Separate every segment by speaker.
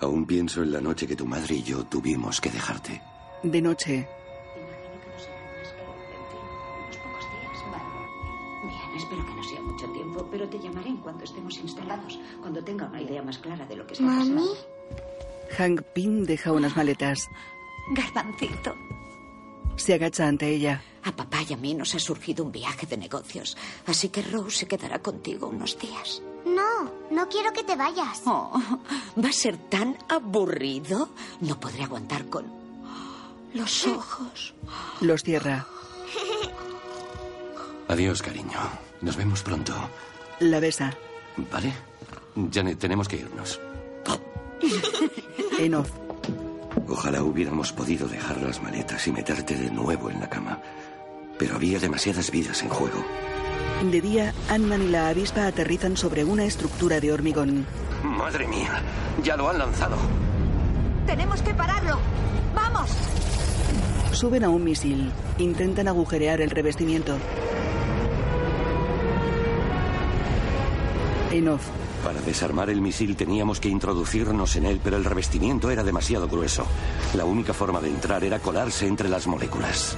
Speaker 1: Aún pienso en la noche que tu madre y yo tuvimos que dejarte.
Speaker 2: De noche,
Speaker 3: Imagino que no serán más que, en fin, unos pocos días, ¿vale? Bien, espero que no sea mucho tiempo, pero te llamaré en cuanto estemos instalados, cuando tenga una idea más clara de lo que está
Speaker 4: Mami.
Speaker 3: pasando.
Speaker 2: Hank Pym deja unas maletas.
Speaker 4: Garbancito.
Speaker 2: Se agacha ante ella.
Speaker 3: A papá y a mí nos ha surgido un viaje de negocios, así que Rose se quedará contigo unos días.
Speaker 5: No, no quiero que te vayas.
Speaker 3: Oh, va a ser tan aburrido. No podré aguantar con los ojos.
Speaker 2: Los cierra.
Speaker 1: Adiós, cariño. Nos vemos pronto.
Speaker 2: La besa.
Speaker 1: ¿Vale? Janet, tenemos que irnos.
Speaker 2: En off.
Speaker 1: Ojalá hubiéramos podido dejar las maletas y meterte de nuevo en la cama. Pero había demasiadas vidas en juego.
Speaker 2: De día, Ant-Man y la avispa aterrizan sobre una estructura de hormigón.
Speaker 1: Madre mía, ya lo han lanzado.
Speaker 4: Tenemos que pararlo. ¡Vamos!
Speaker 2: Suben a un misil. Intentan agujerear el revestimiento. En off.
Speaker 1: Para desarmar el misil teníamos que introducirnos en él, pero el revestimiento era demasiado grueso. La única forma de entrar era colarse entre las moléculas.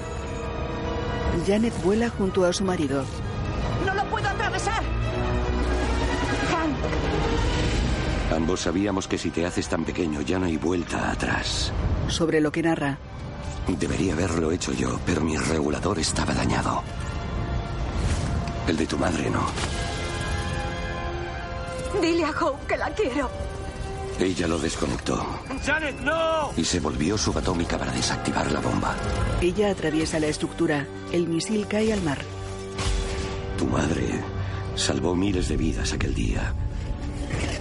Speaker 2: Janet vuela junto a su marido.
Speaker 4: ¡No lo puedo atravesar! Hank,
Speaker 1: Ambos sabíamos que si te haces tan pequeño ya no hay vuelta atrás.
Speaker 2: Sobre lo que narra.
Speaker 1: Debería haberlo hecho yo, pero mi regulador estaba dañado. El de tu madre no.
Speaker 4: dile a Hope que la quiero.
Speaker 1: Ella lo desconectó. Y se volvió subatómica para desactivar la bomba.
Speaker 2: Ella atraviesa la estructura. El misil cae al mar.
Speaker 1: Tu madre salvó miles de vidas aquel día,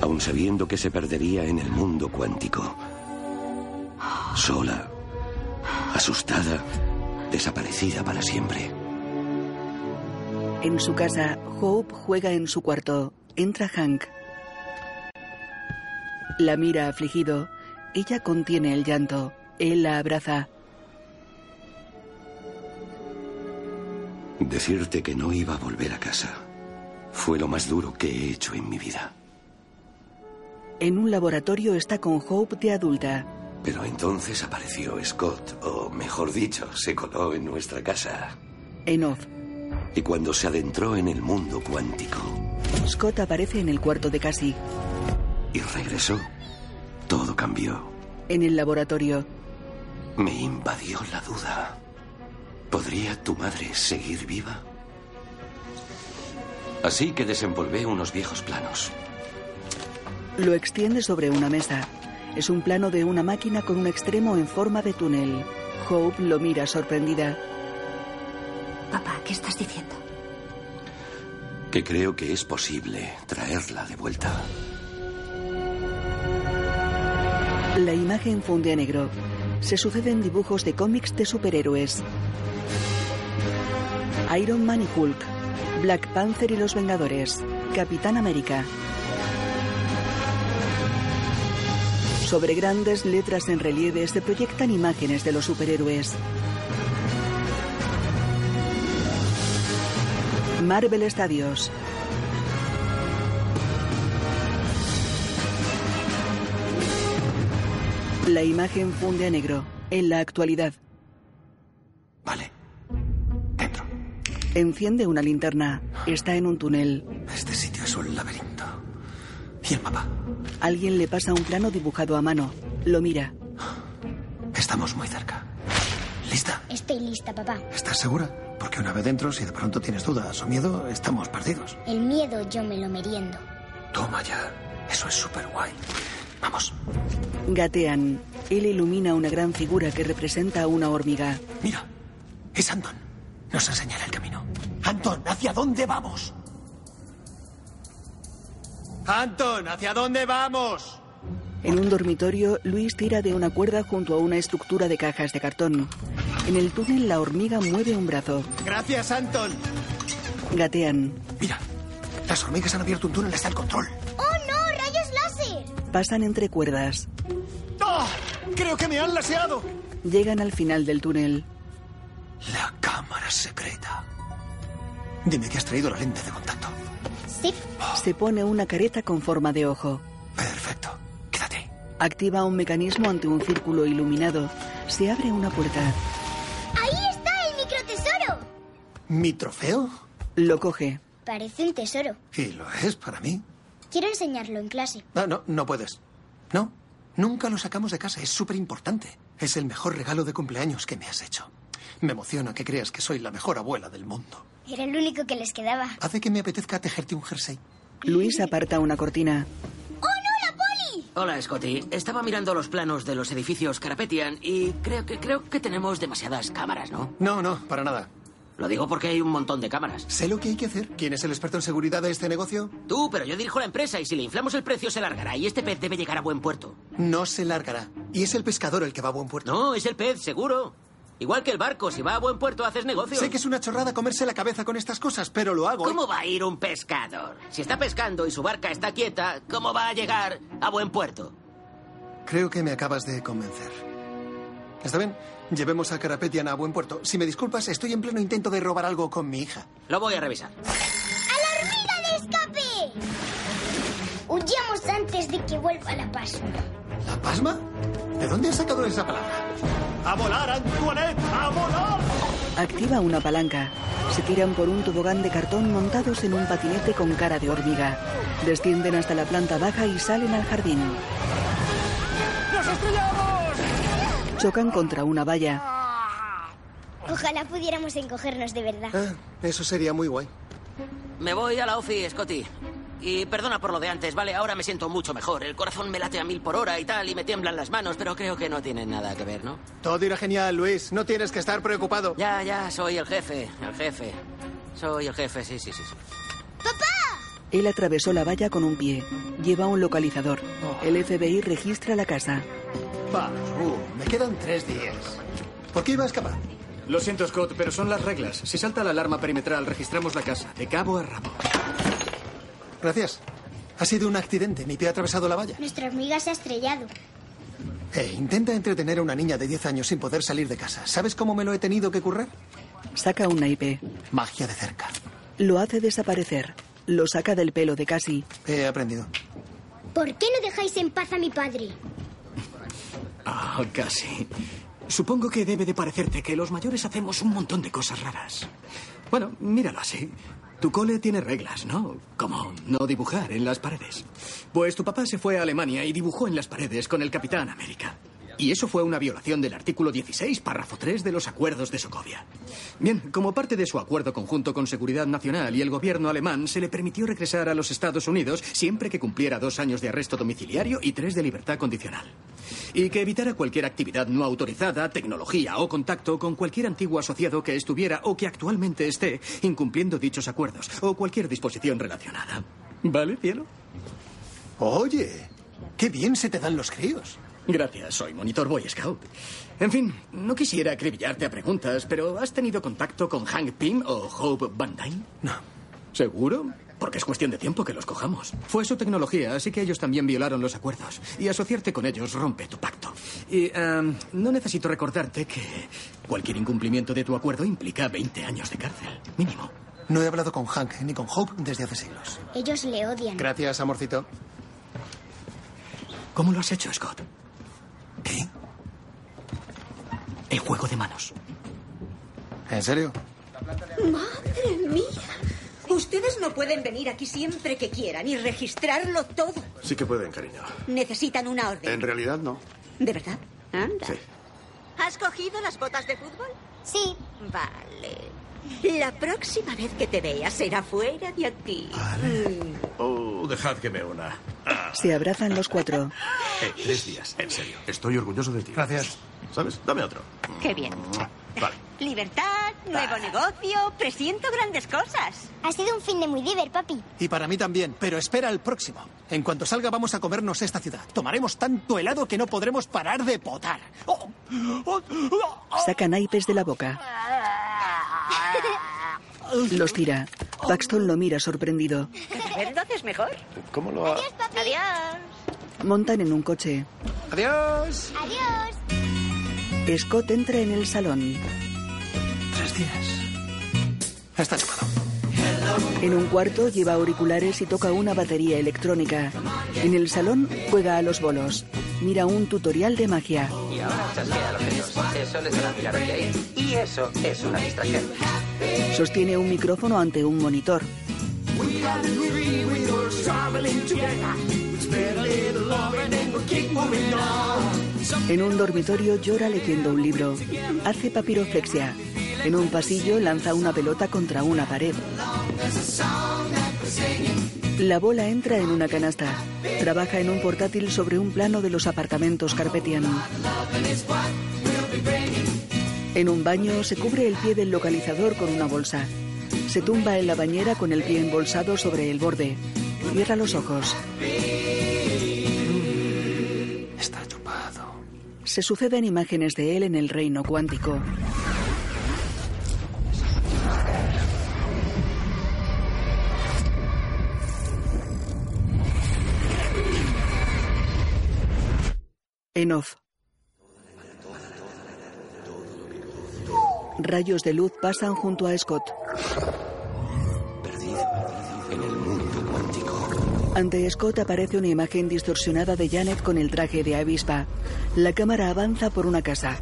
Speaker 1: aun sabiendo que se perdería en el mundo cuántico. Sola, asustada, desaparecida para siempre.
Speaker 2: En su casa, Hope juega en su cuarto. Entra Hank. La mira afligido. Ella contiene el llanto. Él la abraza.
Speaker 1: Decirte que no iba a volver a casa fue lo más duro que he hecho en mi vida.
Speaker 2: En un laboratorio está con Hope de adulta.
Speaker 1: Pero entonces apareció Scott, o mejor dicho, se coló en nuestra casa.
Speaker 2: En off,
Speaker 1: Y cuando se adentró en el mundo cuántico
Speaker 2: Scott aparece en el cuarto de Cassie.
Speaker 1: y regresó, todo cambió.
Speaker 2: En el laboratorio,
Speaker 1: Me invadió la duda. ¿Podría tu madre seguir viva? Así que desenvolvé unos viejos planos.
Speaker 2: lo extiende sobre una mesa. Es un plano de una máquina con un extremo en forma de túnel. Hope lo mira sorprendida.
Speaker 3: Papá, ¿qué estás diciendo?
Speaker 1: Que creo que es posible traerla de vuelta.
Speaker 2: La imagen funde a negro. Se suceden dibujos de cómics de superhéroes. Iron Man y Hulk, Black Panther y los Vengadores, Capitán América. Sobre grandes letras en relieve se proyectan imágenes de los superhéroes. Marvel Studios. La imagen funde a negro. En la actualidad,
Speaker 1: Vale. Dentro.
Speaker 2: enciende una linterna. Está en un túnel.
Speaker 1: Este sitio es un laberinto. Y el mapa.
Speaker 2: Alguien le pasa un plano dibujado a mano. Lo mira.
Speaker 6: Estamos muy cerca. ¿Lista?
Speaker 5: Estoy lista, papá.
Speaker 6: ¿Estás segura? Porque una vez dentro, si de pronto tienes dudas o miedo, estamos perdidos.
Speaker 5: El miedo yo me lo meriendo.
Speaker 6: Toma ya. Eso es súper guay. Vamos,
Speaker 2: Gatean. Él ilumina una gran figura que representa a una hormiga.
Speaker 6: mira. Es Anton. Nos enseñará el camino. Anton, ¿hacia dónde vamos? Anton, ¿hacia dónde vamos?
Speaker 2: En un dormitorio, Luis tira de una cuerda junto a una estructura de cajas de cartón. En el túnel, la hormiga mueve un brazo.
Speaker 6: Gracias, Anton.
Speaker 2: Gatean.
Speaker 6: Mira, las hormigas han abierto un túnel hasta el control.
Speaker 5: ¡Oh, no! ¡Rayos láser!
Speaker 2: Pasan entre cuerdas.
Speaker 6: ¡Ah! Creo que me han laseado.
Speaker 2: Llegan al final del túnel.
Speaker 6: La cámara secreta. Dime que has traído la lente de contacto.
Speaker 5: Sí.
Speaker 2: Se pone una careta con forma de ojo.
Speaker 6: Perfecto. Quédate.
Speaker 2: Activa un mecanismo ante un círculo iluminado. Se abre una puerta.
Speaker 5: ¡Ahí está el microtesoro!
Speaker 6: ¿Mi trofeo?
Speaker 2: Lo coge.
Speaker 5: Parece un tesoro.
Speaker 6: Y lo es para mí.
Speaker 5: Quiero enseñarlo en clase.
Speaker 6: No, no, no puedes. No, nunca lo sacamos de casa. Es súper importante. Es el mejor regalo de cumpleaños que me has hecho. Me emociona que creas que soy la mejor abuela del mundo.
Speaker 5: Era el único que les quedaba.
Speaker 6: Hace que me apetezca tejerte un jersey.
Speaker 2: Luis aparta una cortina.
Speaker 5: ¡Oh,
Speaker 7: Hola, Scotty. Estaba mirando los planos de los edificios Carapetian y creo que, creo que tenemos demasiadas cámaras, ¿no?
Speaker 6: No, no, para nada.
Speaker 7: Lo digo porque hay un montón de cámaras.
Speaker 6: Sé lo que hay que hacer. ¿Quién es el experto en seguridad de este negocio?
Speaker 7: Tú, pero yo dirijo la empresa y si le inflamos el precio se largará y este pez debe llegar a buen puerto.
Speaker 6: No se largará. Y es el pescador el que va a buen puerto.
Speaker 7: No, es el pez, seguro. Igual que el barco, si va a buen puerto haces negocio.
Speaker 6: Sé que es una chorrada comerse la cabeza con estas cosas, pero lo hago. ¿eh?
Speaker 7: ¿Cómo va a ir un pescador? Si está pescando y su barca está quieta, ¿cómo va a llegar a buen puerto?
Speaker 6: Creo que me acabas de convencer. ¿Está bien? Llevemos a Carapetian a buen puerto. Si me disculpas, estoy en pleno intento de robar algo con mi hija.
Speaker 7: Lo voy a revisar.
Speaker 5: ¡A la hormiga de escape! Huyamos antes de que vuelva la pasma.
Speaker 6: ¿La pasma? ¿De dónde has sacado esa palabra? ¡A volar, Antoinette! ¡A volar!
Speaker 2: Activa una palanca. Se tiran por un tobogán de cartón montados en un patinete con cara de hormiga. Descienden hasta la planta baja y salen al jardín.
Speaker 6: ¡Nos estrellamos!
Speaker 2: Chocan contra una valla.
Speaker 5: Ojalá pudiéramos encogernos de verdad.
Speaker 6: Ah, eso sería muy guay.
Speaker 7: Me voy a la ofi, Scotty. Y perdona por lo de antes, ¿vale? Ahora me siento mucho mejor. El corazón me late a mil por hora y tal, y me tiemblan las manos, pero creo que no tiene nada que ver, ¿no?
Speaker 6: Todo irá genial, Luis. No tienes que estar preocupado.
Speaker 7: Ya, ya, soy el jefe, el jefe. Soy el jefe, sí, sí, sí. sí.
Speaker 2: Él atravesó la valla con un pie. Lleva un localizador.
Speaker 6: Oh.
Speaker 2: El FBI registra la casa.
Speaker 6: Va, uh, me quedan tres días. ¿Por qué iba a escapar?
Speaker 8: Lo siento, Scott, pero son las reglas. Si salta la alarma perimetral, registramos la casa, de cabo a rabo.
Speaker 6: Gracias. Ha sido un accidente. Mi pie ha atravesado la valla.
Speaker 5: Nuestra hormiga se ha estrellado.
Speaker 6: Eh, intenta entretener a una niña de 10 años sin poder salir de casa. ¿Sabes cómo me lo he tenido que currar?
Speaker 2: Saca un IP.
Speaker 6: Magia de cerca.
Speaker 2: Lo hace desaparecer. Lo saca del pelo de Cassie.
Speaker 6: He aprendido.
Speaker 5: ¿Por qué no dejáis en paz a mi padre?
Speaker 8: Ah, casi. Supongo que debe de parecerte que los mayores hacemos un montón de cosas raras. Bueno, míralo así. Tu cole tiene reglas, ¿no? Como no dibujar en las paredes. Pues tu papá se fue a Alemania y dibujó en las paredes con el Capitán América. Y eso fue una violación del artículo 16, párrafo 3 de los acuerdos de Socovia. Bien, como parte de su acuerdo conjunto con Seguridad Nacional y el gobierno alemán, se le permitió regresar a los Estados Unidos siempre que cumpliera dos años de arresto domiciliario y tres de libertad condicional. Y que evitara cualquier actividad no autorizada, tecnología o contacto con cualquier antiguo asociado que estuviera o que actualmente esté incumpliendo dichos acuerdos o cualquier disposición relacionada. ¿Vale, cielo?
Speaker 6: Oye, qué bien se te dan los críos.
Speaker 8: Gracias, soy monitor Boy Scout. En fin, no quisiera acribillarte a preguntas, pero ¿has tenido contacto con Hank Pym o Hope Van Dyne?
Speaker 6: No.
Speaker 8: ¿Seguro? Porque es cuestión de tiempo que los cojamos. Fue su tecnología, así que ellos también violaron los acuerdos. Y asociarte con ellos rompe tu pacto. Y em, no necesito recordarte que cualquier incumplimiento de tu acuerdo implica 20 años de cárcel, mínimo.
Speaker 6: No he hablado con Hank ni con Hope desde hace siglos.
Speaker 5: Ellos le odian.
Speaker 6: Gracias, amorcito.
Speaker 8: ¿Cómo lo has hecho, Scott?
Speaker 6: ¿Qué?
Speaker 8: El juego de manos.
Speaker 6: ¿En serio?
Speaker 9: ¡Madre mía! Ustedes no pueden venir aquí siempre que quieran y registrarlo todo.
Speaker 10: Sí que pueden, cariño.
Speaker 9: Necesitan una orden.
Speaker 10: En realidad no.
Speaker 9: ¿De verdad? Anda.
Speaker 10: Sí.
Speaker 9: ¿Has cogido las botas de fútbol?
Speaker 5: Sí,
Speaker 9: Vale. La próxima vez que te vea será fuera de aquí. Mm.
Speaker 10: Oh, dejad que me una.
Speaker 2: Se abrazan los cuatro.
Speaker 10: Eh, tres días, en serio. Estoy orgulloso de ti.
Speaker 6: Gracias.
Speaker 10: ¿Sabes? Dame otro.
Speaker 9: Qué bien.
Speaker 10: Vale.
Speaker 9: Libertad, nuevo negocio, presiento grandes cosas.
Speaker 5: ha sido un fin de muy diver, papi.
Speaker 6: Y para mí también, pero espera el próximo. En cuanto salga vamos a comernos esta ciudad. Tomaremos tanto helado que no podremos parar de potar. ¡Oh! ¡Oh! ¡Oh!
Speaker 2: Saca naipes de la boca. Los tira. Paxton lo mira sorprendido.
Speaker 9: Cada vez lo haces mejor.
Speaker 10: ¿Cómo lo ha...?
Speaker 9: Adiós.
Speaker 2: Montan en un coche.
Speaker 6: ¡Adiós!
Speaker 5: Adiós.
Speaker 2: Scott entra en el salón.
Speaker 6: Tres días. Está chupado.
Speaker 2: En un cuarto lleva auriculares y toca una batería electrónica. En el salón juega a los bolos. Mira un tutorial de magia.
Speaker 11: Y ahora chasquea los dedos. Eso les hará mirar hacia ahí. Y eso es una distracción.
Speaker 2: Sostiene un micrófono ante un monitor. En un dormitorio llora leyendo un libro. Hace papiroflexia. En un pasillo lanza una pelota contra una pared. La bola entra en una canasta. Trabaja en un portátil sobre un plano de los apartamentos carpetiano. En un baño se cubre el pie del localizador con una bolsa. Se tumba en la bañera con el pie embolsado sobre el borde. Cierra los ojos.
Speaker 6: Está chupado.
Speaker 2: Se suceden imágenes de él en el reino cuántico. En off. Rayos de luz pasan junto a Scott. Ante Scott aparece una imagen distorsionada de Janet con el traje de avispa. La cámara avanza por una casa.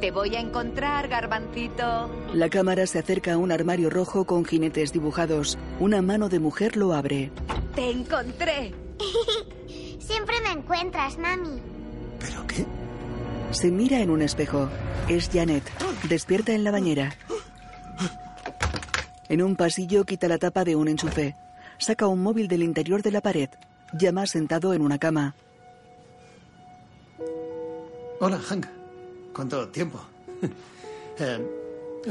Speaker 4: Te voy a encontrar, garbancito.
Speaker 2: La cámara se acerca a un armario rojo con jinetes dibujados. Una mano de mujer lo abre.
Speaker 4: Te encontré.
Speaker 5: Siempre me encuentras, Nami.
Speaker 2: Se mira en un espejo. Es Janet. Despierta en la bañera. En un pasillo quita la tapa de un enchufe. Saca un móvil del interior de la pared. Llama sentado en una cama.
Speaker 6: Hola, Hank. ¿Cuánto tiempo? Eh,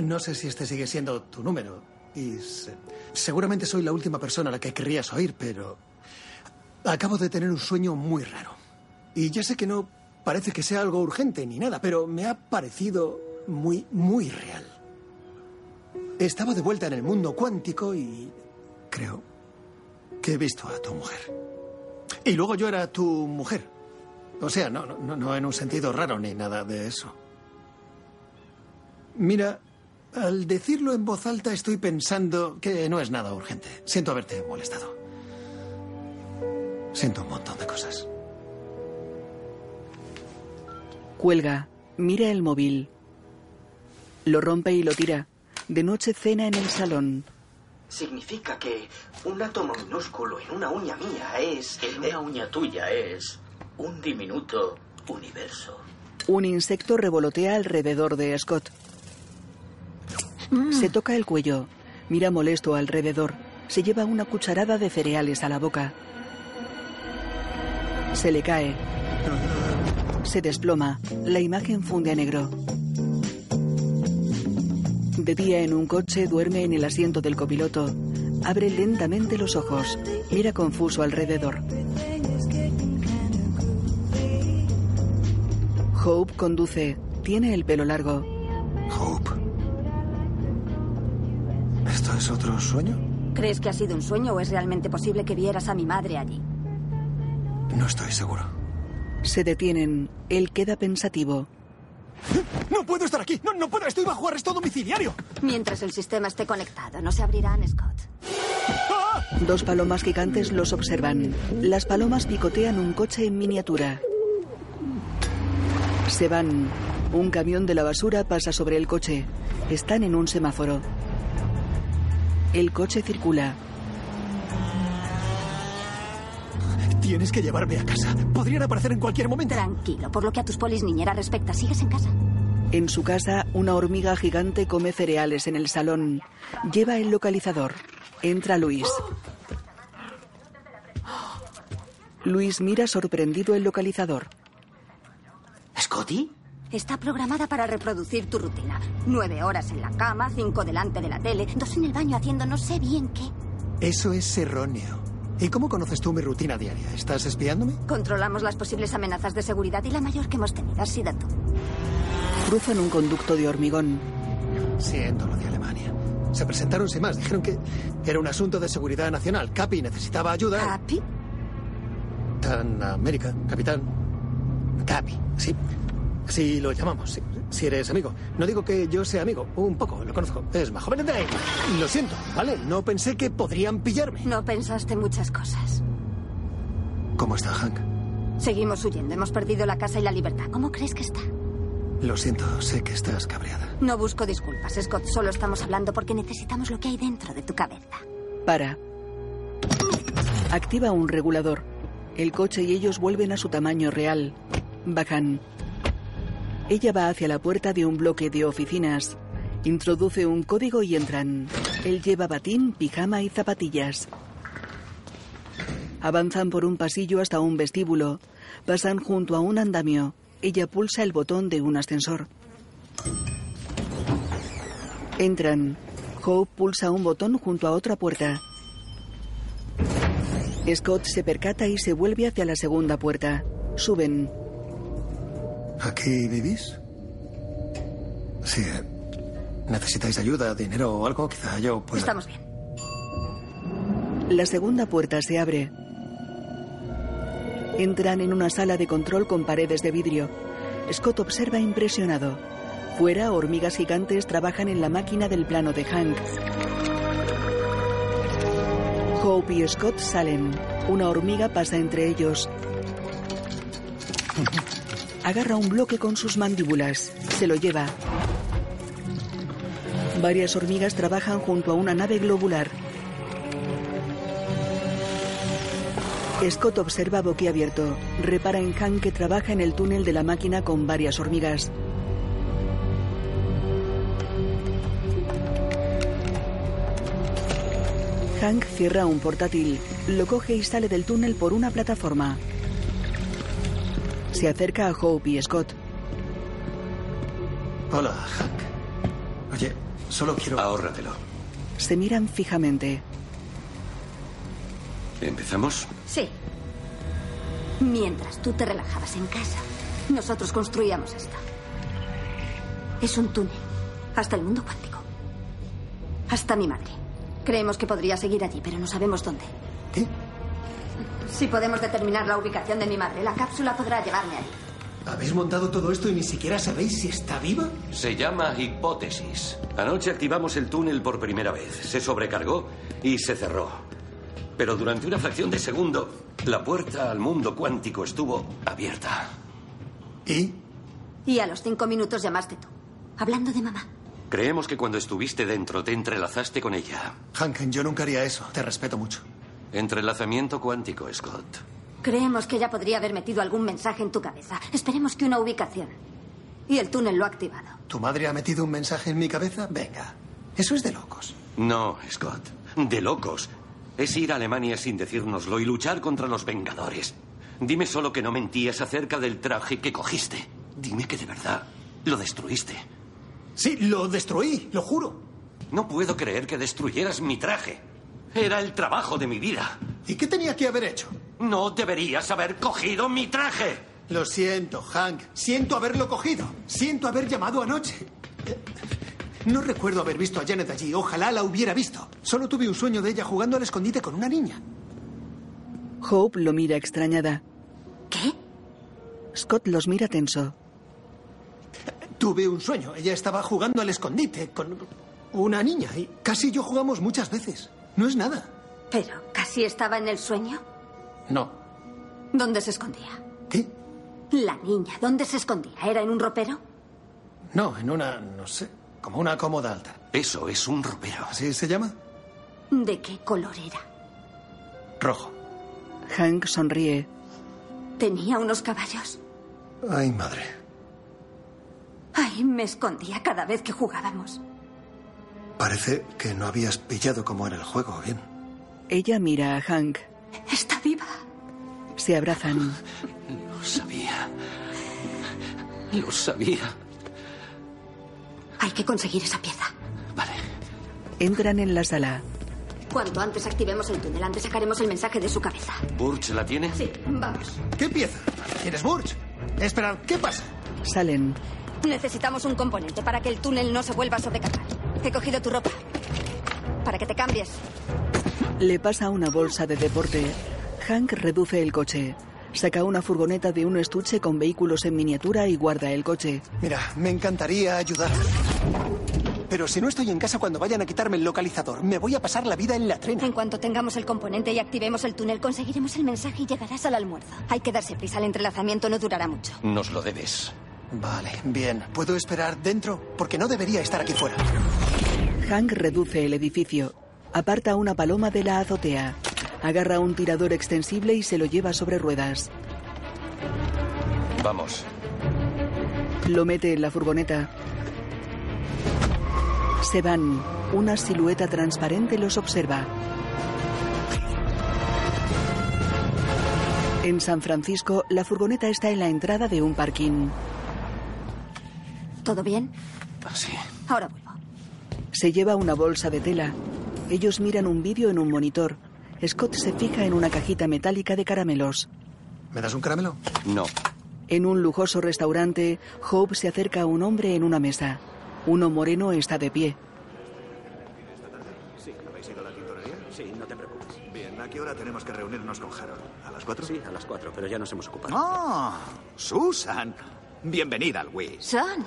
Speaker 6: no sé si este sigue siendo tu número. Y se- seguramente soy la última persona a la que querrías oír, pero acabo de tener un sueño muy raro. Y ya sé que no parece que sea algo urgente ni nada, pero me ha parecido muy, muy real. Estaba de vuelta en el mundo cuántico y creo que he visto a tu mujer. Y luego yo era tu mujer. O sea, no, no- no, no en un sentido raro ni nada de eso. Mira, al decirlo en voz alta estoy pensando que no es nada urgente. Siento haberte molestado. Siento un montón de cosas.
Speaker 2: Cuelga. Mira el móvil. Lo rompe y lo tira. De noche cena en el salón.
Speaker 11: Significa que un átomo minúsculo en una uña mía es. eh, En una uña tuya es un diminuto universo.
Speaker 2: Un insecto revolotea alrededor de Scott. Se toca el cuello. Mira molesto alrededor. Se lleva una cucharada de cereales a la boca. Se le cae. Se desploma. La imagen funde a negro. De día en un coche duerme en el asiento del copiloto. Abre lentamente los ojos. Mira confuso alrededor. Hope conduce. Tiene el pelo largo.
Speaker 6: Hope. ¿Esto es otro sueño?
Speaker 12: ¿Crees que ha sido un sueño o es realmente posible que vieras a mi madre allí?
Speaker 6: No estoy seguro.
Speaker 2: Se detienen. Él queda pensativo.
Speaker 6: No puedo estar aquí. No, no puedo. Estoy bajo arresto domiciliario.
Speaker 12: Mientras el sistema esté conectado, no se abrirán, Scott.
Speaker 2: Dos palomas gigantes los observan. Las palomas picotean un coche en miniatura. Se van. Un camión de la basura pasa sobre el coche. Están en un semáforo. El coche circula.
Speaker 6: Tienes que llevarme a casa. Podrían aparecer en cualquier momento.
Speaker 12: Tranquilo, por lo que a tus polis niñera respecta, sigues en casa.
Speaker 2: En su casa, una hormiga gigante come cereales en el salón. Lleva el localizador. Entra Luis. Luis mira sorprendido el localizador.
Speaker 12: ¿Scotty? Está programada para reproducir tu rutina. Nueve horas en la cama, cinco delante de la tele, dos en el baño haciendo no sé bien qué.
Speaker 6: Eso es erróneo. ¿Y cómo conoces tú mi rutina diaria? ¿Estás espiándome?
Speaker 12: Controlamos las posibles amenazas de seguridad y la mayor que hemos tenido ha sido tú.
Speaker 2: Cruzan un conducto de hormigón.
Speaker 6: Siento lo de Alemania. Se presentaron sin más. Dijeron que era un asunto de seguridad nacional. Capi necesitaba ayuda.
Speaker 12: ¿Capi?
Speaker 6: Tan América, capitán. Capi, sí. Si lo llamamos, si, si eres amigo. No digo que yo sea amigo, un poco, lo conozco. Es más joven de... Lo siento, ¿vale? No pensé que podrían pillarme.
Speaker 12: No pensaste muchas cosas.
Speaker 6: ¿Cómo está Hank?
Speaker 12: Seguimos huyendo. Hemos perdido la casa y la libertad. ¿Cómo crees que está?
Speaker 6: Lo siento, sé que estás cabreada.
Speaker 12: No busco disculpas, Scott. Solo estamos hablando porque necesitamos lo que hay dentro de tu cabeza.
Speaker 2: Para. Activa un regulador. El coche y ellos vuelven a su tamaño real. Bajan. Ella va hacia la puerta de un bloque de oficinas. Introduce un código y entran. Él lleva batín, pijama y zapatillas. Avanzan por un pasillo hasta un vestíbulo. Pasan junto a un andamio. Ella pulsa el botón de un ascensor. Entran. Hope pulsa un botón junto a otra puerta. Scott se percata y se vuelve hacia la segunda puerta. Suben.
Speaker 6: ¿Aquí vivís? Sí. eh, ¿Necesitáis ayuda, dinero o algo? Quizá yo pueda...
Speaker 12: Estamos bien.
Speaker 2: La segunda puerta se abre. Entran en una sala de control con paredes de vidrio. Scott observa impresionado. Fuera, hormigas gigantes trabajan en la máquina del plano de Hank. Hope y Scott salen. Una hormiga pasa entre ellos. Agarra un bloque con sus mandíbulas. Se lo lleva. Varias hormigas trabajan junto a una nave globular. Scott observa boquiabierto. Repara en Hank que trabaja en el túnel de la máquina con varias hormigas. Hank cierra un portátil, lo coge y sale del túnel por una plataforma. Se acerca a Hope y Scott.
Speaker 6: Hola, Hank. Oye, solo quiero...
Speaker 1: Ahórratelo.
Speaker 2: Se miran fijamente.
Speaker 1: ¿Empezamos?
Speaker 12: Sí. Mientras tú te relajabas en casa, nosotros construíamos esto. Es un túnel. Hasta el mundo cuántico. Hasta mi madre. Creemos que podría seguir allí, pero no sabemos dónde.
Speaker 6: ¿Qué?
Speaker 12: Si podemos determinar la ubicación de mi madre, la cápsula podrá llevarme allí.
Speaker 6: ¿Habéis montado todo esto y ni siquiera sabéis si está viva?
Speaker 1: Se llama hipótesis. Anoche activamos el túnel por primera vez. Se sobrecargó y se cerró. Pero durante una fracción de segundo, la puerta al mundo cuántico estuvo abierta.
Speaker 6: ¿Y?
Speaker 12: Y a los cinco minutos llamaste tú. Hablando de mamá.
Speaker 1: Creemos que cuando estuviste dentro te entrelazaste con ella.
Speaker 6: Hank, yo nunca haría eso. Te respeto mucho.
Speaker 1: Entrelazamiento cuántico, Scott.
Speaker 12: Creemos que ella podría haber metido algún mensaje en tu cabeza. Esperemos que una ubicación. Y el túnel lo ha activado.
Speaker 6: ¿Tu madre ha metido un mensaje en mi cabeza? Venga. Eso es de locos.
Speaker 1: No, Scott. De locos. Es ir a Alemania sin decírnoslo y luchar contra los Vengadores. Dime solo que no mentías acerca del traje que cogiste. Dime que de verdad lo destruiste.
Speaker 6: Sí, lo destruí, lo juro.
Speaker 1: No puedo creer que destruyeras mi traje. Era el trabajo de mi vida.
Speaker 6: ¿Y qué tenía que haber hecho?
Speaker 1: No deberías haber cogido mi traje.
Speaker 6: Lo siento, Hank. Siento haberlo cogido. Siento haber llamado anoche. Eh, No recuerdo haber visto a Janet allí. Ojalá la hubiera visto. Solo tuve un sueño de ella jugando al escondite con una niña.
Speaker 2: Hope lo mira extrañada.
Speaker 12: ¿Qué?
Speaker 2: Scott los mira tenso.
Speaker 6: Tuve un sueño. Ella estaba jugando al escondite con una niña y casi yo jugamos muchas veces. No es nada.
Speaker 12: Pero, ¿casi estaba en el sueño?
Speaker 6: No.
Speaker 12: ¿Dónde se escondía?
Speaker 6: ¿Qué?
Speaker 12: La niña, ¿dónde se escondía? ¿Era en un ropero?
Speaker 6: No, en una, no sé, como una cómoda alta.
Speaker 1: Eso es un ropero.
Speaker 6: ¿Así se llama?
Speaker 12: ¿De qué color era?
Speaker 6: Rojo.
Speaker 2: Hank sonríe.
Speaker 12: ¿Tenía unos caballos?
Speaker 6: Ay, madre.
Speaker 12: Ay, me escondía cada vez que jugábamos.
Speaker 6: Parece que no habías pillado cómo era el juego, bien.
Speaker 2: Ella mira a Hank.
Speaker 12: Está viva.
Speaker 2: Se abrazan.
Speaker 1: Lo sabía. Lo sabía.
Speaker 12: Hay que conseguir esa pieza.
Speaker 2: Entran en la sala.
Speaker 12: Cuanto antes activemos el túnel, antes sacaremos el mensaje de su cabeza.
Speaker 1: ¿Burch la tiene?
Speaker 12: Sí, vamos.
Speaker 6: ¿Qué pieza? ¿Eres Burch? Esperad, ¿qué pasa?
Speaker 2: Salen.
Speaker 12: Necesitamos un componente para que el túnel no se vuelva a sobrecargar. He cogido tu ropa. Para que te cambies.
Speaker 2: Le pasa una bolsa de deporte. Hank reduce el coche. Saca una furgoneta de un estuche con vehículos en miniatura y guarda el coche.
Speaker 6: Mira, me encantaría ayudar. Pero si no estoy en casa cuando vayan a quitarme el localizador, me voy a pasar la vida en la trena.
Speaker 12: En cuanto tengamos el componente y activemos el túnel, conseguiremos el mensaje y llegarás al almuerzo. Hay que darse prisa, el entrelazamiento no durará mucho.
Speaker 1: Nos lo debes.
Speaker 6: Vale, bien. ¿Puedo esperar dentro? Porque no debería estar aquí fuera.
Speaker 2: Hank reduce el edificio. Aparta una paloma de la azotea. Agarra un tirador extensible y se lo lleva sobre ruedas.
Speaker 1: Vamos.
Speaker 2: Lo mete en la furgoneta. Se van. Una silueta transparente los observa. En San Francisco, la furgoneta está en la entrada de un parking.
Speaker 12: ¿Todo bien?
Speaker 8: Sí.
Speaker 12: Ahora vuelvo.
Speaker 2: Se lleva una bolsa de tela. Ellos miran un vídeo en un monitor. Scott se fija en una cajita metálica de caramelos.
Speaker 6: ¿Me das un caramelo?
Speaker 1: No.
Speaker 2: En un lujoso restaurante, Hope se acerca a un hombre en una mesa. Uno moreno está de pie.
Speaker 13: Sí, ¿habéis ido a la tintorería? Sí, no te preocupes. Bien, ¿a qué hora tenemos que reunirnos con Harold? ¿A las cuatro? Sí, a las cuatro, pero ya nos hemos ocupado.
Speaker 14: ¡Ah! Susan. Bienvenida al Wii.
Speaker 12: Sonny.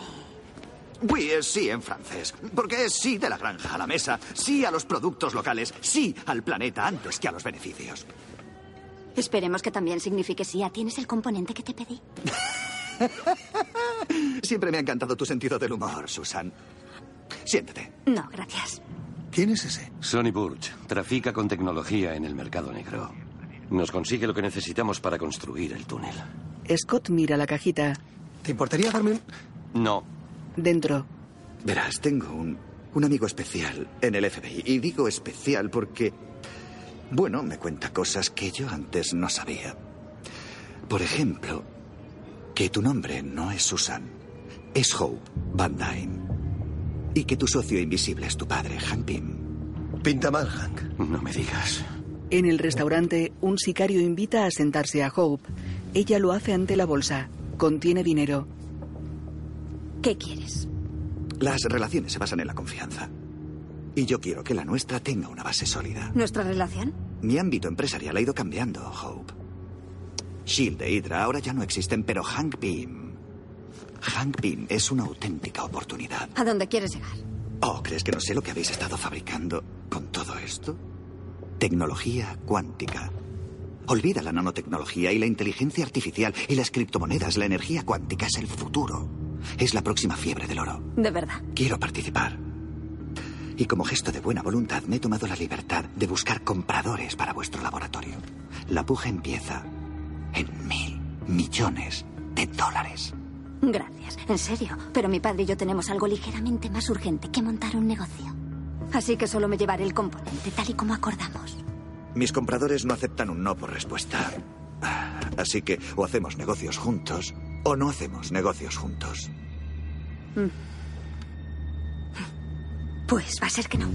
Speaker 14: Oui es sí en francés, porque es sí de la granja a la mesa, sí a los productos locales, sí al planeta antes que a los beneficios.
Speaker 12: Esperemos que también signifique sí. Ah, ¿Tienes el componente que te pedí?
Speaker 14: Siempre me ha encantado tu sentido del humor, Susan. Siéntate.
Speaker 12: No, gracias.
Speaker 6: ¿Quién es ese?
Speaker 1: Sonny Burch trafica con tecnología en el mercado negro. Nos consigue lo que necesitamos para construir el túnel.
Speaker 2: Scott mira la cajita.
Speaker 6: ¿Te importaría darme un...
Speaker 1: No.
Speaker 2: Dentro.
Speaker 14: Verás, tengo un, un amigo especial en el FBI. Y digo especial porque, bueno, me cuenta cosas que yo antes no sabía. Por ejemplo, que tu nombre no es Susan, es Hope Van Dyne. Y que tu socio invisible es tu padre, Hank Pym.
Speaker 6: Pinta mal, Hank.
Speaker 1: No me digas.
Speaker 2: En el restaurante, un sicario invita a sentarse a Hope. Ella lo hace ante la bolsa. Contiene dinero.
Speaker 12: ¿Qué quieres?
Speaker 14: Las relaciones se basan en la confianza. Y yo quiero que la nuestra tenga una base sólida.
Speaker 12: ¿Nuestra relación?
Speaker 14: Mi ámbito empresarial ha ido cambiando, Hope. Shield e Hydra ahora ya no existen, pero Hank Pym. Hank Pym es una auténtica oportunidad.
Speaker 12: ¿A dónde quieres llegar?
Speaker 14: Oh, ¿crees que no sé lo que habéis estado fabricando con todo esto? Tecnología cuántica. Olvida la nanotecnología y la inteligencia artificial y las criptomonedas. La energía cuántica es el futuro. Es la próxima fiebre del oro.
Speaker 12: De verdad.
Speaker 14: Quiero participar. Y como gesto de buena voluntad me he tomado la libertad de buscar compradores para vuestro laboratorio. La puja empieza en mil millones de dólares.
Speaker 12: Gracias, en serio. Pero mi padre y yo tenemos algo ligeramente más urgente que montar un negocio. Así que solo me llevaré el componente, tal y como acordamos.
Speaker 14: Mis compradores no aceptan un no por respuesta. Así que o hacemos negocios juntos o no hacemos negocios juntos.
Speaker 12: Pues va a ser que no.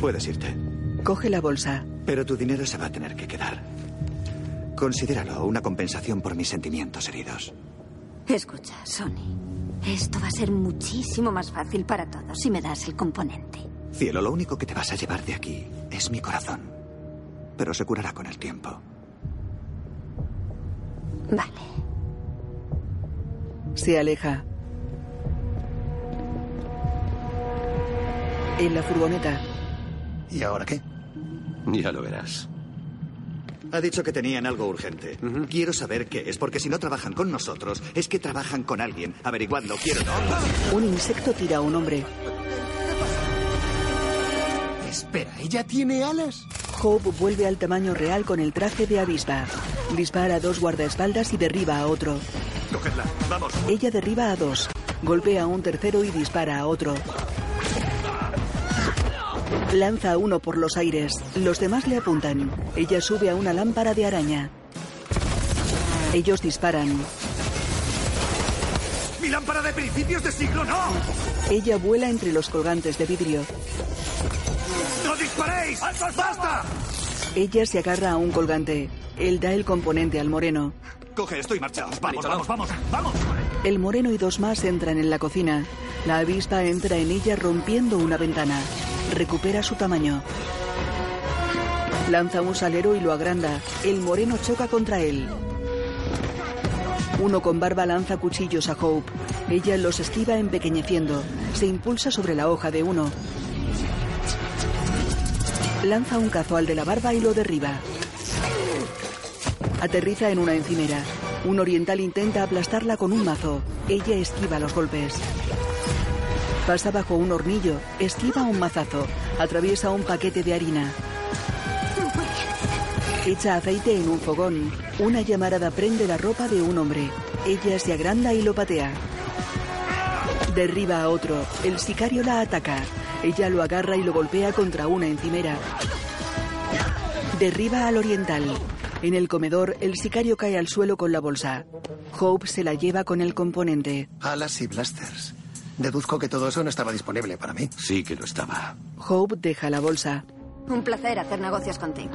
Speaker 14: Puedes irte,
Speaker 2: Coge la bolsa.
Speaker 14: pero tu dinero se va a tener que quedar. Considéralo una compensación por mis sentimientos heridos.
Speaker 12: Escucha, Sonny. Esto va a ser muchísimo más fácil para todos si me das el componente.
Speaker 14: Cielo, lo único que te vas a llevar de aquí es mi corazón. Pero se curará con el tiempo.
Speaker 12: Vale.
Speaker 2: Se aleja. En la furgoneta,
Speaker 6: ¿Y ahora qué?
Speaker 1: Ya lo verás.
Speaker 14: Ha dicho que tenían algo urgente. Quiero saber qué es, porque si no trabajan con nosotros, es que trabajan con alguien. Averiguadlo, quiero.
Speaker 2: un insecto tira a un hombre.
Speaker 6: Espera, ¿ella tiene alas?
Speaker 2: Hope vuelve al tamaño real con el traje de avispa. Dispara a dos guardaespaldas y derriba a otro.
Speaker 13: Cogedla, vamos.
Speaker 2: Ella derriba a dos. Golpea a un tercero y dispara a otro. Lanza a uno por los aires. Los demás le apuntan. Ella sube a una lámpara de araña. Ellos disparan.
Speaker 13: ¡Mi lámpara de principios de siglo, no!
Speaker 2: Ella vuela entre los colgantes de vidrio.
Speaker 13: ¡No disparéis! ¡Basta!
Speaker 2: Ella se agarra a un colgante. Él da el componente al moreno.
Speaker 14: Coge esto y marchaos. Vamos,
Speaker 13: vamos, vamos, vamos.
Speaker 2: El moreno y dos más entran en la cocina. La avispa entra en ella rompiendo una ventana. Recupera su tamaño. Lanza un salero y lo agranda. El moreno choca contra él. Uno con barba lanza cuchillos a Hope. Ella los esquiva empequeñeciendo. Se impulsa sobre la hoja de uno. Lanza un cazo al de la barba y lo derriba. Aterriza en una encimera. Un oriental intenta aplastarla con un mazo. Ella esquiva los golpes. Pasa bajo un hornillo, esquiva un mazazo, atraviesa un paquete de harina. Echa aceite en un fogón. Una llamarada prende la ropa de un hombre. Ella se agranda y lo patea. Derriba a otro. El sicario la ataca. Ella lo agarra y lo golpea contra una encimera. Derriba al oriental. En el comedor, el sicario cae al suelo con la bolsa. Hope se la lleva con el componente.
Speaker 6: Alas y blasters. Deduzco que todo eso no estaba disponible para mí.
Speaker 1: Sí que lo estaba.
Speaker 2: Hope deja la bolsa.
Speaker 12: Un placer hacer negocios contigo.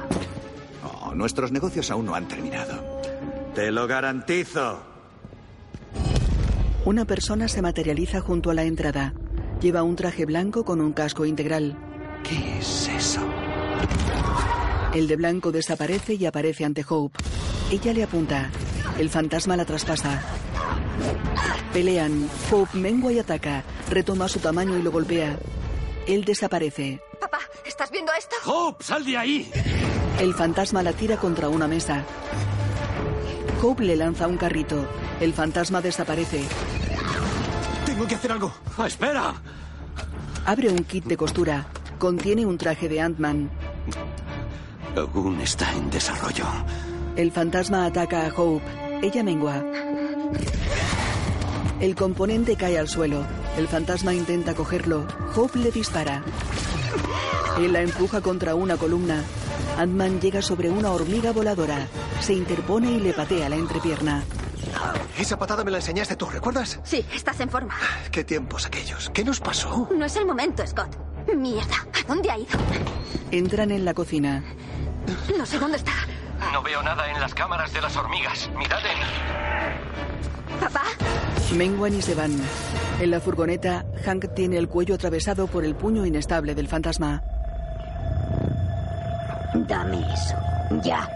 Speaker 14: No, nuestros negocios aún no han terminado. Te lo garantizo.
Speaker 2: Una persona se materializa junto a la entrada. Lleva un traje blanco con un casco integral.
Speaker 14: ¿Qué es eso?
Speaker 2: El de blanco desaparece y aparece ante Hope. Ella le apunta. El fantasma la traspasa. Pelean. Hope mengua y ataca. Retoma su tamaño y lo golpea. Él desaparece.
Speaker 12: Papá, ¿estás viendo esto?
Speaker 1: ¡Hope, sal de ahí!
Speaker 2: El fantasma la tira contra una mesa. Hope le lanza un carrito. El fantasma desaparece.
Speaker 8: Tengo que hacer algo.
Speaker 1: Ah, ¡Espera!
Speaker 2: Abre un kit de costura. Contiene un traje de Ant-Man.
Speaker 1: Aún está en desarrollo.
Speaker 2: El fantasma ataca a Hope. Ella mengua. El componente cae al suelo. El fantasma intenta cogerlo. Hope le dispara. Él la empuja contra una columna. Ant-Man llega sobre una hormiga voladora. Se interpone y le patea la entrepierna.
Speaker 6: Esa patada me la enseñaste tú, ¿recuerdas?
Speaker 12: Sí, estás en forma.
Speaker 6: ¿Qué tiempos aquellos? ¿Qué nos pasó?
Speaker 12: No es el momento, Scott. Mierda, ¿a dónde ha ido?
Speaker 2: Entran en la cocina.
Speaker 12: No sé dónde está.
Speaker 1: No veo nada en las cámaras de las hormigas. Mirad
Speaker 12: Papá,
Speaker 2: Menguan y se van. En la furgoneta, Hank tiene el cuello atravesado por el puño inestable del fantasma.
Speaker 5: Dame eso. Ya.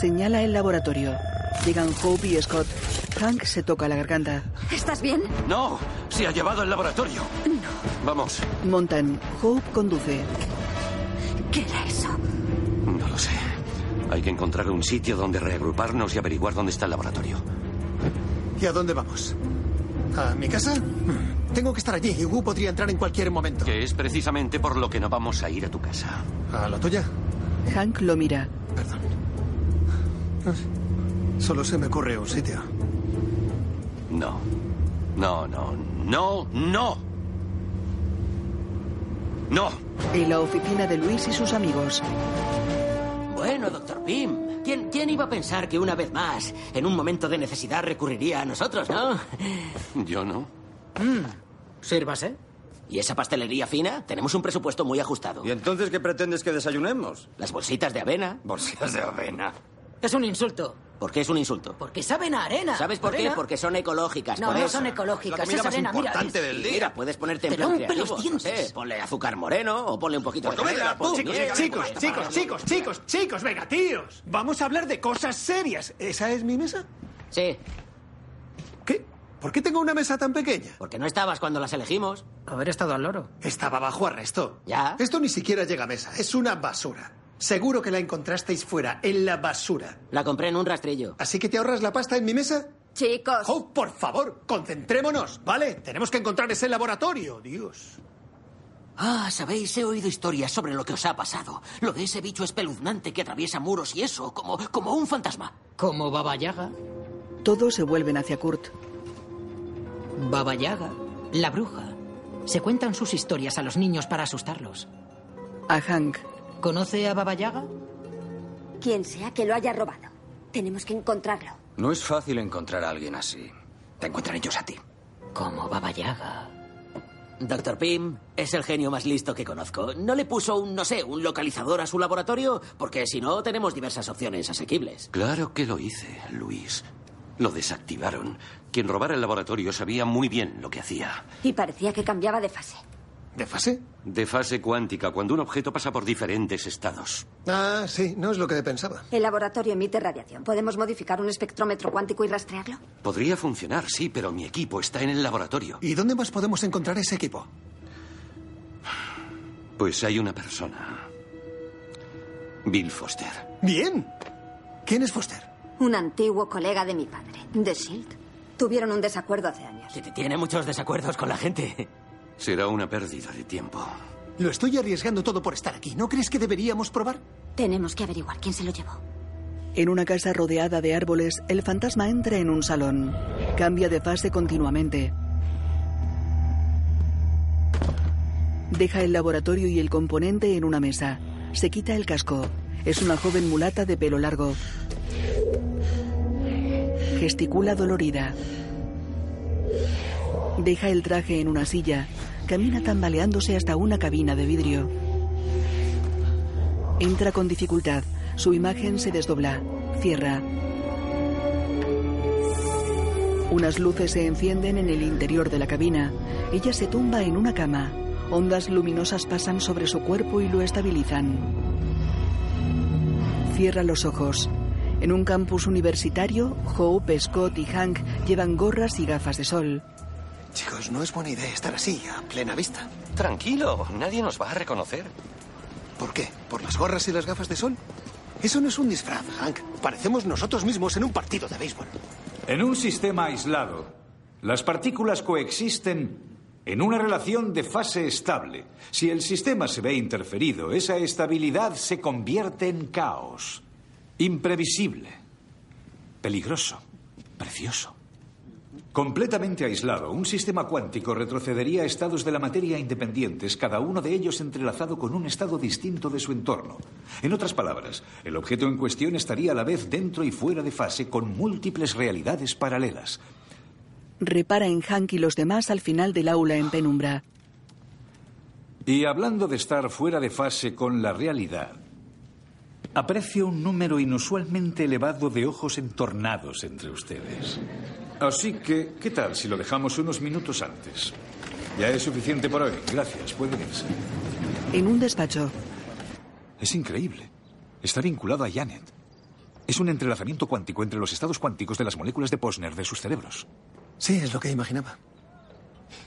Speaker 2: Señala el laboratorio. Llegan Hope y Scott. Hank se toca la garganta.
Speaker 12: ¿estás bien?
Speaker 1: ¡No! Se ha llevado el laboratorio. Vamos.
Speaker 2: Montan. Hope conduce.
Speaker 12: ¿Qué era eso?
Speaker 1: No lo sé. Hay que encontrar un sitio donde reagruparnos y averiguar dónde está el laboratorio.
Speaker 6: ¿Y a dónde vamos? ¿A mi casa? Hmm. Tengo que estar allí y Wu podría entrar en cualquier momento.
Speaker 1: Que es precisamente por lo que no vamos a ir a tu casa.
Speaker 6: ¿A la tuya?
Speaker 2: Hank lo mira.
Speaker 6: Solo se me ocurre un sitio.
Speaker 1: No. No, no, no, no. No.
Speaker 2: En la oficina de Luis y sus amigos.
Speaker 7: Bueno, doctor Pym, ¿quién, ¿quién iba a pensar que una vez más, en un momento de necesidad, recurriría a nosotros, no?
Speaker 1: Yo no.
Speaker 7: Sírvase. ¿Y esa pastelería fina? Tenemos un presupuesto muy ajustado.
Speaker 15: ¿Y entonces qué pretendes que desayunemos?
Speaker 7: Las bolsitas de avena.
Speaker 15: Bolsitas de avena.
Speaker 16: Es un insulto.
Speaker 7: ¿Por qué es un insulto?
Speaker 16: Porque saben a arena.
Speaker 7: ¿Sabes por
Speaker 16: Arena.
Speaker 7: qué? Porque son ecológicas.
Speaker 16: No,
Speaker 7: por
Speaker 16: no
Speaker 7: eso.
Speaker 16: son ecológicas, La comida es más arena, mira, importante es- del día.
Speaker 7: Mira, puedes ponerte en
Speaker 16: Te
Speaker 7: plan
Speaker 16: rompe
Speaker 7: creativo,
Speaker 16: los
Speaker 7: no sé, ponle azúcar moreno o ponle un poquito
Speaker 15: Pues
Speaker 7: de
Speaker 15: comedla,
Speaker 7: canela,
Speaker 15: pum,
Speaker 7: ponle
Speaker 15: chicos,
Speaker 7: miel.
Speaker 15: chicos,
Speaker 6: eh, Chicos, chicos, chicos, chicos, venga, tíos. Vamos a hablar de cosas serias. ¿Esa es mi mesa?
Speaker 7: Sí.
Speaker 6: ¿Qué? ¿Por qué tengo una mesa tan pequeña?
Speaker 7: Porque no estabas cuando las elegimos.
Speaker 16: Haber estado al loro.
Speaker 6: Estaba bajo arresto.
Speaker 7: Ya.
Speaker 6: Esto ni siquiera llega a mesa. Es una basura. Seguro que la encontrasteis fuera, en la basura.
Speaker 7: La compré en un rastrillo.
Speaker 6: ¿Así que te ahorras la pasta en mi mesa?
Speaker 12: Chicos.
Speaker 6: Oh, por favor, concentrémonos, ¿vale? Tenemos que encontrar ese laboratorio, Dios.
Speaker 7: Ah, sabéis, he oído historias sobre lo que os ha pasado. Lo de ese bicho espeluznante que atraviesa muros y eso, como, como un fantasma.
Speaker 16: Como Baba Yaga.
Speaker 2: Todos se vuelven hacia Kurt.
Speaker 16: Baba Yaga, la bruja. Se cuentan sus historias a los niños para asustarlos.
Speaker 2: A Hank.
Speaker 16: ¿Conoce a Baba Yaga?
Speaker 12: Quien sea que lo haya robado. Tenemos que encontrarlo.
Speaker 15: No es fácil encontrar a alguien así. Te encuentran ellos a ti.
Speaker 16: Como Baba Yaga.
Speaker 7: Doctor Pym es el genio más listo que conozco. ¿No le puso un, no sé, un localizador a su laboratorio? Porque si no, tenemos diversas opciones asequibles.
Speaker 1: Claro que lo hice, Luis. Lo desactivaron. Quien robara el laboratorio sabía muy bien lo que hacía.
Speaker 12: Y parecía que cambiaba de fase.
Speaker 6: ¿De fase?
Speaker 1: De fase cuántica, cuando un objeto pasa por diferentes estados.
Speaker 6: Ah, sí, no es lo que pensaba.
Speaker 12: El laboratorio emite radiación. ¿Podemos modificar un espectrómetro cuántico y rastrearlo?
Speaker 1: Podría funcionar, sí, pero mi equipo está en el laboratorio.
Speaker 6: ¿Y dónde más podemos encontrar ese equipo?
Speaker 1: Pues hay una persona. Bill Foster.
Speaker 6: Bien. ¿Quién es Foster?
Speaker 12: Un antiguo colega de mi padre, de Shield. Tuvieron un desacuerdo hace años.
Speaker 7: Tiene muchos desacuerdos con la gente.
Speaker 1: Será una pérdida de tiempo.
Speaker 6: Lo estoy arriesgando todo por estar aquí. ¿No crees que deberíamos probar?
Speaker 12: Tenemos que averiguar quién se lo llevó.
Speaker 2: En una casa rodeada de árboles, el fantasma entra en un salón. Cambia de fase continuamente. Deja el laboratorio y el componente en una mesa. Se quita el casco. Es una joven mulata de pelo largo. Gesticula dolorida. Deja el traje en una silla. Camina tambaleándose hasta una cabina de vidrio. Entra con dificultad. Su imagen se desdobla. Cierra. Unas luces se encienden en el interior de la cabina. Ella se tumba en una cama. Ondas luminosas pasan sobre su cuerpo y lo estabilizan. Cierra los ojos. En un campus universitario, Hope, Scott y Hank llevan gorras y gafas de sol.
Speaker 6: Chicos, no es buena idea estar así, a plena vista.
Speaker 1: Tranquilo, nadie nos va a reconocer.
Speaker 6: ¿Por qué? ¿Por las gorras y las gafas de sol? Eso no es un disfraz, Hank. Parecemos nosotros mismos en un partido de béisbol.
Speaker 17: En un sistema aislado, las partículas coexisten en una relación de fase estable. Si el sistema se ve interferido, esa estabilidad se convierte en caos. Imprevisible. Peligroso. Precioso. Completamente aislado, un sistema cuántico retrocedería a estados de la materia independientes, cada uno de ellos entrelazado con un estado distinto de su entorno. En otras palabras, el objeto en cuestión estaría a la vez dentro y fuera de fase con múltiples realidades paralelas.
Speaker 2: Repara en Hank y los demás al final del aula en penumbra.
Speaker 17: Y hablando de estar fuera de fase con la realidad, aprecio un número inusualmente elevado de ojos entornados entre ustedes. Así que, ¿qué tal si lo dejamos unos minutos antes? Ya es suficiente por hoy. Gracias, pueden irse.
Speaker 2: En un despacho,
Speaker 17: Es increíble. Está vinculado a Janet. Es un entrelazamiento cuántico entre los estados cuánticos de las moléculas de Posner de sus cerebros.
Speaker 6: Sí, es lo que imaginaba.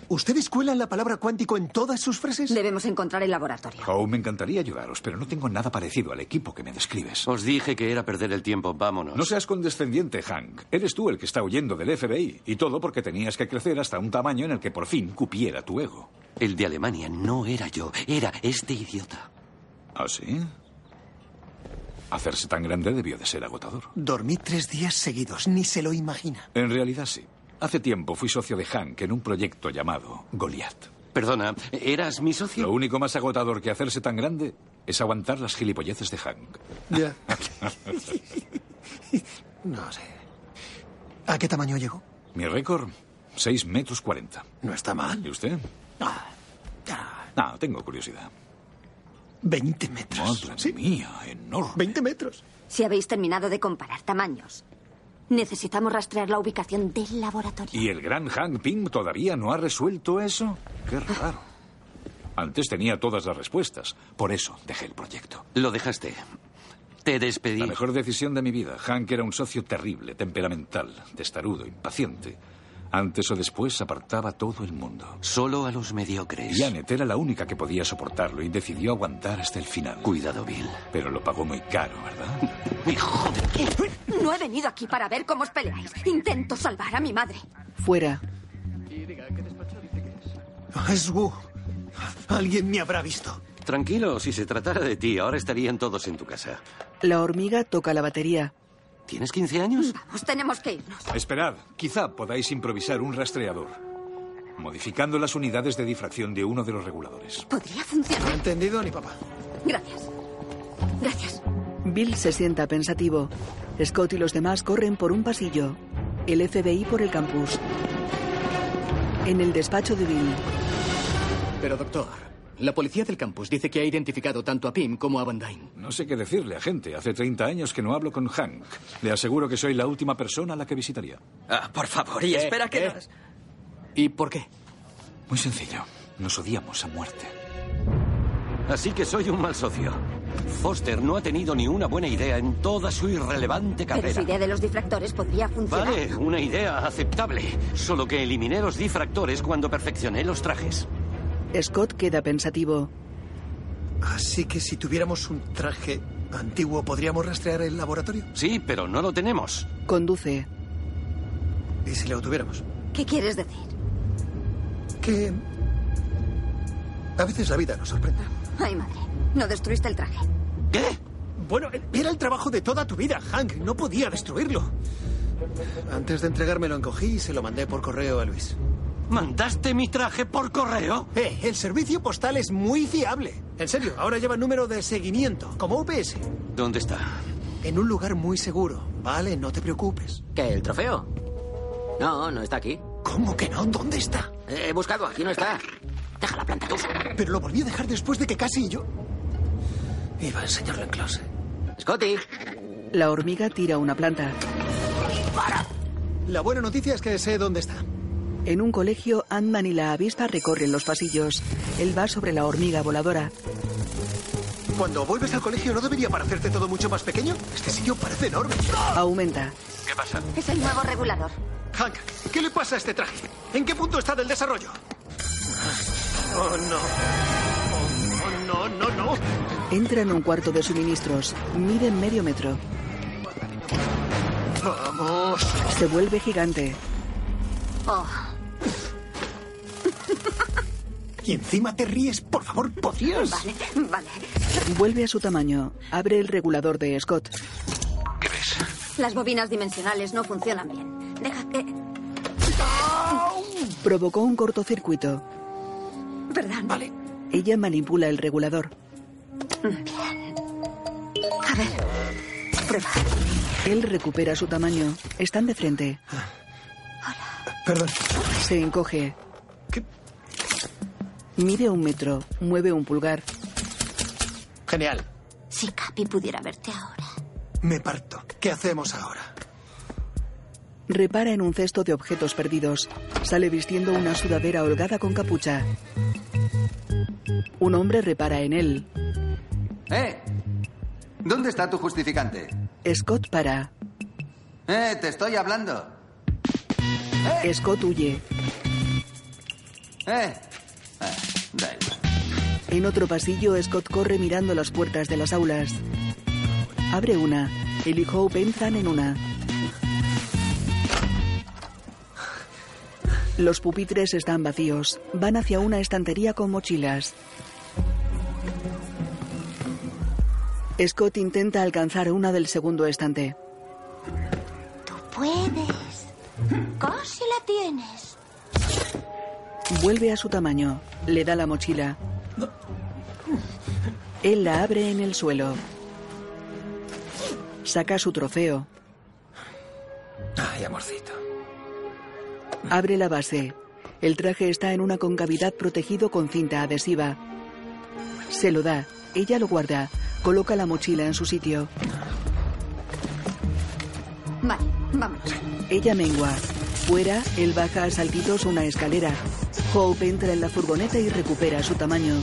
Speaker 6: ¿Ustedes cuelan la palabra cuántico en todas sus frases?
Speaker 12: Debemos encontrar el laboratorio.
Speaker 17: Howe, Oh, me encantaría ayudaros, pero no tengo nada parecido al equipo que me describes.
Speaker 1: Os dije que era perder el tiempo. Vámonos.
Speaker 17: No seas condescendiente, Hank. Eres tú el que está huyendo del FBI. Y todo porque tenías que crecer hasta un tamaño en el que por fin cupiera tu ego.
Speaker 1: El de Alemania no era yo, era este idiota.
Speaker 17: ¿Ah, sí? Hacerse tan grande debió de ser agotador.
Speaker 6: Dormí tres días seguidos, ni se lo imagina.
Speaker 17: En realidad sí. Hace tiempo fui socio de Hank en un proyecto llamado Goliath.
Speaker 1: Perdona, ¿eras mi socio?
Speaker 17: Lo único más agotador que hacerse tan grande es aguantar las gilipolleces de Hank.
Speaker 6: Ya. No sé. ¿A qué tamaño llegó?
Speaker 17: Mi récord, 6 metros 40.
Speaker 6: No está mal.
Speaker 17: ¿Y usted? No, tengo curiosidad.
Speaker 6: 20 metros.
Speaker 17: Madre mía, enorme.
Speaker 6: 20 metros.
Speaker 12: Si habéis terminado de comparar tamaños, necesitamos rastrear la ubicación del laboratorio.
Speaker 17: ¿Y el gran Hank Pym todavía no ha resuelto eso? Qué raro. Antes tenía todas las respuestas. Por eso dejé el proyecto.
Speaker 1: Lo dejaste. Te despedí.
Speaker 17: La mejor decisión de mi vida. Hank era un socio terrible, temperamental, testarudo, impaciente. Antes o después apartaba a todo el mundo.
Speaker 1: Solo a los mediocres.
Speaker 17: Janet era la única que podía soportarlo y decidió aguantar hasta el final.
Speaker 1: Cuidado, Bill.
Speaker 17: Pero lo pagó muy caro, ¿verdad?
Speaker 1: ¡Hijo de...
Speaker 12: No he venido aquí para ver cómo os peleáis. Intento salvar a mi madre.
Speaker 2: fuera.
Speaker 6: Es Wu. Alguien me habrá visto.
Speaker 1: Tranquilo, si se tratara de ti, ahora estarían todos en tu casa.
Speaker 2: La hormiga toca la batería.
Speaker 1: ¿Tienes 15 años?
Speaker 12: Os tenemos que irnos.
Speaker 17: Esperad, quizá podáis improvisar un rastreador, modificando las unidades de difracción de uno de los reguladores.
Speaker 12: Podría funcionar.
Speaker 6: No he entendido ni papá.
Speaker 12: Gracias. Gracias.
Speaker 2: Bill se sienta pensativo. Scott y los demás corren por un pasillo. El FBI por el campus. En el despacho de Bill,
Speaker 18: Pero doctor, la policía del campus dice que ha identificado tanto a Pim como a Van Dyne.
Speaker 17: No sé qué decirle a gente. Hace 30 años que no hablo con Hank. Le aseguro que soy la última persona a la que visitaría.
Speaker 18: Ah, por favor, y espera que... ¿Y por qué?
Speaker 17: Muy sencillo.
Speaker 1: Nos odiamos a muerte. Así que soy un mal socio. Foster no ha tenido ni una buena idea en toda su irrelevante
Speaker 12: Pero su
Speaker 1: carrera.
Speaker 12: idea de los difractores podría funcionar.
Speaker 1: Vale, una idea aceptable. Solo que eliminé los difractores cuando perfeccioné los trajes.
Speaker 2: Scott queda pensativo.
Speaker 6: Así que si tuviéramos un traje antiguo, ¿podríamos rastrear el laboratorio?
Speaker 1: Sí, pero no lo tenemos.
Speaker 2: Conduce.
Speaker 6: ¿Y si lo tuviéramos?
Speaker 12: ¿Qué quieres decir?
Speaker 6: Que... A veces la vida nos sorprende.
Speaker 12: Ay, madre. No destruiste el traje.
Speaker 1: ¿Qué?
Speaker 6: Bueno, era el trabajo de toda tu vida, Hank. No podía destruirlo. Antes de entregármelo encogí y se lo mandé por correo a Luis.
Speaker 1: ¿Mandaste mi traje por correo?
Speaker 6: Eh, el servicio postal es muy fiable. En serio, ahora lleva número de seguimiento, como UPS.
Speaker 1: ¿Dónde está?
Speaker 6: En un lugar muy seguro, ¿vale? No te preocupes.
Speaker 7: ¿Qué, el trofeo? No, no está aquí.
Speaker 6: ¿Cómo que no? ¿Dónde está?
Speaker 7: He buscado, aquí no está. Deja la planta, Gus.
Speaker 6: Pero lo volví a dejar después de que casi yo... Iba a enseñarlo en clase.
Speaker 7: Scotty.
Speaker 2: La hormiga tira una planta.
Speaker 6: La buena noticia es que sé dónde está.
Speaker 2: En un colegio, Ant-Man y la avispa recorren los pasillos. Él va sobre la hormiga voladora.
Speaker 6: Cuando vuelves al colegio, ¿no debería parecerte todo mucho más pequeño? Este sitio parece enorme.
Speaker 2: Aumenta.
Speaker 1: ¿Qué pasa?
Speaker 12: Es el nuevo regulador.
Speaker 6: Hank, ¿qué le pasa a este traje? ¿En qué punto está del desarrollo? Oh, no. Oh, no, no, no.
Speaker 2: Entra en un cuarto de suministros. Mide medio metro.
Speaker 6: Vamos.
Speaker 2: Se vuelve gigante.
Speaker 12: Oh,
Speaker 6: Y encima te ríes, por favor, podrías.
Speaker 12: vale, vale.
Speaker 2: Vuelve a su tamaño. Abre el regulador de Scott.
Speaker 12: Las bobinas dimensionales no funcionan bien. Deja que...
Speaker 2: Provocó un cortocircuito.
Speaker 12: ¿Verdad? Vale.
Speaker 2: Ella manipula el regulador.
Speaker 12: A ver. Prueba.
Speaker 2: Él recupera su tamaño. Están de frente.
Speaker 6: Perdón.
Speaker 2: Se encoge. Mide un metro. Mueve un pulgar.
Speaker 6: Genial.
Speaker 12: Si Capi pudiera verte ahora.
Speaker 6: Me parto. ¿Qué hacemos ahora?
Speaker 2: Repara en un cesto de objetos perdidos. Sale vistiendo una sudadera holgada con capucha. Un hombre repara en él.
Speaker 19: ¡Eh! ¿Dónde está tu justificante?
Speaker 2: Scott para.
Speaker 19: ¡Eh! ¡Te estoy hablando!
Speaker 2: Scott huye.
Speaker 19: ¡Eh! Ah, da igual.
Speaker 2: En otro pasillo, Scott corre mirando las puertas de las aulas. Abre una. Él y Hope entran en una. Los pupitres están vacíos. Van hacia una estantería con mochilas. Scott intenta alcanzar una del segundo estante.
Speaker 5: Puedes. Casi la tienes.
Speaker 2: Vuelve a su tamaño. Le da la mochila. Él la abre en el suelo. Saca su trofeo.
Speaker 19: Ay, amorcito.
Speaker 2: Abre la base. El traje está en una concavidad protegido con cinta adhesiva. Se lo da. Ella lo guarda. Coloca la mochila en su sitio.
Speaker 12: Vale, vámonos.
Speaker 2: Ella mengua. Fuera, él baja a saltitos una escalera. Hope entra en la furgoneta y recupera su tamaño.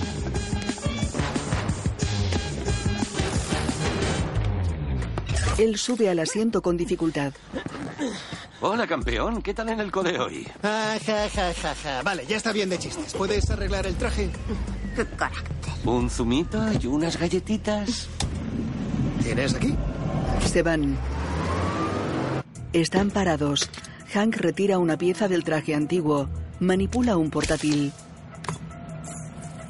Speaker 2: Él sube al asiento con dificultad.
Speaker 1: Hola, campeón. ¿Qué tal en el code hoy?
Speaker 6: Ah, ja, ja, ja, ja. Vale, ya está bien de chistes. ¿Puedes arreglar el traje?
Speaker 1: ¿Un zumito y unas galletitas?
Speaker 6: ¿Tienes aquí?
Speaker 2: Se van. Están parados. Hank retira una pieza del traje antiguo. Manipula un portátil.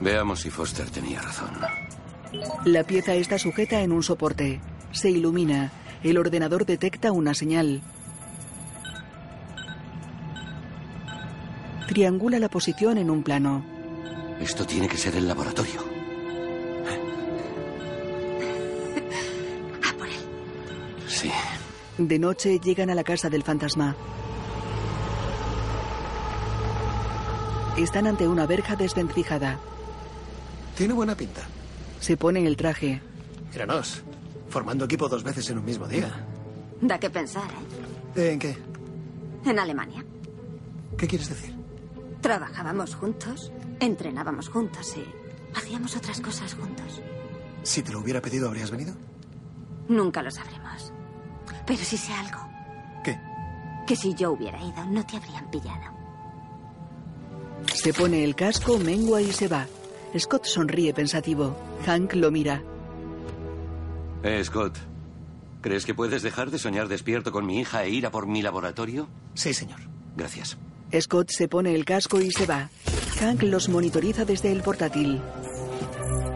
Speaker 1: Veamos si Foster tenía razón.
Speaker 2: La pieza está sujeta en un soporte. Se ilumina. El ordenador detecta una señal. Triangula la posición en un plano.
Speaker 1: Esto tiene que ser el laboratorio. Sí.
Speaker 2: De noche llegan a la casa del fantasma. Están ante una verja desvencijada.
Speaker 6: Tiene buena pinta.
Speaker 2: Se ponen el traje.
Speaker 6: Míranos. Formando equipo dos veces en un mismo día.
Speaker 12: Da que pensar, ¿eh?
Speaker 6: ¿En qué?
Speaker 12: En Alemania.
Speaker 6: ¿Qué quieres decir?
Speaker 12: Trabajábamos juntos, entrenábamos juntos y hacíamos otras cosas juntos.
Speaker 6: Si te lo hubiera pedido, ¿habrías venido?
Speaker 12: Nunca lo sabremos. Pero sí sé algo.
Speaker 6: ¿Qué?
Speaker 12: Que si yo hubiera ido, no te habrían pillado.
Speaker 2: Se pone el casco, mengua y se va. Scott sonríe pensativo. Hank lo mira.
Speaker 1: Eh, Scott, ¿crees que puedes dejar de soñar despierto con mi hija e ir a por mi laboratorio?
Speaker 6: Sí, señor.
Speaker 1: Gracias.
Speaker 2: Scott se pone el casco y se va. Hank los monitoriza desde el portátil.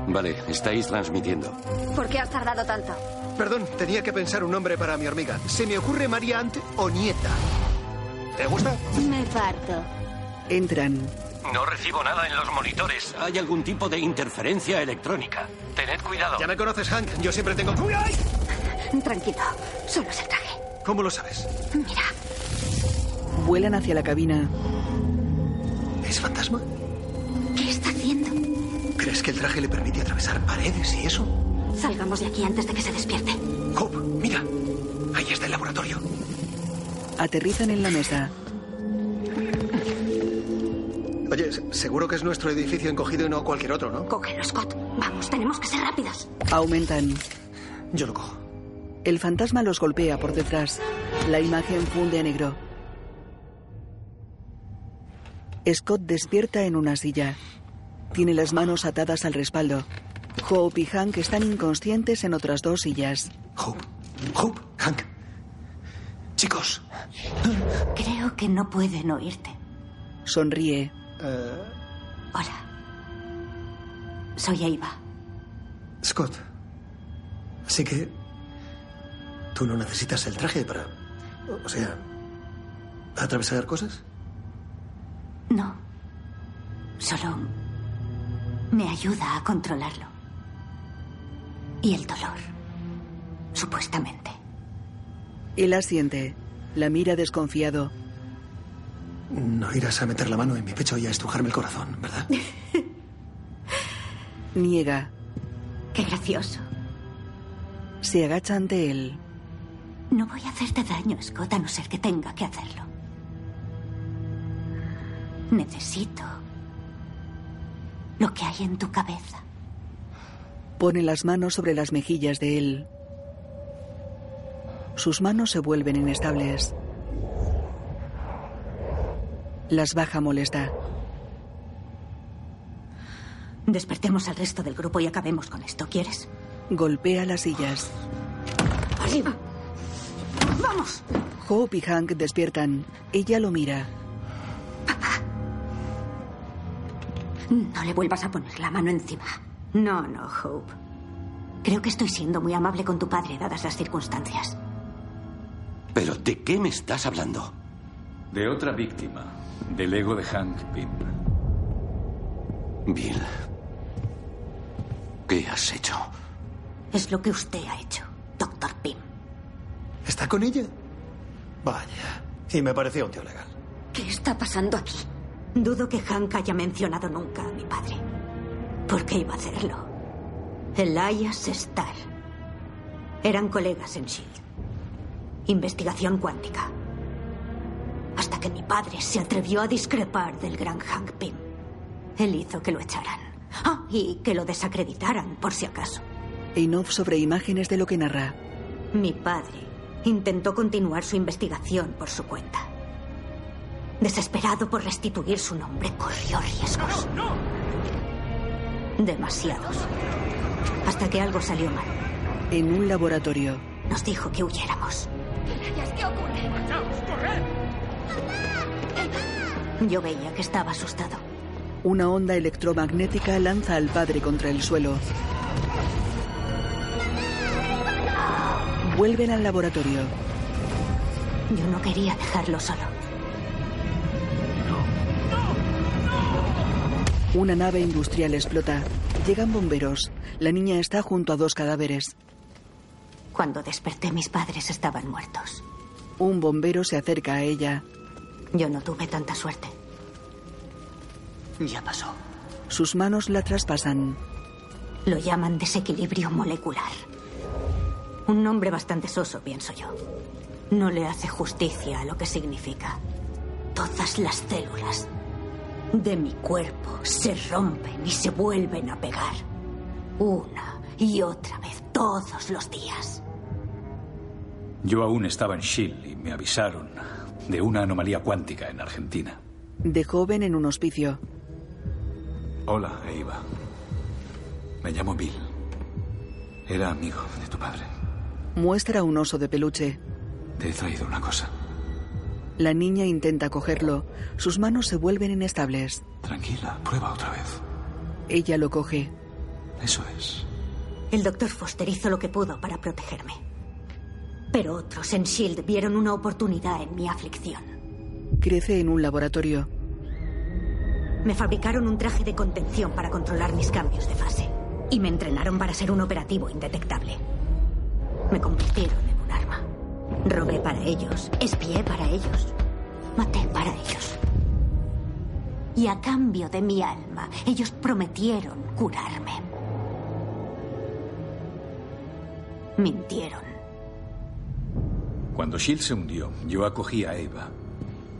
Speaker 1: Vale, estáis transmitiendo.
Speaker 12: ¿Por qué has tardado tanto?
Speaker 6: Perdón, tenía que pensar un nombre para mi hormiga. Se me ocurre María Ant o Nieta. ¿Te gusta?
Speaker 12: Me parto.
Speaker 2: Entran.
Speaker 1: No recibo nada en los monitores. Hay algún tipo de interferencia electrónica. Tened cuidado.
Speaker 6: Ya me conoces, Hank. Yo siempre tengo. ¡Ay!
Speaker 12: Tranquilo, solo es el traje.
Speaker 6: ¿Cómo lo sabes?
Speaker 12: Mira.
Speaker 2: Vuelan hacia la cabina.
Speaker 6: ¿Es fantasma?
Speaker 12: ¿Qué está haciendo?
Speaker 6: ¿Crees que el traje le permite atravesar paredes y eso?
Speaker 12: Salgamos de aquí antes de que se despierte.
Speaker 6: Hope, mira. Ahí está el laboratorio.
Speaker 2: Aterrizan en la mesa.
Speaker 6: Oye, se- seguro que es nuestro edificio encogido y no cualquier otro, ¿no?
Speaker 12: Cógelo, Scott. Vamos, tenemos que ser rápidos.
Speaker 2: Aumentan.
Speaker 6: Yo lo cojo.
Speaker 2: El fantasma los golpea por detrás. La imagen funde a negro. Scott despierta en una silla. Tiene las manos atadas al respaldo. Hope y Hank están inconscientes en otras dos sillas.
Speaker 6: Hope, Hope, Hank. Chicos.
Speaker 12: Creo que no pueden oírte.
Speaker 2: Sonríe.
Speaker 6: Eh.
Speaker 12: Hola. Soy Eva.
Speaker 6: Scott. Así que. ¿Tú no necesitas el traje para. O sea. atravesar cosas?
Speaker 12: No. Solo me ayuda a controlarlo. Y el dolor. Supuestamente.
Speaker 2: Él asiente. La mira desconfiado.
Speaker 6: No irás a meter la mano en mi pecho y a estrujarme el corazón, ¿verdad?
Speaker 2: Niega.
Speaker 12: Qué gracioso.
Speaker 2: Se agacha ante él.
Speaker 12: No voy a hacerte daño, Scott, a no ser que tenga que hacerlo. Necesito lo que hay en tu cabeza.
Speaker 2: Pone las manos sobre las mejillas de él. Sus manos se vuelven inestables. Las baja molesta.
Speaker 12: Despertemos al resto del grupo y acabemos con esto, ¿quieres?
Speaker 2: Golpea las sillas.
Speaker 12: ¡Arriba! ¡Vamos!
Speaker 2: Hope y Hank despiertan. Ella lo mira.
Speaker 12: No le vuelvas a poner la mano encima. No, no, Hope. Creo que estoy siendo muy amable con tu padre, dadas las circunstancias.
Speaker 1: ¿Pero de qué me estás hablando?
Speaker 20: De otra víctima, del ego de Hank Pym.
Speaker 1: Bill. ¿Qué has hecho?
Speaker 12: Es lo que usted ha hecho, doctor Pym.
Speaker 6: ¿Está con ella? Vaya. Y me parecía un tío legal.
Speaker 12: ¿Qué está pasando aquí? Dudo que Hank haya mencionado nunca a mi padre. ¿Por qué iba a hacerlo? Elias Starr. Eran colegas en S.H.I.E.L.D. E Investigación cuántica. Hasta que mi padre se atrevió a discrepar del gran Hank Pym. Él hizo que lo echaran. Ah, y que lo desacreditaran, por si acaso.
Speaker 2: Enough sobre imágenes de lo que narra.
Speaker 12: Mi padre intentó continuar su investigación por su cuenta. Desesperado por restituir su nombre, corrió riesgos. Demasiados. Hasta que algo salió mal.
Speaker 2: En un laboratorio.
Speaker 12: Nos dijo que huyéramos.
Speaker 5: ¿Qué ocurre?
Speaker 12: Yo veía que estaba asustado.
Speaker 2: Una onda electromagnética lanza al padre contra el suelo. Vuelven al laboratorio.
Speaker 12: Yo no quería dejarlo solo.
Speaker 2: Una nave industrial explota. Llegan bomberos. La niña está junto a dos cadáveres.
Speaker 12: Cuando desperté, mis padres estaban muertos.
Speaker 2: Un bombero se acerca a ella.
Speaker 12: Yo no tuve tanta suerte. Ya pasó.
Speaker 2: Sus manos la traspasan.
Speaker 12: Lo llaman desequilibrio molecular. Un nombre bastante soso, pienso yo. No le hace justicia a lo que significa. Todas las células de mi cuerpo se rompen y se vuelven a pegar. Una y otra vez, todos los días.
Speaker 17: Yo aún estaba en Shield y me avisaron de una anomalía cuántica en Argentina.
Speaker 2: De joven en un hospicio.
Speaker 17: Hola, Eva. Me llamo Bill. Era amigo de tu padre.
Speaker 2: Muestra un oso de peluche.
Speaker 17: Te he traído una cosa.
Speaker 2: La niña intenta cogerlo. Sus manos se vuelven inestables.
Speaker 17: Tranquila, prueba otra vez.
Speaker 2: Ella lo coge.
Speaker 17: Eso es.
Speaker 12: El doctor Foster hizo lo que pudo para protegerme. Pero otros en Shield E vieron una oportunidad en mi aflicción.
Speaker 2: Crece en un laboratorio.
Speaker 12: Me fabricaron un traje de contención para controlar mis cambios de fase. Y me entrenaron para ser un operativo indetectable. Me convirtieron en un arma. Robé para ellos, espié para ellos, maté para ellos. Y a cambio de mi alma, ellos prometieron curarme. Mintieron.
Speaker 17: Cuando Shield se hundió, yo acogí a Eva.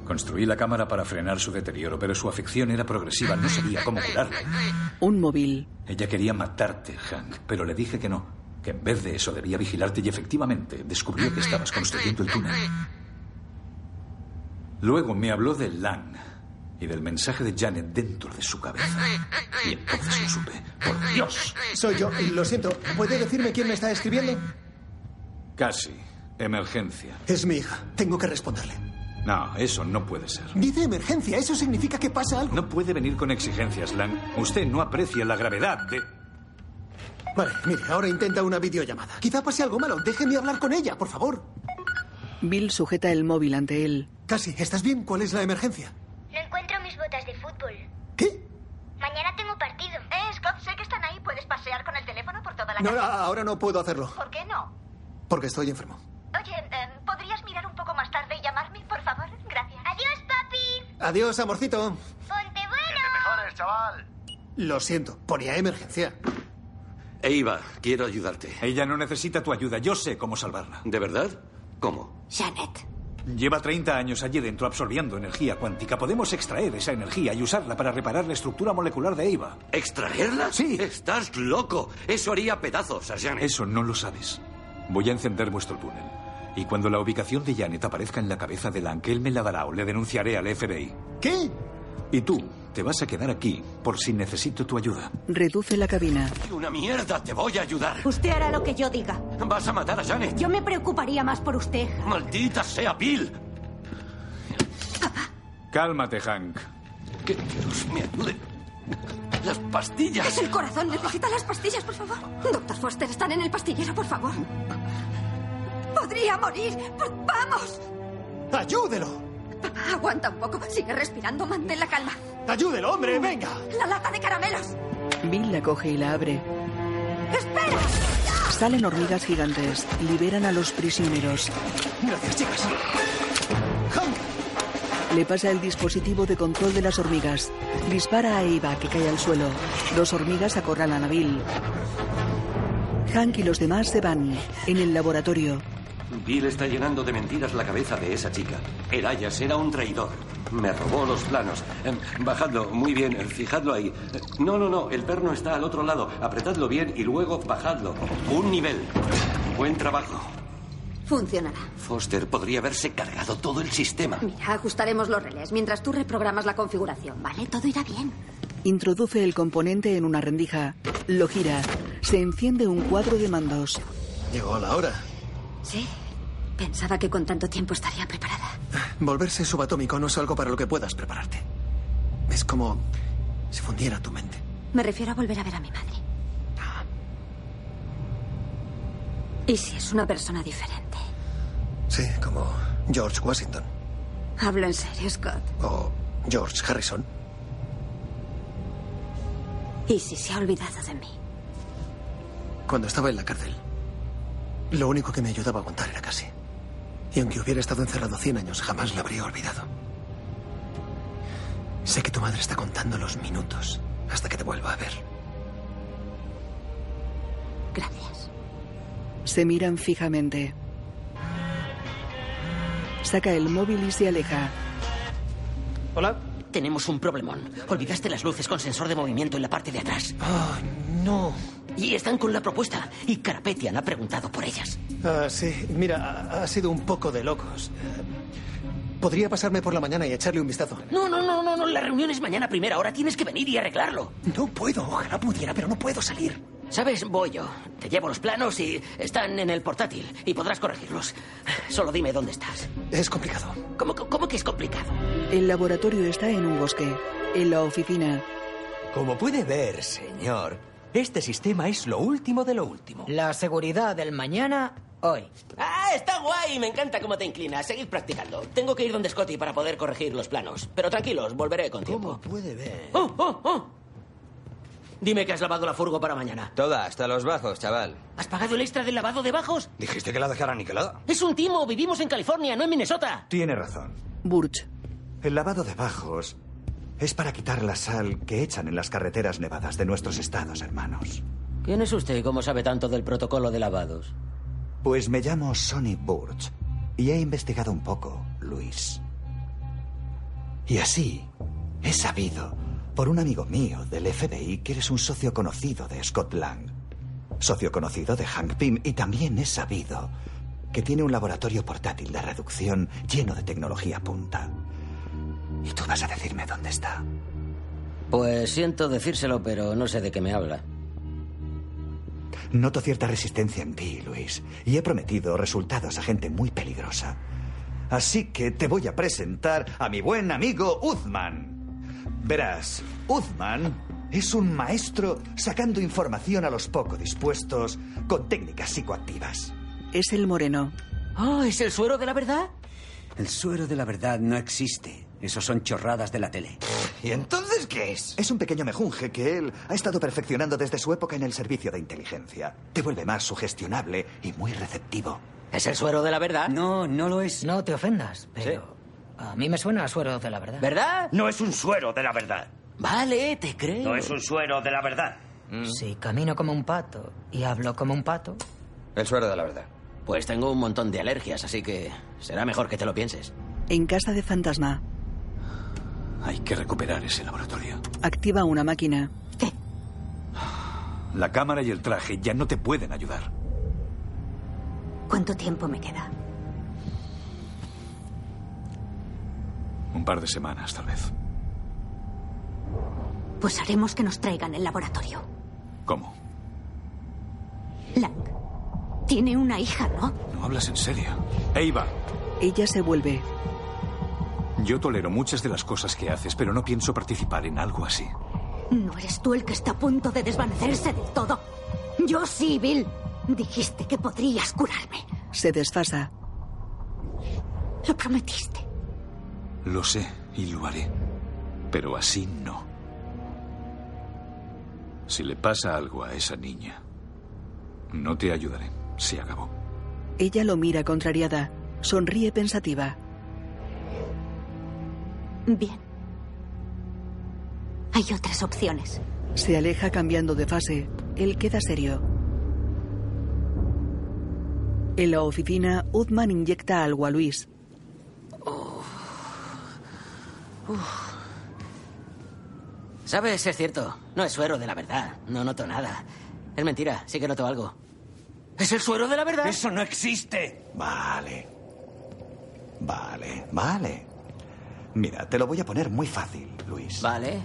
Speaker 17: Construí la cámara para frenar su deterioro, pero su afección era progresiva. No sabía cómo curarla.
Speaker 2: Un móvil.
Speaker 17: Ella quería matarte, Hank, pero le dije que no. Que en vez de eso debía vigilarte y efectivamente descubrió que estabas construyendo el túnel. Luego me habló de Lan y del mensaje de Janet dentro de su cabeza. Y entonces lo supe. Por Dios.
Speaker 6: Soy yo, lo siento. ¿Puede decirme quién me está escribiendo?
Speaker 17: Casi. Emergencia.
Speaker 6: Es mi hija. Tengo que responderle.
Speaker 17: No, eso no puede ser.
Speaker 6: Dice emergencia. Eso significa que pasa algo.
Speaker 17: No puede venir con exigencias, Lan. Usted no aprecia la gravedad de...
Speaker 6: Vale, mire, ahora intenta una videollamada. Quizá pase algo malo. Déjeme hablar con ella, por favor.
Speaker 2: Bill sujeta el móvil ante él.
Speaker 6: Casi, ¿estás bien? ¿Cuál es la emergencia?
Speaker 21: No encuentro mis botas de fútbol.
Speaker 6: ¿Qué?
Speaker 21: Mañana tengo partido. Eh, Scott, sé que están ahí. Puedes pasear con el teléfono por toda la
Speaker 6: No,
Speaker 21: casa.
Speaker 6: a- ahora no puedo hacerlo,
Speaker 21: ¿Por qué no?
Speaker 6: porque estoy enfermo.
Speaker 21: Oye, em, ¿podrías mirar un poco más tarde y llamarme, por favor? Gracias. Adiós, papi.
Speaker 6: Adiós, amorcito.
Speaker 21: Ponte bueno.
Speaker 22: Mejores, chaval.
Speaker 6: Lo siento, ponía emergencia.
Speaker 1: Eva, quiero ayudarte.
Speaker 23: Ella no necesita tu ayuda. Yo sé cómo salvarla.
Speaker 1: ¿De verdad? ¿Cómo?
Speaker 12: Janet.
Speaker 23: Lleva 30 años allí dentro absorbiendo energía cuántica. Podemos extraer esa energía y usarla para reparar la estructura molecular de Eva.
Speaker 1: ¿Extraerla? Sí. Estás loco. Eso haría pedazos a Janet.
Speaker 17: Eso no lo sabes. Voy a encender vuestro túnel. Y cuando la ubicación de Janet aparezca en la cabeza de Lan, que él me la dará o le denunciaré al FBI.
Speaker 6: ¿Qué?
Speaker 17: Y tú te vas a quedar aquí por si necesito tu ayuda.
Speaker 2: Reduce la cabina.
Speaker 1: Una mierda, te voy a ayudar.
Speaker 12: Usted hará lo que yo diga.
Speaker 1: Vas a matar a Janet.
Speaker 12: Yo me preocuparía más por usted.
Speaker 1: Maldita sea Bill.
Speaker 23: Cálmate, Hank.
Speaker 1: Que Dios me ayude. Las pastillas.
Speaker 12: Es el corazón. Necesita las pastillas, por favor. Doctor Foster, están en el pastillero, por favor. Podría morir. Por- ¡Vamos!
Speaker 6: ¡Ayúdelo!
Speaker 12: Papá, aguanta un poco. Sigue respirando. Mantén la calma. Mm.
Speaker 6: ¡Ayúdelo, hombre! ¡Venga!
Speaker 12: La lata de caramelos.
Speaker 2: Bill la coge y la abre. Salen hormigas gigantes. Liberan a los prisioneros.
Speaker 6: Gracias, chicas.
Speaker 2: Le pasa el dispositivo de control de las hormigas. Dispara a Eva, que cae al suelo. Dos hormigas acorralan a Bill. Hank y los demás se van. En el laboratorio,
Speaker 1: Bill está llenando de mentiras la cabeza de esa chica. Erayas era un traidor. Me robó los planos. Em, Bajadlo, muy bien, eh, fijadlo ahí. Eh, No, no, no, el perno está al otro lado. Apretadlo bien y luego bajadlo. Un nivel. Buen trabajo.
Speaker 12: Funcionará.
Speaker 1: Foster podría haberse cargado todo el sistema.
Speaker 12: Mira, ajustaremos los relés mientras tú reprogramas la configuración, ¿vale? Todo irá bien.
Speaker 2: introduce el componente en una rendija. Lo gira. Se enciende un cuadro de mandos.
Speaker 6: Llegó la hora.
Speaker 12: Sí. Pensaba que con tanto tiempo estaría preparada.
Speaker 6: Volverse subatómico no es algo para lo que puedas prepararte. Es como si fundiera tu mente.
Speaker 12: Me refiero a volver a ver a mi madre. Ah. ¿Y si es una persona diferente?
Speaker 6: Sí, como George Washington
Speaker 12: Hablo en serio, Scott.
Speaker 6: o George Harrison.
Speaker 12: ¿Y si se ha olvidado de mí?
Speaker 6: Cuando estaba en la cárcel, lo único que me ayudaba a aguantar era casi. Y aunque hubiera estado encerrado 100 años, jamás la habría olvidado. Sé que tu madre está contando los minutos hasta que te vuelva a ver.
Speaker 12: Gracias.
Speaker 2: Se miran fijamente. Saca el móvil y se aleja.
Speaker 6: Hola.
Speaker 7: Tenemos un problemón. Olvidaste las luces con sensor de movimiento en la parte de atrás.
Speaker 6: Ah, No.
Speaker 7: Y están con la propuesta. Y Carapetian ha preguntado por ellas.
Speaker 6: Ah, sí, mira, ha, ha sido un poco de locos. Eh, Podría pasarme por la mañana y echarle un vistazo.
Speaker 7: No, no, no, no, no. La reunión es mañana a primera. Ahora tienes que venir y arreglarlo.
Speaker 6: No puedo. Ojalá pudiera, pero no puedo salir.
Speaker 7: ¿Sabes? Voy yo. Te llevo los planos y están en el portátil. Y podrás corregirlos. Solo dime dónde estás.
Speaker 6: Es complicado.
Speaker 7: ¿Cómo, cómo que es complicado?
Speaker 2: El laboratorio está en un bosque. En la oficina,
Speaker 3: Como puede ver, señor, este sistema es lo último de lo último.
Speaker 16: La seguridad del mañana, hoy.
Speaker 7: Ah, está guay. Me encanta cómo te inclinas. Seguid practicando. Tengo que ir donde Scotty para poder corregir los planos. Pero tranquilos, volveré con tiempo. ¿Cómo
Speaker 3: puede ver?
Speaker 7: ¡Oh, oh, oh! Dime que has lavado la furgo para mañana.
Speaker 3: Toda, hasta los bajos, chaval.
Speaker 7: ¿Has pagado el extra del lavado de bajos?
Speaker 3: ¿Dijiste que la dejara niquelada?
Speaker 7: Es un timo. Vivimos en California, no en Minnesota.
Speaker 3: Tiene razón.
Speaker 2: Burch.
Speaker 14: El lavado de bajos es para quitar la sal que echan en las carreteras nevadas de nuestros estados hermanos.
Speaker 7: ¿Quién es usted y cómo sabe tanto del protocolo de lavados?
Speaker 14: Pues me llamo Sonny Burch y he investigado un poco, Luis. Y así he sabido por un amigo mío del FBI que eres un socio conocido de Scott Lang, socio conocido de Hank Pym y también he sabido que tiene un laboratorio portátil de reducción lleno de tecnología punta. Y tú vas a decirme dónde está.
Speaker 7: Pues siento decírselo, pero no sé de qué me habla.
Speaker 14: Noto cierta resistencia en ti, Luis, y he prometido resultados a gente muy peligrosa. Así que te voy a presentar a mi buen amigo Uzman. Verás, Uzman es un maestro sacando información a los poco dispuestos con técnicas psicoactivas.
Speaker 2: es el moreno.
Speaker 7: Ah, ¿es el suero de la verdad?
Speaker 3: El suero de la verdad no existe. Eso son chorradas de la tele.
Speaker 14: ¿Y entonces qué es? Es un pequeño mejunje que él ha estado perfeccionando desde su época en el servicio de inteligencia. Te vuelve más sugestionable y muy receptivo.
Speaker 7: ¿Es el suero de la verdad?
Speaker 3: No, no lo es.
Speaker 16: No te ofendas, pero a mí me suena a suero de la verdad.
Speaker 7: ¿Verdad?
Speaker 10: No es un suero de la verdad.
Speaker 7: Vale, te creo.
Speaker 10: No es un suero de la verdad.
Speaker 16: Si camino como un pato y hablo como un pato,
Speaker 3: El suero de la verdad.
Speaker 7: Pues tengo un montón de alergias, así que será mejor que te lo pienses.
Speaker 2: En casa de fantasma.
Speaker 20: Hay que recuperar ese laboratorio.
Speaker 2: Activa una máquina.
Speaker 20: La cámara y el traje ya no te pueden ayudar.
Speaker 24: ¿Cuánto tiempo me queda?
Speaker 20: Un par de semanas, tal vez.
Speaker 24: Pues haremos que nos traigan el laboratorio.
Speaker 20: ¿Cómo?
Speaker 24: Lang. Tiene una hija, ¿no?
Speaker 20: ¿No hablas en serio? Eva,
Speaker 2: Ella se vuelve.
Speaker 20: yo tolero muchas de las cosas que haces, pero no pienso participar en algo así.
Speaker 24: ¿No eres tú el que está a punto de desvanecerse del todo? Yo sí, Bill. Dijiste que podrías curarme.
Speaker 2: Se desfasa.
Speaker 24: Lo prometiste.
Speaker 20: Lo sé y lo haré. Pero así no. Si le pasa algo a esa niña, no te ayudaré. Se acabó.
Speaker 2: Ella lo mira contrariada. Sonríe pensativa.
Speaker 24: Bien. Hay otras opciones.
Speaker 2: Se aleja cambiando de fase. Él queda serio. En la oficina, Udman inyecta algo a Luis.
Speaker 7: ¿Sabes? Es cierto. No es suero de la verdad. No noto nada. Es mentira. Sí que noto algo. ¿Es el suero de la verdad?
Speaker 10: Eso no existe.
Speaker 14: Vale. Vale, vale. Mira, te lo voy a poner muy fácil, Luis.
Speaker 7: Vale.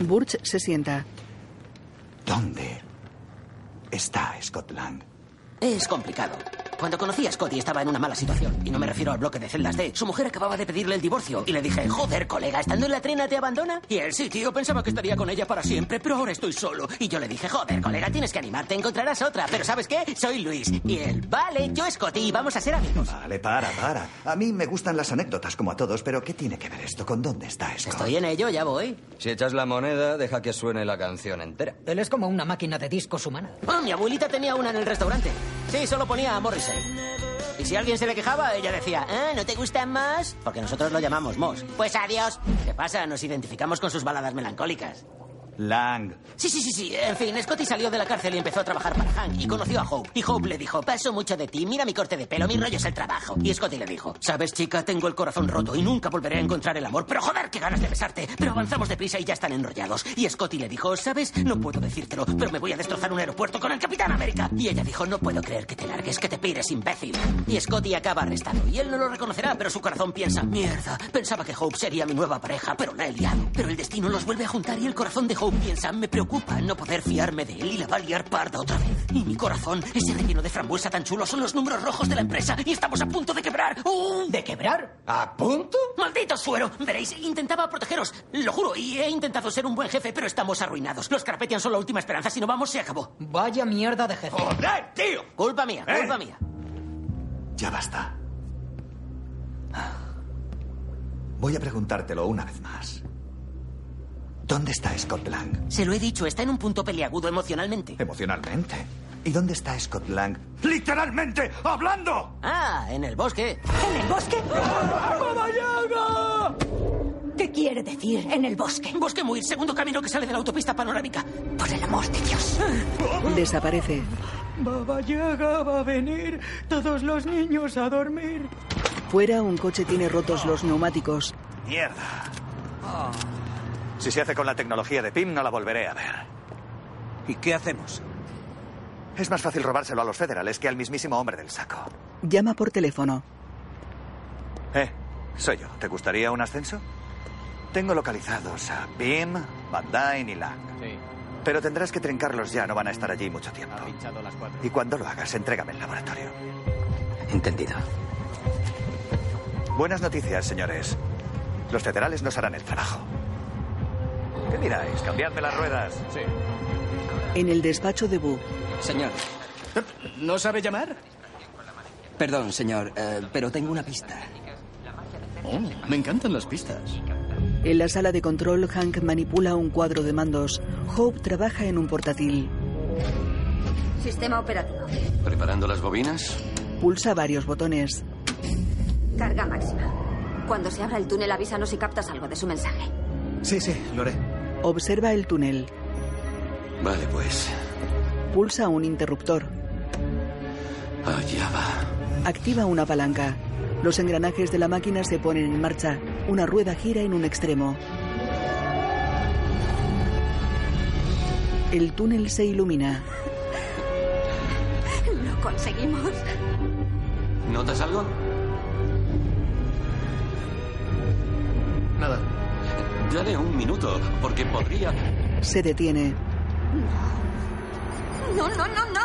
Speaker 2: Burch se sienta.
Speaker 14: ¿Dónde está Scotland?
Speaker 7: Es complicado. Cuando conocí a Scotty estaba en una mala situación. Y no me refiero al bloque de celdas D. Su mujer acababa de pedirle el divorcio. Y le dije, joder, colega, estando en la trena te abandona. Y él sí, tío, pensaba que estaría con ella para siempre, pero ahora estoy solo. Y yo le dije, joder, colega, tienes que animarte, encontrarás otra. Pero ¿sabes qué? Soy Luis. Y él, vale, yo Scotty, y vamos a ser amigos.
Speaker 14: Vale, para, para. A mí me gustan las anécdotas como a todos, pero ¿qué tiene que ver esto con dónde está Scott?
Speaker 7: Estoy en ello, ya voy.
Speaker 3: Si echas la moneda, deja que suene la canción entera.
Speaker 16: él es como una máquina de discos humana.
Speaker 7: Ah, mi abuelita tenía una en el restaurante. Sí, solo ponía a Morrissey. Y si alguien se le quejaba, ella decía, ah, ¿no te gusta más? Porque nosotros lo llamamos Moss. Pues adiós. ¿Qué pasa? Nos identificamos con sus baladas melancólicas.
Speaker 4: Lang.
Speaker 7: Sí, sí, sí, sí. En fin, Scotty salió de la cárcel y empezó a trabajar para Hank y conoció a Hope. Y Hope le dijo, paso mucho de ti, mira mi corte de pelo, mi rollo es el trabajo. Y Scotty le dijo, sabes chica, tengo el corazón roto y nunca volveré a encontrar el amor, pero joder, qué ganas de besarte. Pero avanzamos deprisa y ya están enrollados. Y Scotty le dijo, sabes, no puedo decírtelo, pero me voy a destrozar un aeropuerto con el Capitán América. Y ella dijo, no puedo creer que te largues, que te pires, imbécil. Y Scotty acaba arrestado y él no lo reconocerá, pero su corazón piensa, mierda, pensaba que Hope sería mi nueva pareja, pero la he liado. Pero el destino los vuelve a juntar y el corazón de Hope piensa, me preocupa no poder fiarme de él y la va a liar parda otra vez. Y mi corazón, ese relleno de frambuesa tan chulo, son los números rojos de la empresa y estamos a punto de quebrar. ¡Uh! ¿De quebrar?
Speaker 4: ¿A punto?
Speaker 7: ¡Maldito suero! Veréis, intentaba protegeros, lo juro, y he intentado ser un buen jefe, pero estamos arruinados. Los Carpetian son la última esperanza, si no vamos se acabó.
Speaker 16: Vaya mierda de jefe.
Speaker 7: ¡Joder, tío! Culpa mía,
Speaker 4: ¿Eh?
Speaker 7: culpa mía.
Speaker 4: Ya basta. Voy a preguntártelo una vez más. ¿Dónde está Scott Lang?
Speaker 7: Se lo he dicho, está en un punto peliagudo emocionalmente.
Speaker 4: Emocionalmente. ¿Y dónde está Scott Lang? ¡Literalmente! ¡Hablando!
Speaker 7: Ah, en el bosque.
Speaker 24: ¿En el bosque? ¿Qué quiere decir en el bosque?
Speaker 7: Bosque Muir, segundo camino que sale de la autopista panorámica.
Speaker 24: Por el amor de Dios.
Speaker 2: Desaparece.
Speaker 9: Baba Yaga va a venir. Todos los niños a dormir.
Speaker 2: Fuera, un coche tiene rotos los neumáticos.
Speaker 13: Mierda.
Speaker 4: Oh. Si se hace con la tecnología de PIM, no la volveré a ver. ¿Y qué hacemos? Es más fácil robárselo a los federales que al mismísimo hombre del saco.
Speaker 2: Llama por teléfono.
Speaker 4: Eh, soy yo. ¿Te gustaría un ascenso? Tengo localizados a Pim, Van Dyne y Lang. Pero tendrás que trincarlos ya, no van a estar allí mucho tiempo. Y cuando lo hagas, entrégame el laboratorio.
Speaker 15: Entendido.
Speaker 4: Buenas noticias, señores. Los federales nos harán el trabajo. ¿Qué miráis? Cambiadme las ruedas. Sí.
Speaker 2: En el despacho de Bu.
Speaker 15: Señor.
Speaker 18: ¿No sabe llamar?
Speaker 15: Perdón, señor, eh, pero tengo una pista.
Speaker 18: Oh, me encantan las pistas.
Speaker 2: En la sala de control, Hank manipula un cuadro de mandos. Hope trabaja en un portátil.
Speaker 12: Sistema operativo.
Speaker 1: ¿Preparando las bobinas?
Speaker 2: Pulsa varios botones.
Speaker 12: Carga máxima. Cuando se abra el túnel, avísanos si captas algo de su mensaje.
Speaker 6: Sí, sí, lo haré.
Speaker 2: Observa el túnel.
Speaker 1: Vale, pues.
Speaker 2: Pulsa un interruptor.
Speaker 1: Allá va.
Speaker 2: Activa una palanca. Los engranajes de la máquina se ponen en marcha. Una rueda gira en un extremo. El túnel se ilumina.
Speaker 12: Lo conseguimos.
Speaker 1: ¿Notas algo?
Speaker 6: Nada.
Speaker 1: Dale un minuto, porque podría.
Speaker 2: Se detiene.
Speaker 12: No, no, no, no.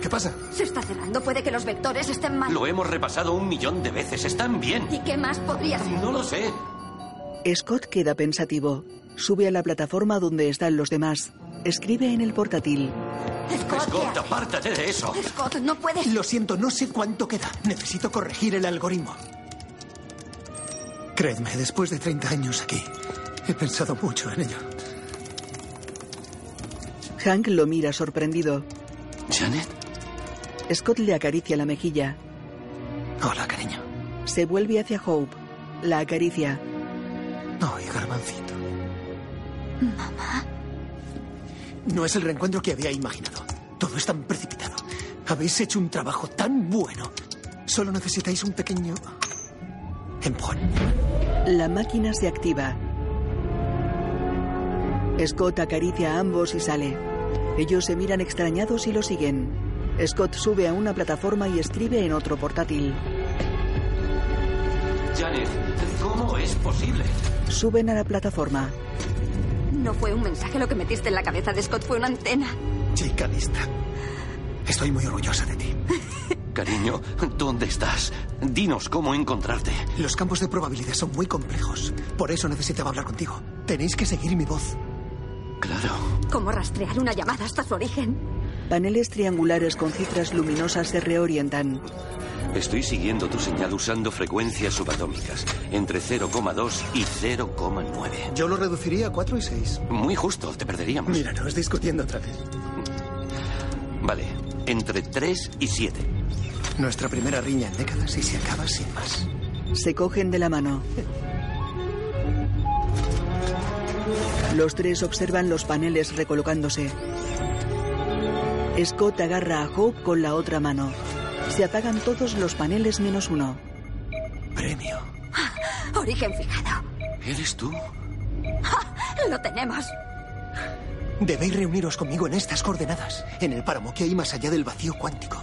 Speaker 6: ¿Qué pasa?
Speaker 12: Se está cerrando. Puede que los vectores estén mal.
Speaker 1: Lo hemos repasado un millón de veces. Están bien.
Speaker 12: ¿Y qué más podría ser?
Speaker 1: No lo sé.
Speaker 2: Scott queda pensativo. Sube a la plataforma donde están los demás. Escribe en el portátil.
Speaker 1: Scott, apártate de eso.
Speaker 12: Scott, no puedes.
Speaker 6: Lo siento, no sé cuánto queda. Necesito corregir el algoritmo. Creedme, después de 30 años aquí, he pensado mucho en ello.
Speaker 2: Hank lo mira sorprendido.
Speaker 1: ¿Janet?
Speaker 2: Scott le acaricia la mejilla.
Speaker 6: Hola, cariño.
Speaker 2: Se vuelve hacia Hope. La acaricia.
Speaker 6: No, y garbancito. Mamá. No es el reencuentro que había imaginado. Todo es tan precipitado. Habéis hecho un trabajo tan bueno. Solo necesitáis un pequeño empujón.
Speaker 2: La máquina se activa. Scott acaricia a ambos y sale. Ellos se miran extrañados y lo siguen. Scott sube a una plataforma y escribe en otro portátil.
Speaker 1: Janet, ¿cómo es posible?
Speaker 2: Suben a la plataforma.
Speaker 12: No fue un mensaje lo que metiste en la cabeza de Scott, fue una antena.
Speaker 6: Chica lista. Estoy muy orgullosa de ti.
Speaker 1: Cariño, ¿dónde estás? Dinos cómo encontrarte.
Speaker 6: Los campos de probabilidad son muy complejos. Por eso necesitaba hablar contigo. Tenéis que seguir mi voz.
Speaker 1: Claro.
Speaker 12: ¿Cómo rastrear una llamada hasta su origen?
Speaker 2: Paneles triangulares con cifras luminosas se reorientan.
Speaker 1: Estoy siguiendo tu señal usando frecuencias subatómicas, entre 0,2 y 0,9.
Speaker 6: Yo lo reduciría a 4 y 6.
Speaker 1: Muy justo, te perderíamos.
Speaker 6: Míranos discutiendo otra vez.
Speaker 1: Vale, entre 3 y 7.
Speaker 6: Nuestra primera riña en décadas y se acaba sin más.
Speaker 2: Se cogen de la mano. Los tres observan los paneles recolocándose. Scott agarra a Hope con la otra mano. Se apagan todos los paneles menos uno.
Speaker 14: Premio.
Speaker 12: Ah, Origen fijado. Ah,
Speaker 14: ¿Eres tú?
Speaker 12: Lo tenemos.
Speaker 6: Debéis reuniros conmigo en estas coordenadas, en el páramo que hay más allá del vacío cuántico.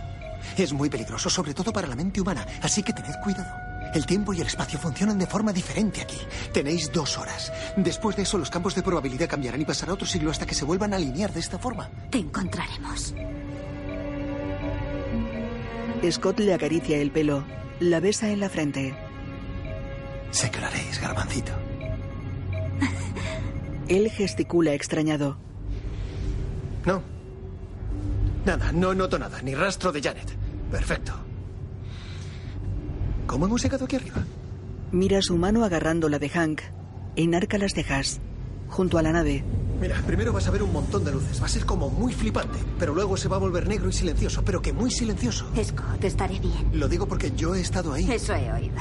Speaker 6: Es muy peligroso, sobre todo para la mente humana, así que tened cuidado. El tiempo y el espacio funcionan de forma diferente aquí. Tenéis dos horas. Después de eso, los campos de probabilidad cambiarán y pasará otro siglo hasta que se vuelvan a alinear de esta forma.
Speaker 12: Te encontraremos.
Speaker 2: Scott le acaricia el pelo, la besa en la frente.
Speaker 6: Sé que lo haréis, garbancito.
Speaker 2: Él gesticula extrañado.
Speaker 6: No. Nada, no noto nada, ni rastro de Janet. Perfecto. ¿Cómo hemos llegado aquí arriba?
Speaker 2: Mira su mano agarrando la de Hank. Enarca las cejas. Junto a la nave,
Speaker 6: Mira, primero vas a ver un montón de luces. Va a ser como muy flipante, pero luego se va a volver negro y silencioso, pero que muy silencioso.
Speaker 12: Scott, estaré bien.
Speaker 6: Lo digo porque yo he estado ahí.
Speaker 12: Eso he oído.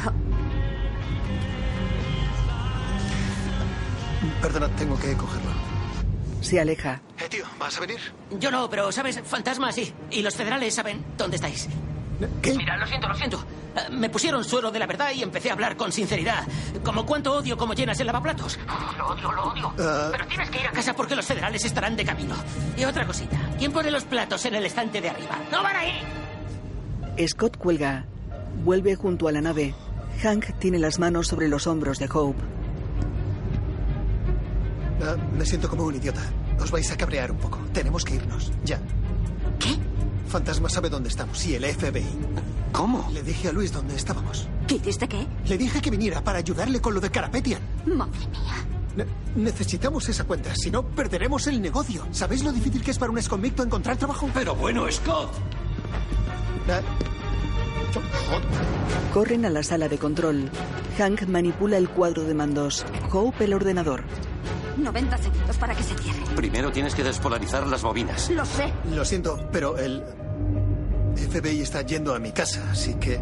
Speaker 6: Perdona, tengo que cogerlo.
Speaker 2: se aleja.
Speaker 6: Eh, tío, ¿vas a venir?
Speaker 7: Yo no, pero sabes, fantasmas sí. Y los federales saben dónde estáis. Mira, lo siento, lo siento. Eh, Me pusieron suero de la verdad y empecé a hablar con sinceridad. Como cuánto odio como llenas el lavaplatos. Oh, Lo odio, lo odio.
Speaker 6: Ah,
Speaker 7: Pero tienes que ir a casa porque los federales estarán de camino. Y otra cosita. ¿Quién pone los platos en el estante de arriba? ¡No van ahí!
Speaker 2: Scott cuelga. Vuelve junto a la nave. Hank tiene las manos sobre los hombros de Hope.
Speaker 6: Ah, me siento como un idiota. Os vais a cabrear un poco. Tenemos que irnos. Ya.
Speaker 12: ¿Qué?
Speaker 6: Fantasma sabe dónde estamos y el FBI.
Speaker 7: ¿Cómo?
Speaker 6: Le dije a Luis dónde estábamos.
Speaker 12: ¿Qué hiciste qué?
Speaker 6: Le dije que viniera para ayudarle con lo de Carapetian.
Speaker 12: Madre mía.
Speaker 6: Ne- necesitamos esa cuenta, si no, perderemos el negocio. ¿Sabéis lo difícil que es para un exconvicto encontrar trabajo? Ah,
Speaker 1: Pero bueno, Scott.
Speaker 2: Corren a la sala de control. Hank manipula el cuadro de mandos. Hope el ordenador.
Speaker 12: 90 segundos para que se cierre.
Speaker 1: Primero tienes que despolarizar las bobinas.
Speaker 12: Lo sé.
Speaker 6: Lo siento, pero el FBI está yendo a mi casa, así que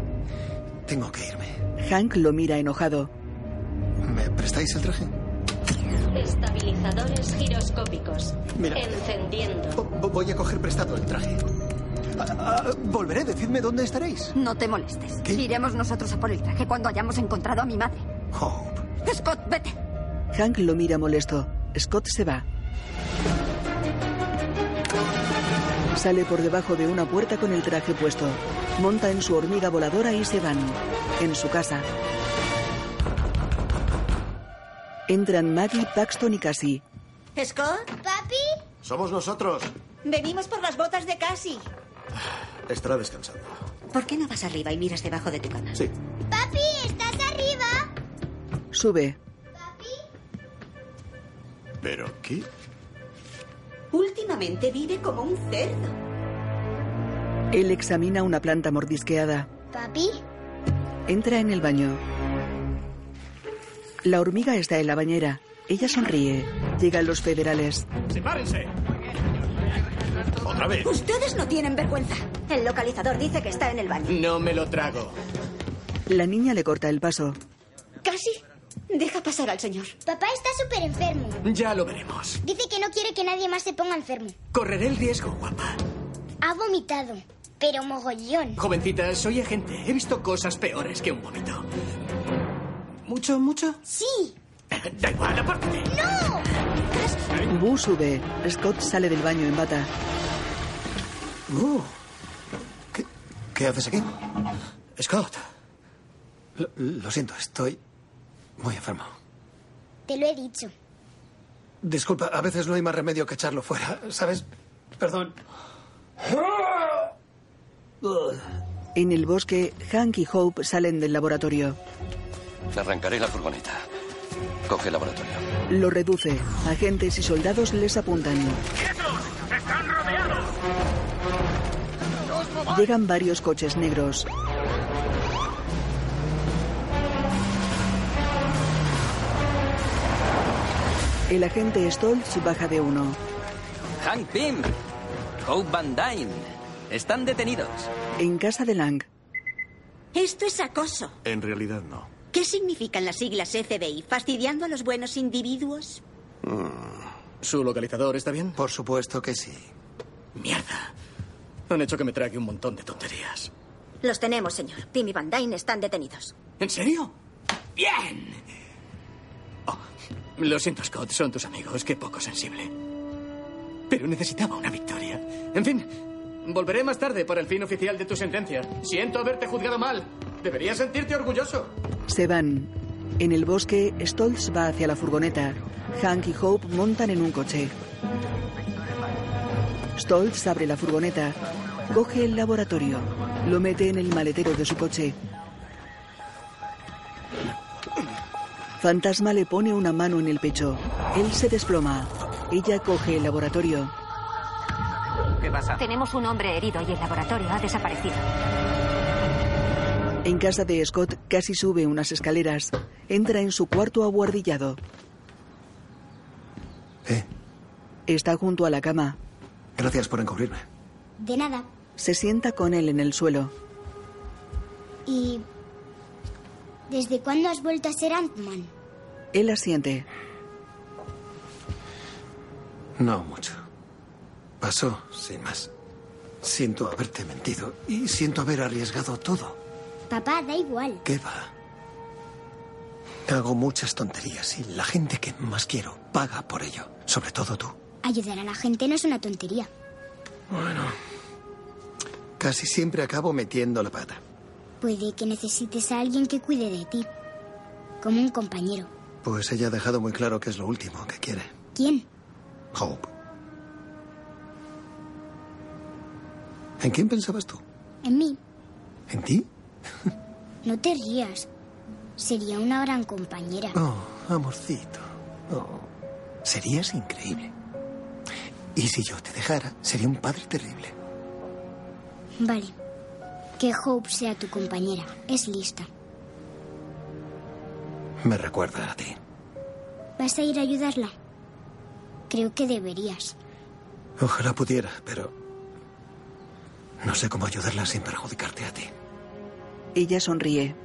Speaker 6: tengo que irme.
Speaker 2: Hank lo mira enojado.
Speaker 6: ¿Me prestáis el traje?
Speaker 8: Estabilizadores giroscópicos.
Speaker 6: Mira.
Speaker 8: Encendiendo.
Speaker 6: Vo- Voy a coger prestado el traje. Ah, ah, volveré, decidme dónde estaréis.
Speaker 12: No te molestes. Iremos nosotros a por el traje cuando hayamos encontrado a mi madre. Scott, vete.
Speaker 2: Hank lo mira molesto. Scott se va. Sale por debajo de una puerta con el traje puesto. Monta en su hormiga voladora y se van. En su casa. Entran Maggie, Paxton y Cassie.
Speaker 11: ¿Scott? ¿Papi?
Speaker 21: Somos nosotros.
Speaker 11: Venimos por las botas de Cassie.
Speaker 21: Estará descansando.
Speaker 11: ¿Por qué no vas arriba y miras debajo de tu cama?
Speaker 21: Sí.
Speaker 11: ¡Papi, estás arriba!
Speaker 2: Sube.
Speaker 21: ¿Pero qué?
Speaker 11: Últimamente vive como un cerdo.
Speaker 2: Él examina una planta mordisqueada.
Speaker 11: ¿Papi?
Speaker 2: Entra en el baño. La hormiga está en la bañera. Ella sonríe. Llegan los federales.
Speaker 11: ¡Sepárense!
Speaker 21: Otra vez.
Speaker 11: Ustedes no tienen vergüenza. El localizador dice que está en el baño.
Speaker 18: No me lo trago.
Speaker 2: La niña le corta el paso.
Speaker 11: ¿Casi? Deja pasar al señor.
Speaker 5: Papá está súper enfermo.
Speaker 18: Ya lo veremos.
Speaker 5: Dice que no quiere que nadie más se ponga enfermo.
Speaker 18: Correré el riesgo, guapa.
Speaker 5: Ha vomitado, pero mogollón.
Speaker 18: Jovencita, soy agente. He visto cosas peores que un vómito. ¿Mucho, mucho?
Speaker 5: Sí.
Speaker 18: Da igual, apártate.
Speaker 2: Boo sube. Scott sale del baño en bata.
Speaker 6: Uh, ¿qué, qué haces aquí? Scott. Lo, lo siento, estoy muy enfermo.
Speaker 5: Te lo he dicho.
Speaker 6: Disculpa, a veces no hay más remedio que echarlo fuera, ¿sabes? Perdón.
Speaker 2: En el bosque, Hank y Hope salen del laboratorio.
Speaker 1: Te arrancaré la furgoneta. Coge el laboratorio.
Speaker 2: Lo reduce. Agentes y soldados les apuntan. Llegan varios coches negros. El agente Stoltz baja de uno.
Speaker 25: Hank Pym, Hope Van Dyne, están detenidos.
Speaker 2: En casa de Lang,
Speaker 11: Esto es acoso.
Speaker 21: En realidad no.
Speaker 11: ¿Qué significan las siglas FBI? ¿Fastidiando a los buenos individuos?
Speaker 21: Mm,
Speaker 18: ¿Su localizador está bien?
Speaker 6: Por supuesto que sí.
Speaker 18: Mierda. Han hecho que me trague un montón de tonterías.
Speaker 11: Los tenemos, señor. Pim y Van Dyne están detenidos.
Speaker 18: ¿En serio? ¡Bien! Oh, lo siento, Scott. Son tus amigos. Qué poco sensible. Pero necesitaba una victoria. En fin, volveré más tarde para el fin oficial de tu sentencia. Siento haberte juzgado mal. Deberías sentirte orgulloso.
Speaker 2: Se van. En el bosque, Stoltz va hacia la furgoneta. Hank y Hope montan en un coche. Stoltz abre la furgoneta, coge el laboratorio, lo mete en el maletero de su coche. Fantasma le pone una mano en el pecho. Él se desploma. Ella coge el laboratorio.
Speaker 17: ¿Qué pasa? Tenemos un hombre herido y el laboratorio ha desaparecido.
Speaker 2: En casa de Scott casi sube unas escaleras. Entra en su cuarto abuhardillado. Está junto a la cama.
Speaker 6: Gracias por encubrirme.
Speaker 5: De nada.
Speaker 2: Se sienta con él en el suelo.
Speaker 5: ¿Y desde cuándo has vuelto a ser Ant-Man?
Speaker 2: Él asiente.
Speaker 6: No mucho. Pasó, sin más. Siento haberte mentido y siento haber arriesgado todo.
Speaker 5: Papá, da igual.
Speaker 6: ¿Qué va? Hago muchas tonterías y la gente que más quiero paga por ello, sobre todo tú.
Speaker 5: Ayudar a la gente no es una tontería.
Speaker 6: Bueno, casi siempre acabo metiendo la pata.
Speaker 5: Puede que necesites a alguien que cuide de ti. Como un compañero.
Speaker 6: Pues ella ha dejado muy claro que es lo último que quiere.
Speaker 5: ¿Quién?
Speaker 6: Hope. ¿En quién pensabas tú?
Speaker 5: En mí.
Speaker 6: ¿En ti?
Speaker 5: No te rías. Sería una gran compañera.
Speaker 6: Oh, amorcito. Oh, serías increíble. Y si yo te dejara, sería un padre terrible.
Speaker 5: Vale. Que Hope sea tu compañera. Es lista.
Speaker 6: Me recuerda a ti.
Speaker 5: ¿Vas a ir a ayudarla? Creo que deberías.
Speaker 6: Ojalá pudiera, pero no sé cómo ayudarla sin perjudicarte a ti.
Speaker 2: Ella sonríe.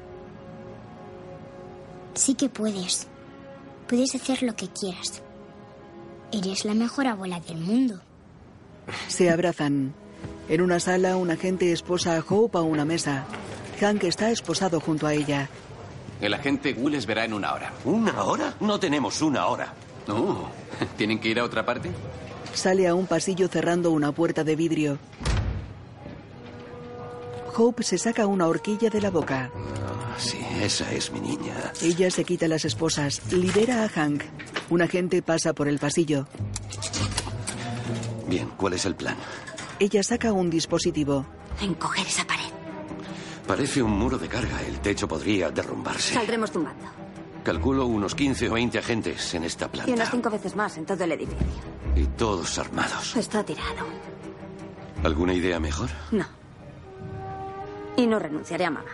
Speaker 5: Sí que puedes. Puedes hacer lo que quieras. Eres la mejor abuela del mundo.
Speaker 2: Se abrazan. En una sala, un agente esposa a Hope a una mesa. Hank está esposado junto a ella.
Speaker 15: El agente Willis verá en una hora.
Speaker 1: ¿Una hora? No tenemos una hora.
Speaker 15: No. ¿Tienen que ir a otra parte?
Speaker 2: Sale a un pasillo cerrando una puerta de vidrio. Hope se saca una horquilla de la boca.
Speaker 1: Ah, sí, esa es mi niña.
Speaker 2: Ella se quita las esposas, libera a Hank. Un agente pasa por el pasillo.
Speaker 1: Bien, ¿cuál es el plan?
Speaker 2: Ella saca un dispositivo.
Speaker 12: Encoger esa pared.
Speaker 1: Parece un muro de carga. El techo podría derrumbarse.
Speaker 12: Saldremos tumbando.
Speaker 1: Calculo unos 15 o 20 agentes en esta planta.
Speaker 12: Y unas cinco veces más en todo el edificio.
Speaker 1: Y todos armados.
Speaker 12: Está tirado.
Speaker 1: ¿Alguna idea mejor?
Speaker 12: No. Y no renunciaré a mamá.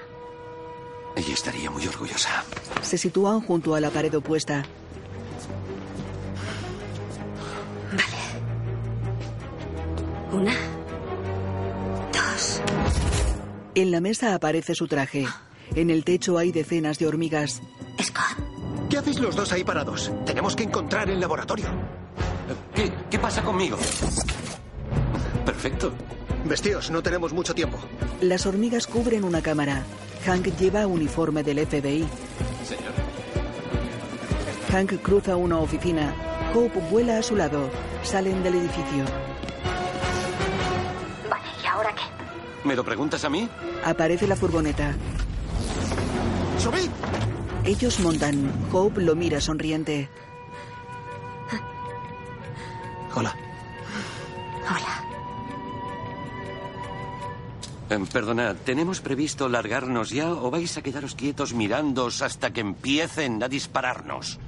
Speaker 1: Ella estaría muy orgullosa.
Speaker 2: Se sitúan junto a la pared opuesta.
Speaker 12: Una. Dos.
Speaker 2: En la mesa aparece su traje. En el techo hay decenas de hormigas.
Speaker 21: ¿Qué hacéis los dos ahí parados? Tenemos que encontrar el laboratorio.
Speaker 1: Eh, ¿Qué, qué pasa conmigo? Perfecto.
Speaker 21: Vestidos, no tenemos mucho tiempo.
Speaker 2: Las hormigas cubren una cámara. Hank lleva uniforme del FBI.
Speaker 15: Señor.
Speaker 2: Hank cruza una oficina. Hope vuela a su lado. Salen del edificio.
Speaker 12: Vale, ¿y ahora qué?
Speaker 1: ¿Me lo preguntas a mí?
Speaker 2: Aparece la furgoneta.
Speaker 21: ¡Subid!
Speaker 2: Ellos montan. Hope lo mira sonriente.
Speaker 6: Hola.
Speaker 12: Hola.
Speaker 1: Eh, perdonad, ¿tenemos previsto largarnos ya o vais a quedaros quietos mirándoos hasta que empiecen a dispararnos?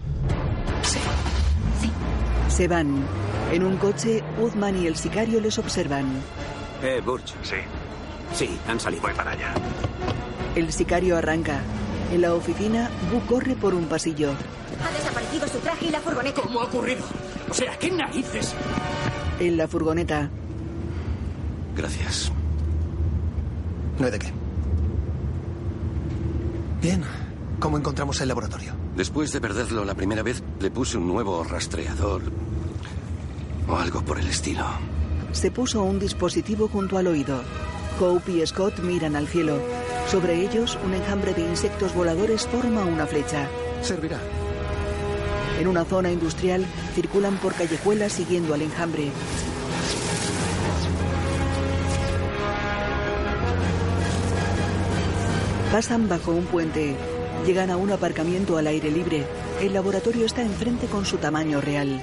Speaker 2: Se van. En un coche, Woodman y el sicario les observan.
Speaker 13: Eh, Burch. Sí. Sí, han salido. Voy para allá.
Speaker 2: El sicario arranca. En la oficina, Boo corre por un pasillo.
Speaker 12: Ha desaparecido su traje y la furgoneta.
Speaker 18: ¿Cómo ha ocurrido? O sea, ¿qué narices?
Speaker 2: En la furgoneta,
Speaker 1: Gracias.
Speaker 6: No hay de qué. Bien. ¿Cómo encontramos el laboratorio?
Speaker 1: Después de perderlo la primera vez, le puse un nuevo rastreador. O algo por el estilo.
Speaker 2: Se puso un dispositivo junto al oído. Cope y Scott miran al cielo. Sobre ellos, un enjambre de insectos voladores forma una flecha.
Speaker 21: Servirá.
Speaker 2: En una zona industrial, circulan por callejuelas siguiendo al enjambre. Pasan bajo un puente. Llegan a un aparcamiento al aire libre. El laboratorio está enfrente con su tamaño real.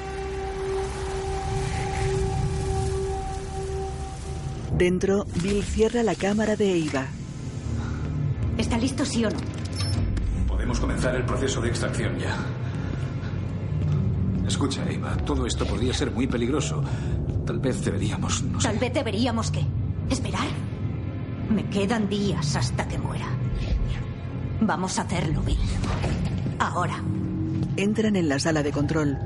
Speaker 2: Dentro, Bill cierra la cámara de Eva.
Speaker 24: ¿Está listo, sí o no?
Speaker 10: Podemos comenzar el proceso de extracción ya. Escucha, Eva, todo esto podría ser muy peligroso. Tal vez deberíamos... no sé.
Speaker 24: Tal vez deberíamos que... ¿Esperar? Me quedan días hasta que muera. Vamos a hacerlo, Bill. Ahora.
Speaker 2: Entran en la sala de control.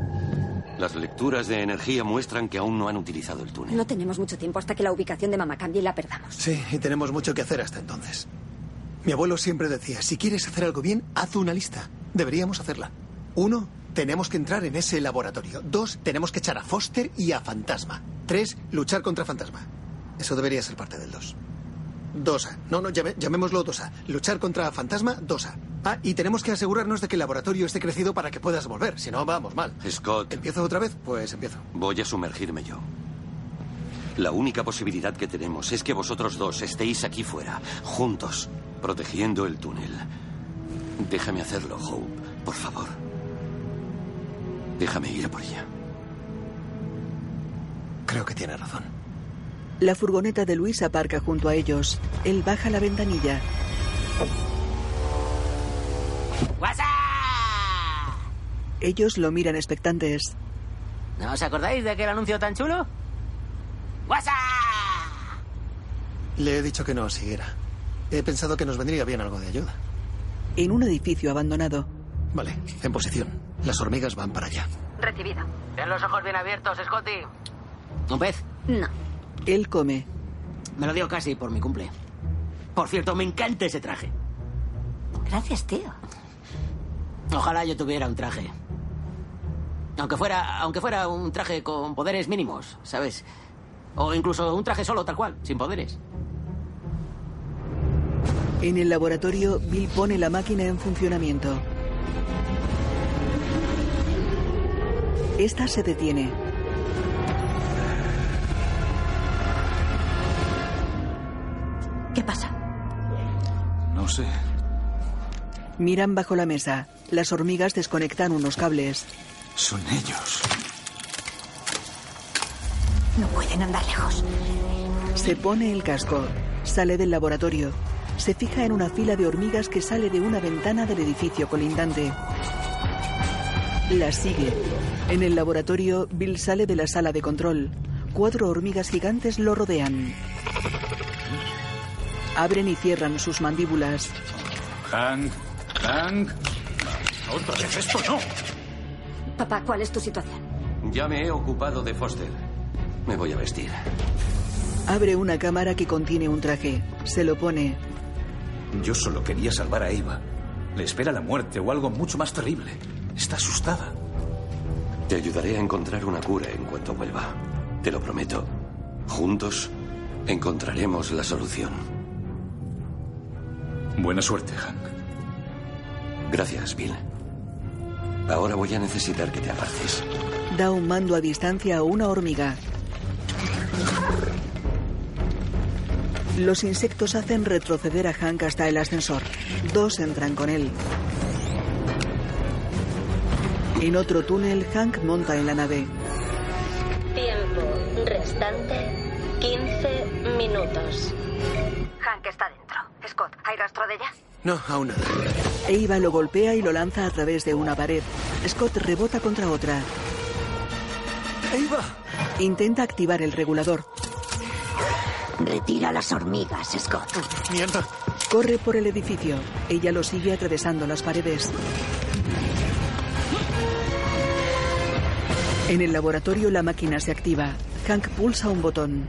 Speaker 1: Las lecturas de energía muestran que aún no han utilizado el túnel.
Speaker 12: No tenemos mucho tiempo hasta que la ubicación de mamá cambie y la perdamos.
Speaker 6: Sí, y tenemos mucho que hacer hasta entonces. Mi abuelo siempre decía, si quieres hacer algo bien, haz una lista. Deberíamos hacerla. Uno, tenemos que entrar en ese laboratorio. Dos, tenemos que echar a Foster y a Fantasma. Tres, luchar contra Fantasma. Eso debería ser parte del dos. Dosa. No, no, llame- llamémoslo Dosa. Luchar contra Fantasma, Dosa. Ah, y tenemos que asegurarnos de que el laboratorio esté crecido para que puedas volver. Si no, vamos mal.
Speaker 1: Scott,
Speaker 6: ¿Empiezo otra vez? Pues empiezo.
Speaker 1: voy a sumergirme yo. La única posibilidad que tenemos es que vosotros dos estéis aquí fuera, juntos, protegiendo el túnel. Déjame hacerlo, Hope, por favor. Déjame ir a por ella.
Speaker 6: Creo que tiene razón.
Speaker 2: La furgoneta de Luis aparca junto a ellos. Él baja la ventanilla. Ellos lo miran expectantes.
Speaker 7: ¿No os acordáis de aquel anuncio tan chulo? ¡WhatsApp!
Speaker 6: Le he dicho que no os siguiera. He pensado que nos vendría bien algo de ayuda.
Speaker 2: En un edificio abandonado.
Speaker 6: Vale, en posición. Las hormigas van para allá.
Speaker 7: Recibida. Ten los ojos bien abiertos, Scotty. ¿Un pez?
Speaker 12: No.
Speaker 2: Él come.
Speaker 7: Me lo dio casi por mi cumple. Por cierto, me encanta ese traje.
Speaker 12: Gracias, tío.
Speaker 7: Ojalá yo tuviera un traje. Aunque fuera, aunque fuera un traje con poderes mínimos, ¿sabes? O incluso un traje solo, tal cual, sin poderes.
Speaker 2: En el laboratorio, Bill pone la máquina en funcionamiento. Esta se detiene.
Speaker 24: ¿Qué pasa?
Speaker 10: No sé.
Speaker 2: Miran bajo la mesa. Las hormigas desconectan unos cables.
Speaker 10: Son ellos.
Speaker 24: No pueden andar lejos.
Speaker 2: Se pone el casco. Sale del laboratorio. Se fija en una fila de hormigas que sale de una ventana del edificio colindante. Las sigue. En el laboratorio, Bill sale de la sala de control. Cuatro hormigas gigantes lo rodean. Abren y cierran sus mandíbulas.
Speaker 10: Hank, Hank. Otra vez esto, no.
Speaker 12: Papá, ¿cuál es tu situación?
Speaker 1: Ya me he ocupado de Foster. Me voy a vestir.
Speaker 2: Abre una cámara que contiene un traje. Se lo pone.
Speaker 10: Yo solo quería salvar a Eva. Le espera la muerte o algo mucho más terrible. Está asustada.
Speaker 1: Te ayudaré a encontrar una cura en cuanto vuelva. Te lo prometo. Juntos encontraremos la solución.
Speaker 10: Buena suerte, Hank.
Speaker 1: Gracias, Bill. Ahora voy a necesitar que te apartes.
Speaker 2: Da un mando a distancia a una hormiga. Los insectos hacen retroceder a Hank hasta el ascensor. Dos entran con él. En otro túnel, Hank monta en la nave.
Speaker 8: Tiempo restante 15 minutos.
Speaker 12: Hank está dentro. Scott, ¿hay rastro de ella?
Speaker 6: No, aún nada.
Speaker 2: Eva lo golpea y lo lanza a través de una pared. Scott rebota contra otra.
Speaker 3: ¡Eva!
Speaker 2: Intenta activar el regulador.
Speaker 11: Retira las hormigas, Scott.
Speaker 21: Oh,
Speaker 6: ¡Mierda!
Speaker 2: Corre por el edificio. Ella lo sigue atravesando las paredes. En el laboratorio la máquina se activa. Hank pulsa un botón.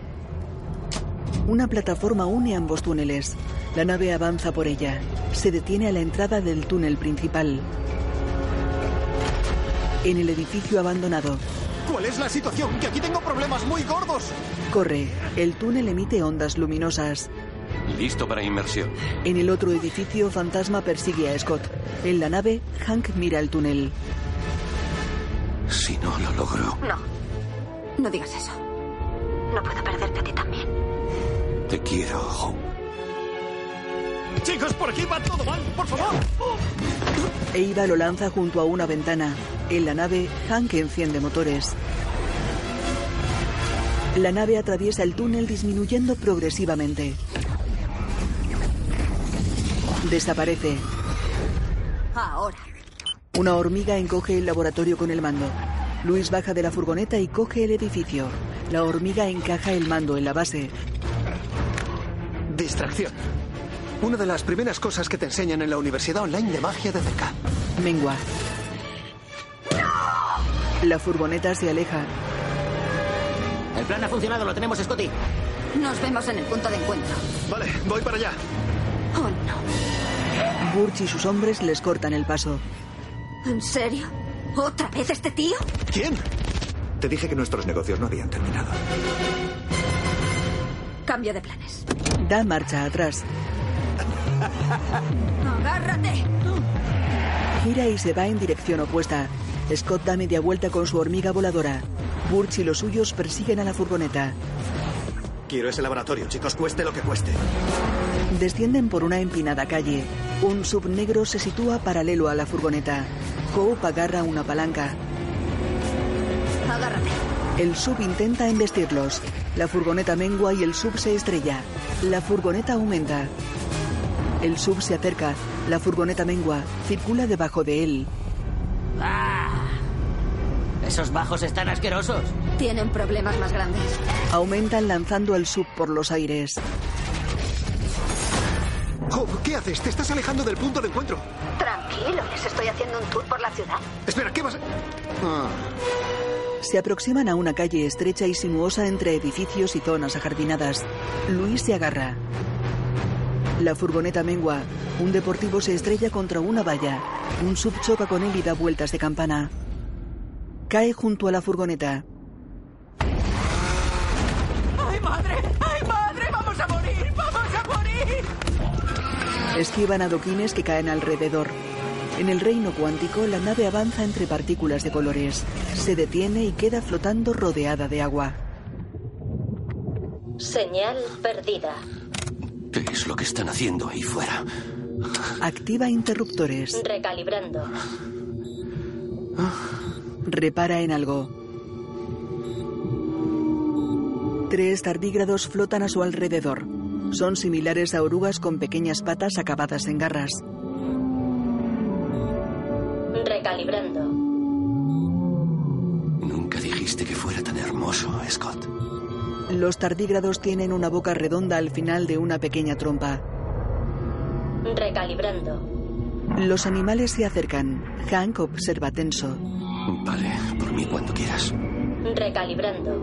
Speaker 2: Una plataforma une ambos túneles. La nave avanza por ella. Se detiene a la entrada del túnel principal. En el edificio abandonado,
Speaker 21: ¿Cuál es la situación? Que aquí tengo problemas muy gordos.
Speaker 2: Corre. El túnel emite ondas luminosas.
Speaker 1: Listo para inmersión.
Speaker 2: En el otro edificio, Fantasma persigue a Scott. En la nave, Hank mira el túnel.
Speaker 1: Si no lo logro,
Speaker 12: No. No digas eso. No puedo perderte a ti también.
Speaker 1: te quiero, Hope.
Speaker 21: Chicos, por aquí va todo mal, por favor.
Speaker 2: Eva lo lanza junto a una ventana. En la nave, Hank enciende motores. La nave atraviesa el túnel disminuyendo progresivamente. Desaparece.
Speaker 12: Ahora.
Speaker 2: Una hormiga encoge el laboratorio con el mando. Luis baja de la furgoneta y coge el edificio. La hormiga encaja el mando en la base.
Speaker 21: Distracción. Una de las primeras cosas que te enseñan en la Universidad Online de Magia de cerca.
Speaker 2: Mengua. La furgoneta se aleja.
Speaker 7: El plan ha funcionado, lo tenemos, Scotty.
Speaker 12: Nos vemos en el punto de encuentro.
Speaker 21: Vale, voy para allá.
Speaker 12: Oh, no.
Speaker 2: Burch y sus hombres les cortan el paso.
Speaker 12: ¿En serio? ¿Otra vez este tío?
Speaker 21: ¿Quién?
Speaker 14: Te dije que nuestros negocios no habían terminado.
Speaker 12: Cambio de planes.
Speaker 2: Da marcha atrás.
Speaker 12: ¡Agárrate!
Speaker 2: Gira y se va en dirección opuesta. Scott da media vuelta con su hormiga voladora. Burch y los suyos persiguen a la furgoneta.
Speaker 21: Quiero ese laboratorio, chicos, cueste lo que cueste.
Speaker 2: Descienden por una empinada calle. Un sub negro se sitúa paralelo a la furgoneta. Hope agarra una palanca.
Speaker 12: Agárrate.
Speaker 2: El sub intenta embestirlos. La furgoneta mengua y el sub se estrella. La furgoneta aumenta. El sub se acerca. La furgoneta mengua. Circula debajo de él.
Speaker 7: Esos bajos están asquerosos.
Speaker 12: Tienen problemas más grandes.
Speaker 2: Aumentan lanzando al sub por los aires.
Speaker 21: Job, ¿qué haces? Te estás alejando del punto de encuentro.
Speaker 12: Tranquilo, les estoy haciendo un tour por la ciudad.
Speaker 21: Espera, ¿qué vas a...? Ah,
Speaker 2: Se aproximan a una calle estrecha y sinuosa entre edificios y zonas ajardinadas. Luis se agarra. La furgoneta mengua. Un deportivo se estrella contra una valla. Un sub choca con él y da vueltas de campana. Cae junto a la furgoneta.
Speaker 9: ¡Ay, madre! ¡Ay, madre! ¡Vamos a morir! ¡Vamos a morir!
Speaker 2: Esquivan adoquines que caen alrededor. En el reino cuántico, la nave avanza entre partículas de colores. Se detiene y queda flotando rodeada de agua.
Speaker 8: Señal perdida.
Speaker 1: ¿Qué es lo que están haciendo ahí fuera?
Speaker 2: Activa interruptores.
Speaker 8: Recalibrando.
Speaker 2: Ah, Repara en algo. Tres tardígrados flotan a su alrededor. Son similares a orugas con pequeñas patas acabadas en garras.
Speaker 8: Recalibrando.
Speaker 1: Nunca dijiste que fuera tan hermoso, Scott.
Speaker 2: Los tardígrados tienen una boca redonda al final de una pequeña trompa.
Speaker 8: Recalibrando.
Speaker 2: Los animales se acercan. Hank observa tenso.
Speaker 1: Vale, por mí cuando quieras.
Speaker 8: Recalibrando.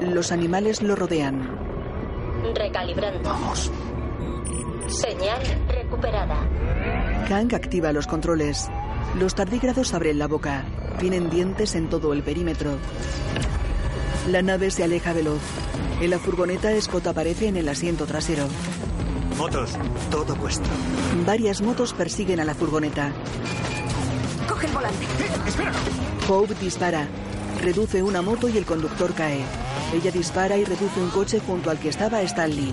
Speaker 2: Los animales lo rodean.
Speaker 8: Recalibrando. Vamos. Señal recuperada.
Speaker 2: Kang activa los controles. Los tardígrados abren la boca. Tienen dientes en todo el perímetro. La nave se aleja veloz. En la furgoneta, Scott aparece en el asiento trasero.
Speaker 21: Motos, todo vuestro.
Speaker 2: Varias motos persiguen a la furgoneta.
Speaker 12: Coge el volante.
Speaker 21: espera.
Speaker 2: Hope dispara. Reduce una moto y el conductor cae. Ella dispara y reduce un coche junto al que estaba Stanley.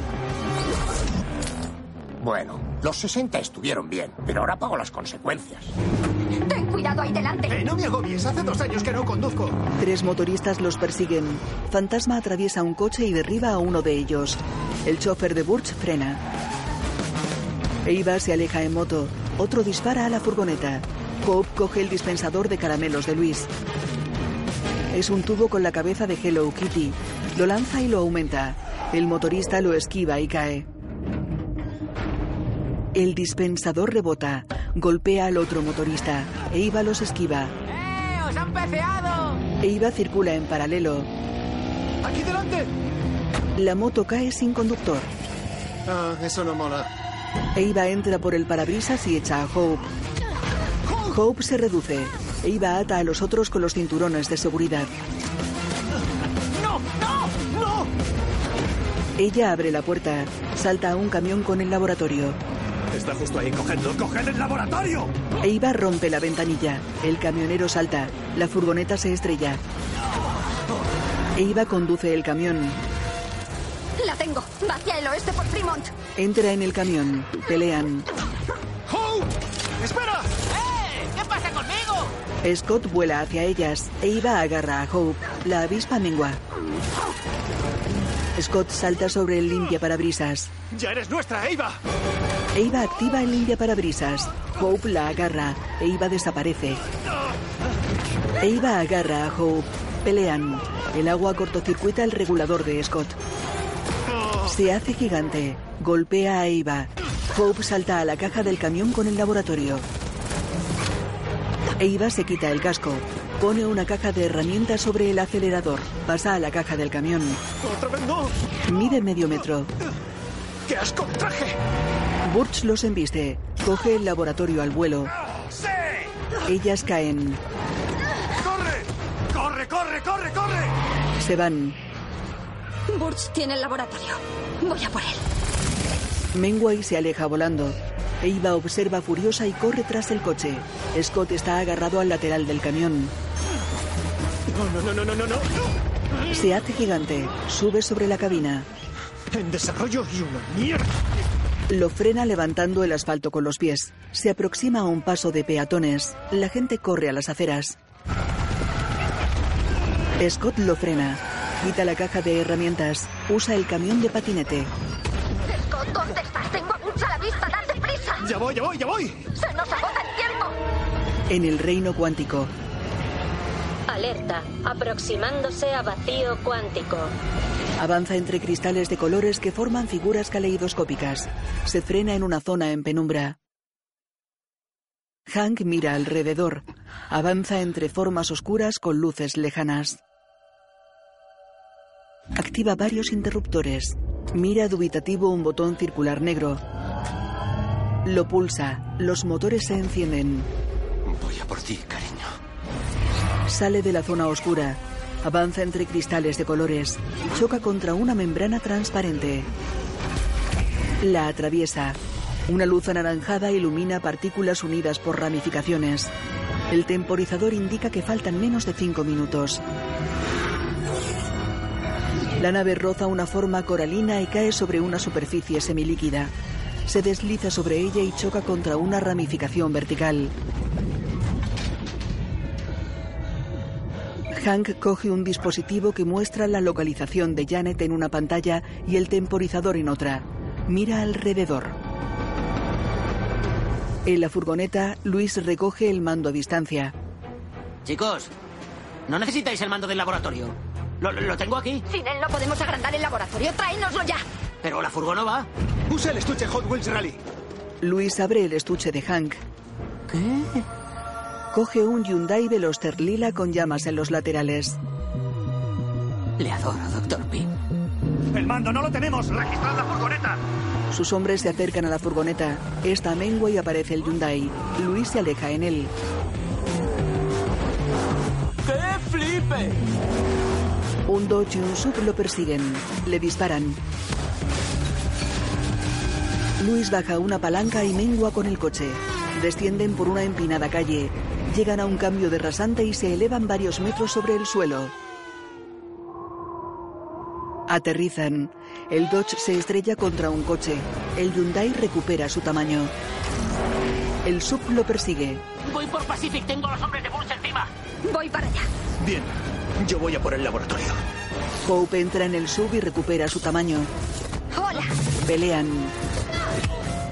Speaker 16: Bueno, los 60 estuvieron bien, pero ahora pago las consecuencias.
Speaker 12: Ten cuidado ahí delante.
Speaker 21: Eh, no me agobies, hace dos años que no conduzco.
Speaker 2: Tres motoristas los persiguen. Fantasma atraviesa un coche y derriba a uno de ellos. El chofer de Burch frena. Eva se aleja en moto. Otro dispara a la furgoneta. Cobb coge el dispensador de caramelos de Luis. Es un tubo con la cabeza de Hello Kitty. Lo lanza y lo aumenta. El motorista lo esquiva y cae. El dispensador rebota. Golpea al otro motorista. Eva los esquiva.
Speaker 9: ¡Os han peseado!
Speaker 2: Eiva circula en paralelo.
Speaker 21: ¡Aquí delante!
Speaker 2: La moto cae sin conductor.
Speaker 21: Ah, eso no mola.
Speaker 2: Eiva entra por el parabrisas y echa a Hope. Hope se reduce. Eva ata a los otros con los cinturones de seguridad.
Speaker 9: ¡No, no, no!
Speaker 2: Ella abre la puerta, salta a un camión con el laboratorio.
Speaker 21: Está justo ahí. Cogedlo, coged el laboratorio.
Speaker 2: Eva rompe la ventanilla. El camionero salta. La furgoneta se estrella. Eva conduce el camión.
Speaker 12: La tengo. Va hacia el oeste por Fremont.
Speaker 2: Entra en el camión. Pelean.
Speaker 21: ¡Espera!
Speaker 9: ¡Eh! ¿Qué pasa conmigo?
Speaker 2: Scott vuela hacia ellas. Eva agarra a Hope. La avispa mengua. Scott salta sobre el limpia parabrisas.
Speaker 21: ¡Ya eres nuestra, Eva!
Speaker 2: Eva activa el limpia parabrisas. Hope la agarra. Eva desaparece.
Speaker 21: ¡Ah!
Speaker 2: Eva E agarra a Hope. Pelean. El agua cortocircuita el regulador de Scott. Se hace gigante. Golpea a Eva. Hope salta a la caja del camión con el laboratorio. Eva se quita el casco. Pone una caja de herramientas sobre el acelerador. Pasa a la caja del camión.
Speaker 21: ¡Otra vez no!
Speaker 2: Mide medio metro.
Speaker 21: ¡Qué asco de traje!
Speaker 2: Burch los embiste. Coge el laboratorio al vuelo.
Speaker 21: ¡Sí!
Speaker 2: Ellas caen.
Speaker 21: ¡Corre! ¡Corre, corre, corre, corre!
Speaker 2: Se van.
Speaker 12: Burch tiene el laboratorio. Voy a por él.
Speaker 2: Menway se aleja volando. Eva observa furiosa y corre tras el coche. Scott está agarrado al lateral del camión.
Speaker 21: No, no, no, no, no, no.
Speaker 2: Se hace gigante. Sube sobre la cabina.
Speaker 21: En desarrollo y una mierda.
Speaker 2: Lo frena levantando el asfalto con los pies. Se aproxima a un paso de peatones. La gente corre a las aceras. Scott lo frena. Quita la caja de herramientas. Usa el camión de patinete.
Speaker 12: Scott, ¿dónde estás? Tengo mucha la vista. ¡Date prisa!
Speaker 21: Ya voy, ya voy, ya voy.
Speaker 12: ¡Se nos agota el tiempo!
Speaker 2: En el reino cuántico,
Speaker 8: Alerta. Aproximándose a vacío cuántico.
Speaker 2: avanza entre cristales de colores que forman figuras caleidoscópicas. Se frena en una zona en penumbra. Hank mira alrededor. Avanza entre formas oscuras con luces lejanas. Activa varios interruptores. Mira dubitativo un botón circular negro. Lo pulsa. Los motores se encienden.
Speaker 1: Voy a por ti, cariño.
Speaker 2: Sale de la zona oscura. Avanza entre cristales de colores. Choca contra una membrana transparente. La atraviesa. Una luz anaranjada ilumina partículas unidas por ramificaciones. El temporizador indica que faltan menos de cinco minutos. La nave roza una forma coralina y cae sobre una superficie semilíquida. Se desliza sobre ella y choca contra una ramificación vertical. Hank coge un dispositivo que muestra la localización de Janet en una pantalla y el temporizador en otra. Mira alrededor. En la furgoneta, Luis recoge el mando a distancia.
Speaker 7: Chicos, ¿no necesitáis el mando del laboratorio? Lo, lo- lo tengo aquí.
Speaker 12: Sin él no podemos agrandar el laboratorio. ¡Tráenoslo ya!
Speaker 7: Pero la furgo no va.
Speaker 21: Usa el estuche Hot Wheels Rally.
Speaker 2: Luis abre el estuche de Hank. ¿Qué? Coge un Hyundai Veloster lila con llamas en los laterales.
Speaker 7: Le adoro, doctor Pim.
Speaker 21: El mando no lo tenemos. Registrad la furgoneta.
Speaker 2: Sus hombres se acercan a la furgoneta. Esta mengua y aparece el Hyundai. Luis se aleja en él.
Speaker 9: ¡Qué flipe!
Speaker 2: Un Dodge y un Sub lo persiguen. Le disparan. Luis baja una palanca y mengua con el coche. Descienden por una empinada calle. Llegan a un cambio de rasante y se elevan varios metros sobre el suelo. Aterrizan. El Dodge se estrella contra un coche. El Hyundai recupera su tamaño. El Sub lo persigue.
Speaker 7: Voy por Pacific, tengo a los hombres de Bursa encima.
Speaker 12: Voy para allá.
Speaker 21: Bien. Yo voy a por el laboratorio.
Speaker 2: Hope entra en el Sub y recupera su tamaño.
Speaker 12: ¡Hola!
Speaker 2: Pelean.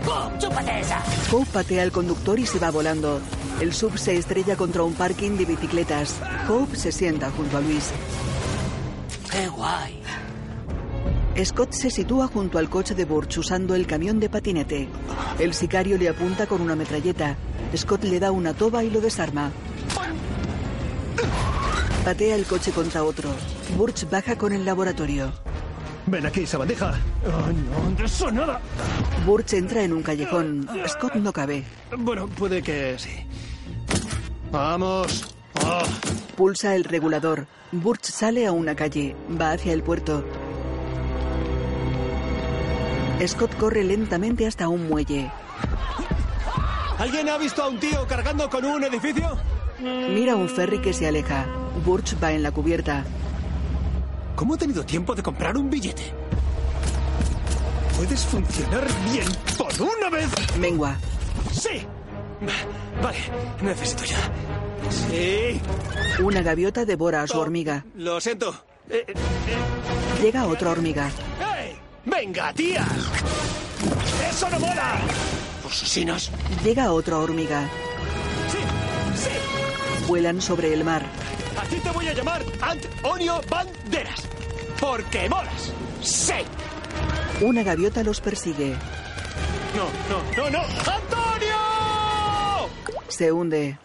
Speaker 7: ¡Pum! ¡Oh, ¡Chúpate esa!
Speaker 2: Hope patea al conductor y se va volando. El sub se estrella contra un parking de bicicletas. Hope se sienta junto a Luis.
Speaker 7: ¡Qué guay!
Speaker 2: Scott se sitúa junto al coche de Burch usando el camión de patinete. El sicario le apunta con una metralleta. Scott le da una toba y lo desarma. Patea el coche contra otro. Burch baja con el laboratorio.
Speaker 21: Ven aquí, sabandija. Oh, no, de eso nada.
Speaker 2: Burch entra en un callejón. Scott no cabe.
Speaker 21: Bueno, puede que sí.
Speaker 6: ¡Vamos! ¡Oh!
Speaker 2: Pulsa el regulador. Burch sale a una calle. Va hacia el puerto. Scott corre lentamente hasta un muelle.
Speaker 21: ¿Alguien ha visto a un tío cargando con un edificio?
Speaker 2: Mira un ferry que se aleja. Burch va en la cubierta.
Speaker 21: ¿Cómo he tenido tiempo de comprar un billete? Puedes funcionar bien por una vez.
Speaker 2: Mengua.
Speaker 21: Sí. Vale, necesito ya. Sí.
Speaker 2: Una gaviota devora a su hormiga.
Speaker 21: Lo siento. Eh, eh,
Speaker 2: Llega otra hormiga.
Speaker 21: ¡Ey! ¡Venga, tía! ¡Eso no mola! ¿Asesinos?
Speaker 2: Llega otra hormiga. Vuelan sobre el mar.
Speaker 21: A ti te voy a llamar Antonio Banderas. Porque molas. Sí.
Speaker 2: Una gaviota los persigue.
Speaker 21: No, no, no, no. ¡Antonio!
Speaker 2: Se hunde.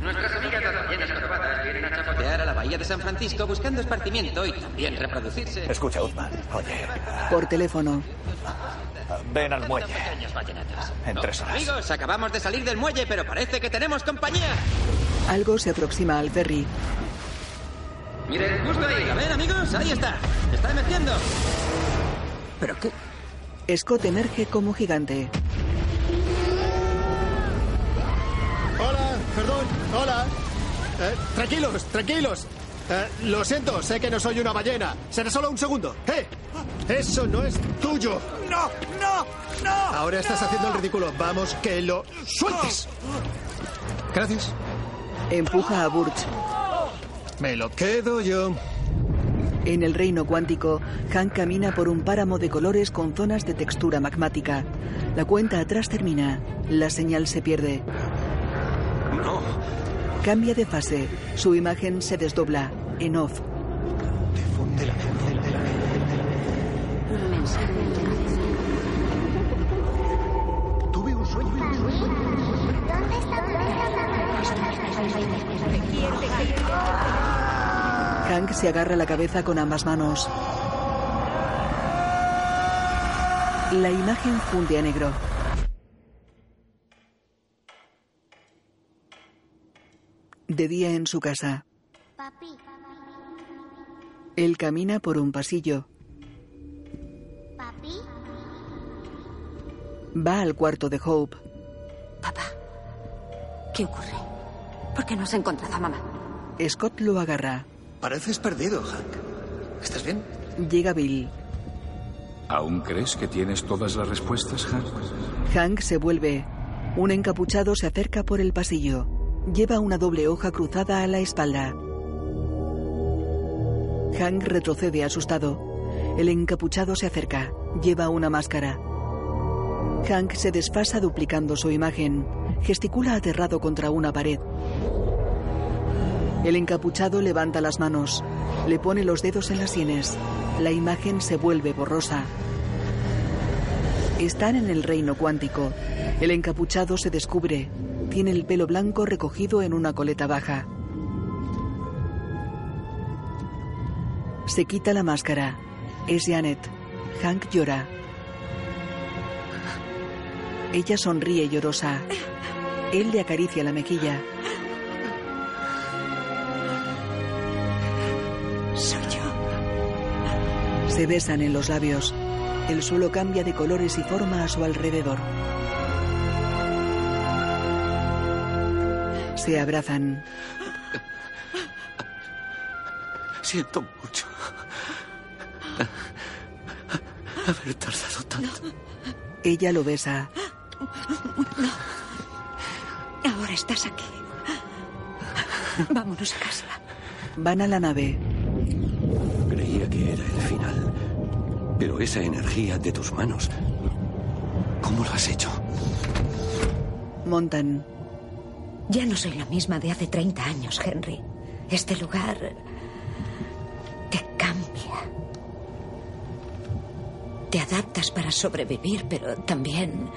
Speaker 4: Nuestras amigas las ballenas jorobadas vienen a chapotear a la bahía de San Francisco buscando esparcimiento y también reproducirse.
Speaker 16: Escucha, Utman. Oye,
Speaker 2: Por teléfono.
Speaker 16: ven al muelle. En tres horas.
Speaker 4: Amigos, acabamos de salir del muelle, pero parece que tenemos compañía.
Speaker 2: Algo se aproxima al ferry.
Speaker 4: Miren, justo ahí. A ver, amigos, ahí está. Está emergiendo.
Speaker 2: ¿Pero qué? Scott emerge como gigante.
Speaker 6: Hola, perdón, hola. Eh, tranquilos, tranquilos. Eh, lo siento, sé que no soy una ballena. Será solo un segundo. ¡Eh! Eso no es tuyo.
Speaker 21: ¡No, no, no!
Speaker 6: Ahora estás haciendo el ridículo. Vamos, que lo sueltes. Gracias.
Speaker 2: Empuja a Burch.
Speaker 6: Me lo quedo yo.
Speaker 2: En el reino cuántico, Han camina por un páramo de colores con zonas de textura magmática. La cuenta atrás termina. La señal se pierde.
Speaker 1: No.
Speaker 2: Cambia de fase. Su imagen se desdobla. En off.
Speaker 21: Tuve un sueño.
Speaker 5: ¿Dónde está Blanca?
Speaker 2: Hank se agarra la cabeza con ambas manos. La imagen funde a negro. De día en su casa.
Speaker 5: Papi,
Speaker 2: Él camina por un pasillo.
Speaker 5: papi,
Speaker 2: Va al cuarto de Hope.
Speaker 12: ¿Qué ocurre? ¿Por qué no has encontrado a mamá?
Speaker 2: Scott lo agarra.
Speaker 6: Pareces perdido, Hank. ¿Estás bien?
Speaker 2: Llega Bill.
Speaker 10: ¿Aún crees que tienes todas las respuestas, Hank?
Speaker 2: Hank se vuelve. Un encapuchado se acerca por el pasillo. Lleva una doble hoja cruzada a la espalda. Hank retrocede asustado. El encapuchado se acerca. Lleva una máscara. Hank se desfasa duplicando su imagen. Gesticula aterrado contra una pared. El encapuchado levanta las manos. Le pone los dedos en las sienes. La imagen se vuelve borrosa. Están en el reino cuántico. El encapuchado se descubre. Tiene el pelo blanco recogido en una coleta baja. Se quita la máscara. Es Janet. Hank llora. Ella sonríe llorosa. Él le acaricia la mejilla.
Speaker 21: Soy yo.
Speaker 2: Se besan en los labios. El suelo cambia de colores y forma a su alrededor. Se abrazan.
Speaker 21: Siento mucho. Haber tardado tanto.
Speaker 2: Ella lo besa.
Speaker 11: Ahora estás aquí. Vámonos a casa.
Speaker 2: Van a la nave.
Speaker 1: Creía que era el final. Pero esa energía de tus manos. ¿Cómo lo has hecho?
Speaker 2: Montan.
Speaker 11: Ya no soy la misma de hace 30 años, Henry. Este lugar te cambia. Te adaptas para sobrevivir, pero también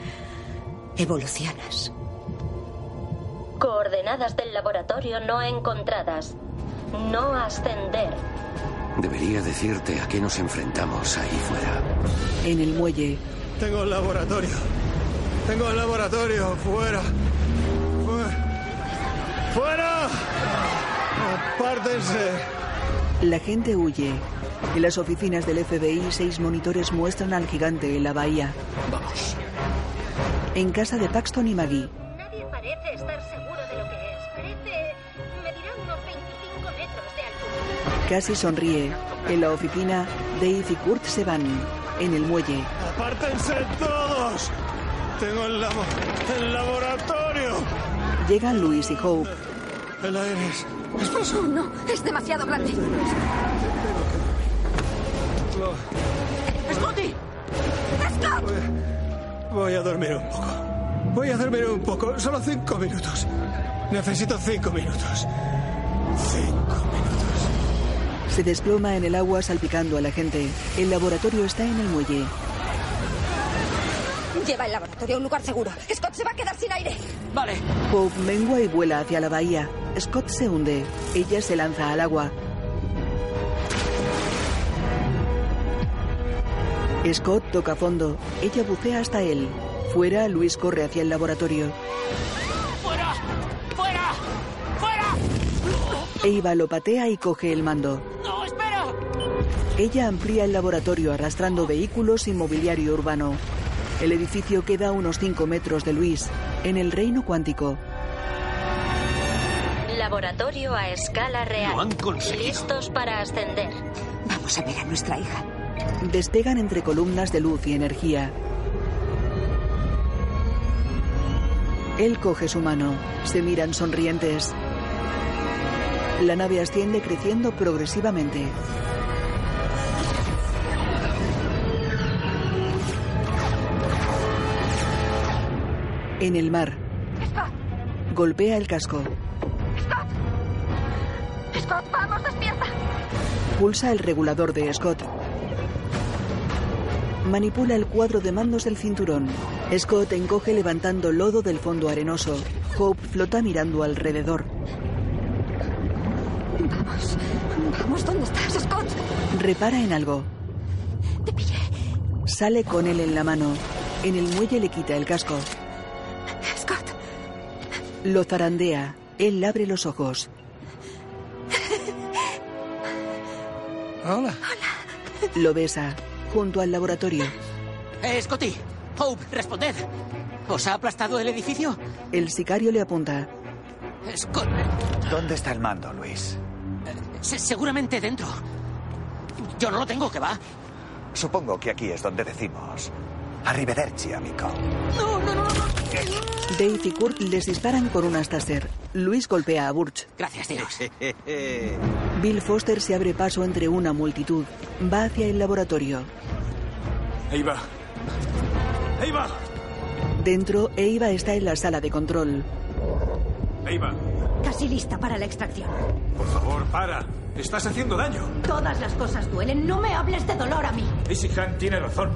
Speaker 11: evolucionas.
Speaker 8: Coordenadas del laboratorio no encontradas. No ascender.
Speaker 1: Debería decirte a qué nos enfrentamos ahí fuera.
Speaker 2: En el muelle.
Speaker 6: Tengo el laboratorio. Tengo el laboratorio fuera. Fuera.
Speaker 21: ¡Fuera! ¡Apártense!
Speaker 2: La gente huye. En las oficinas del FBI, seis monitores muestran al gigante en la bahía.
Speaker 15: Vamos.
Speaker 2: En casa de Paxton y Maggie,
Speaker 8: Nadie parece estar seguro de lo que es. Parece. medirá unos 25 metros de altura.
Speaker 2: Cassie sonríe. En la oficina, Dave y Kurt se van. En el muelle,
Speaker 21: ¡Apártense todos! Tengo el, labo- el laboratorio.
Speaker 2: llegan Luis y Hope.
Speaker 21: El aire es-
Speaker 12: ¡Oh, no! ¡Es demasiado grande!
Speaker 7: ¡Scotty!
Speaker 21: Voy a dormir un poco. Voy a dormir un poco. Solo cinco minutos. Necesito cinco minutos.
Speaker 2: Se desploma en el agua salpicando a la gente. El laboratorio está en el muelle.
Speaker 12: Lleva el laboratorio a un lugar seguro. Scott se va a quedar sin aire.
Speaker 7: Vale.
Speaker 2: Hope mengua y vuela hacia la bahía. Scott se hunde. Ella se lanza al agua. Scott toca fondo. Ella bucea hasta él. Fuera, Luis corre hacia el laboratorio.
Speaker 16: ¡Fuera! ¡Fuera! ¡Fuera!
Speaker 2: Eva lo patea y coge el mando.
Speaker 16: ¡No, espera!
Speaker 2: Ella amplía el laboratorio arrastrando vehículos y mobiliario urbano. El edificio queda a unos 5 metros de Luis, en el reino cuántico.
Speaker 8: Laboratorio a escala real.
Speaker 2: Lo han conseguido.
Speaker 8: Listos para ascender.
Speaker 11: Vamos a ver a nuestra hija.
Speaker 2: Despegan entre columnas de luz y energía. Él coge su mano. Se miran sonrientes. La nave asciende creciendo progresivamente. En el mar. Golpea el casco.
Speaker 16: ¡Scott, vamos, despierta!
Speaker 2: Pulsa el regulador de Scott. Manipula el cuadro de mandos del cinturón. Scott encoge levantando lodo del fondo arenoso. Hope flota mirando alrededor.
Speaker 12: Vamos. Vamos, ¿dónde estás, Scott?
Speaker 2: Repara en algo. Sale con él en la mano. En el muelle le quita el casco.
Speaker 12: Scott.
Speaker 2: Lo zarandea. Él abre los ojos.
Speaker 6: Hola.
Speaker 2: Lo besa. Junto al laboratorio.
Speaker 7: Eh, Scotty, Hope, responded. ¿Os ha aplastado el edificio?
Speaker 2: El sicario le apunta.
Speaker 7: Scott,
Speaker 19: ¿Dónde está el mando,
Speaker 14: Pues,
Speaker 19: Luis?
Speaker 7: se- seguramente dentro. Yo no lo tengo, que va.
Speaker 19: Supongo que aquí es donde decimos. Arrivederci, amigo.
Speaker 2: Dave y Kurt les disparan con unas taser. Luis golpea a Burch.
Speaker 7: Gracias, Dios.
Speaker 2: Bill Foster se abre paso entre una multitud. Va hacia el laboratorio.
Speaker 10: Ahí va. Ahí va.
Speaker 2: Dentro, Eva está en la sala de control.
Speaker 10: Ahí va.
Speaker 24: Casi lista para la extracción.
Speaker 10: Por favor, para. Estás haciendo daño.
Speaker 24: Todas las cosas duelen. No me hables de dolor a mí.
Speaker 10: Daisy Han tiene razón.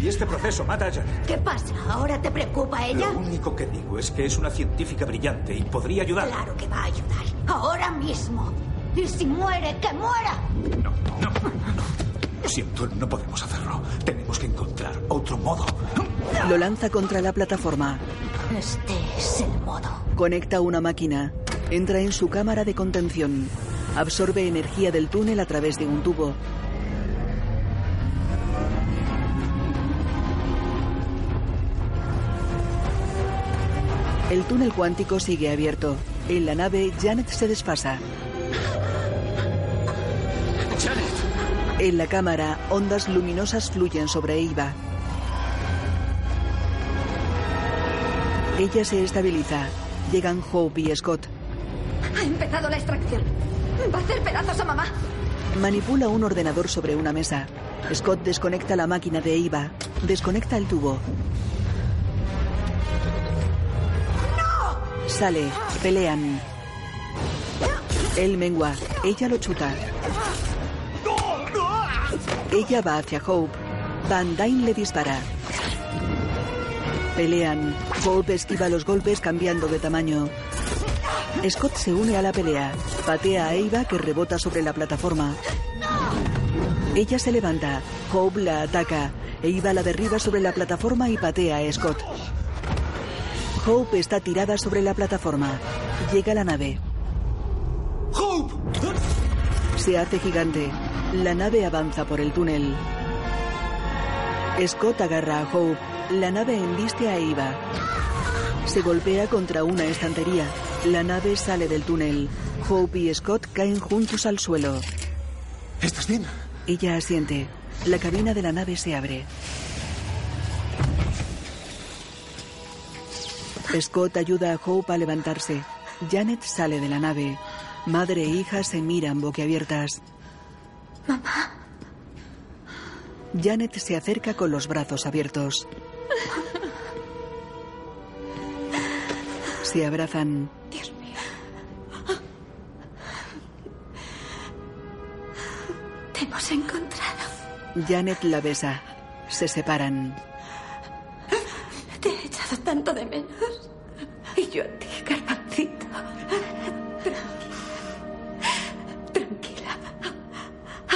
Speaker 10: Y este proceso mata a Janet.
Speaker 24: ¿Qué pasa? ¿Ahora te preocupa ella?
Speaker 10: Lo único que digo es que es una científica brillante y podría ayudar.
Speaker 24: Claro que va a ayudar. Ahora mismo. Y si muere, que muera.
Speaker 10: Lo siento, no podemos hacerlo. Tenemos que encontrar otro modo.
Speaker 2: Lo lanza contra la plataforma.
Speaker 24: Este es el modo.
Speaker 2: Conecta una máquina. Entra en su cámara de contención. Absorbe energía del túnel a través de un tubo. El túnel cuántico sigue abierto. En la nave, Janet se desfasa. En la cámara, ondas luminosas fluyen sobre Eva. Ella se estabiliza. Llegan Hope y Scott.
Speaker 12: Ha empezado la extracción. Va a hacer pedazos a mamá.
Speaker 2: Manipula un ordenador sobre una mesa. Scott desconecta la máquina de Eva. Desconecta el tubo. Sale. Pelean. Él mengua. Ella lo chuta. Ella va hacia Hope. Van Dyne le dispara. Pelean. Hope esquiva los golpes cambiando de tamaño. Scott se une a la pelea. Patea a Eva que rebota sobre la plataforma. Ella se levanta. Hope la ataca. Eva la derriba sobre la plataforma y patea a Scott. Hope está tirada sobre la plataforma. Llega la nave.
Speaker 26: ¡Hope!
Speaker 2: Se hace gigante. La nave avanza por el túnel. Scott agarra a Hope. La nave embiste a Eva. Se golpea contra una estantería. La nave sale del túnel. Hope y Scott caen juntos al suelo.
Speaker 26: ¿Estás bien?
Speaker 2: Ella asiente. La cabina de la nave se abre. Scott ayuda a Hope a levantarse. Janet sale de la nave. Madre e hija se miran boquiabiertas.
Speaker 12: Mamá.
Speaker 2: Janet se acerca con los brazos abiertos. Se abrazan.
Speaker 12: Dios mío. Te hemos encontrado.
Speaker 2: Janet la besa. Se separan.
Speaker 12: Te he echado tanto de menos. Y yo a ti, Garbancito. Tranqui- Tranquila.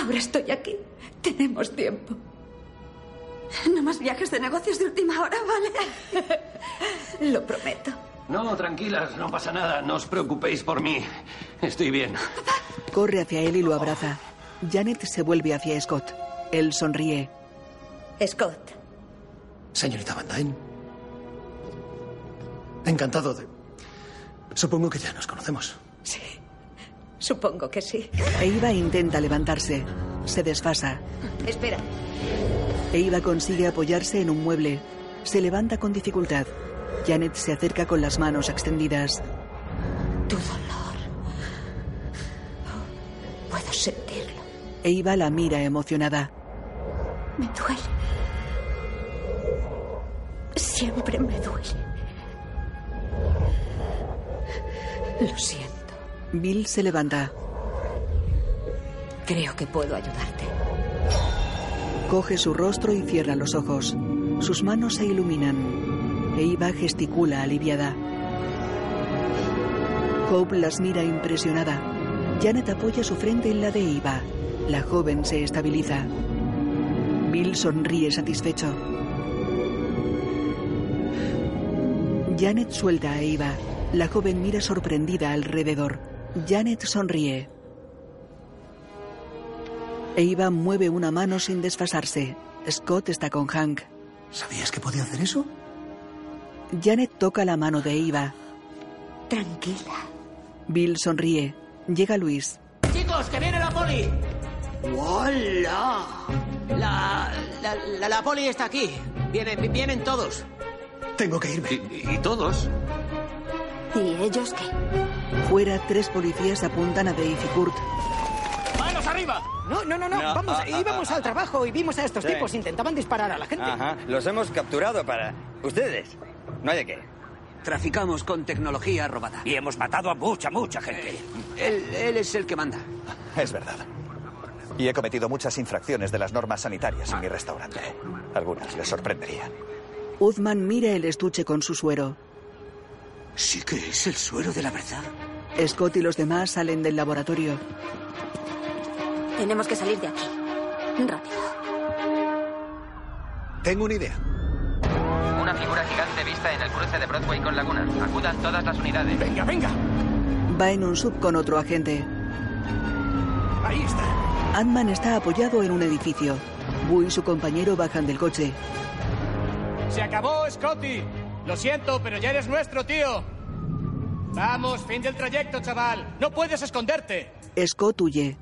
Speaker 12: Ahora estoy aquí. Tenemos tiempo. No más viajes de negocios de última hora, ¿vale? Lo prometo.
Speaker 1: No, tranquilas, no pasa nada. No os preocupéis por mí. Estoy bien.
Speaker 2: Corre hacia él y lo abraza. Janet se vuelve hacia Scott. Él sonríe.
Speaker 27: Scott.
Speaker 6: Señorita Van Dyne. Encantado de... Supongo que ya nos conocemos.
Speaker 27: Sí. Supongo que sí.
Speaker 2: Eiva intenta levantarse. Se desfasa.
Speaker 27: Espera.
Speaker 2: Eiva consigue apoyarse en un mueble. Se levanta con dificultad. Janet se acerca con las manos extendidas.
Speaker 27: Tu dolor. Puedo sentirlo.
Speaker 2: Eiva la mira emocionada.
Speaker 27: Me duele. Siempre me duele. Lo siento.
Speaker 2: Bill se levanta.
Speaker 27: Creo que puedo ayudarte.
Speaker 2: Coge su rostro y cierra los ojos. Sus manos se iluminan. Eiva gesticula aliviada. Hope las mira impresionada. Janet apoya su frente en la de Eiva. La joven se estabiliza. Bill sonríe satisfecho. Janet suelta a Eiva. La joven mira sorprendida alrededor. Janet sonríe. Eiva mueve una mano sin desfasarse. Scott está con Hank.
Speaker 6: ¿Sabías que podía hacer eso?
Speaker 2: Janet toca la mano de Eiva.
Speaker 27: Tranquila.
Speaker 2: Bill sonríe. Llega Luis.
Speaker 7: Chicos, que viene la poli. ¡Hola! La, la, la, la poli está aquí. Vienen, vienen todos.
Speaker 6: Tengo que irme.
Speaker 1: ¿Y, todos?
Speaker 12: ¿Y ellos qué?
Speaker 2: Fuera, tres policías apuntan a Dave y Kurt.
Speaker 21: ¡Manos arriba!
Speaker 28: No, no, no, no.
Speaker 21: No,
Speaker 28: Vamos,
Speaker 21: ah, ah,
Speaker 28: íbamos
Speaker 21: ah,
Speaker 28: al trabajo y vimos a estos
Speaker 21: Sí.
Speaker 28: tipos. Intentaban disparar a la gente.
Speaker 21: Ajá, los hemos capturado para ustedes. No hay de qué.
Speaker 7: Traficamos con tecnología robada.
Speaker 21: Y hemos matado a mucha, mucha gente.
Speaker 7: Él, él es el que manda.
Speaker 14: Es verdad. Y he cometido muchas infracciones de las normas sanitarias en mi restaurante. Algunas les sorprendería.
Speaker 2: Uzman mira el estuche con su suero.
Speaker 7: Sí que es el suero de la verdad.
Speaker 2: Scott y los demás salen del laboratorio.
Speaker 12: Tenemos que salir de aquí. Rápido.
Speaker 14: Tengo una idea.
Speaker 29: Una figura gigante vista en el cruce de Broadway con Laguna. Acudan todas las unidades. Venga, venga.
Speaker 2: Va en un sub con otro agente.
Speaker 21: Ahí está.
Speaker 2: Ant-Man está apoyado en un edificio. Boo y su compañero bajan del coche.
Speaker 8: Se acabó, Scotty. Lo siento, pero ya eres nuestro, tío. Vamos, fin del trayecto, chaval. No puedes esconderte.
Speaker 2: Scott huye.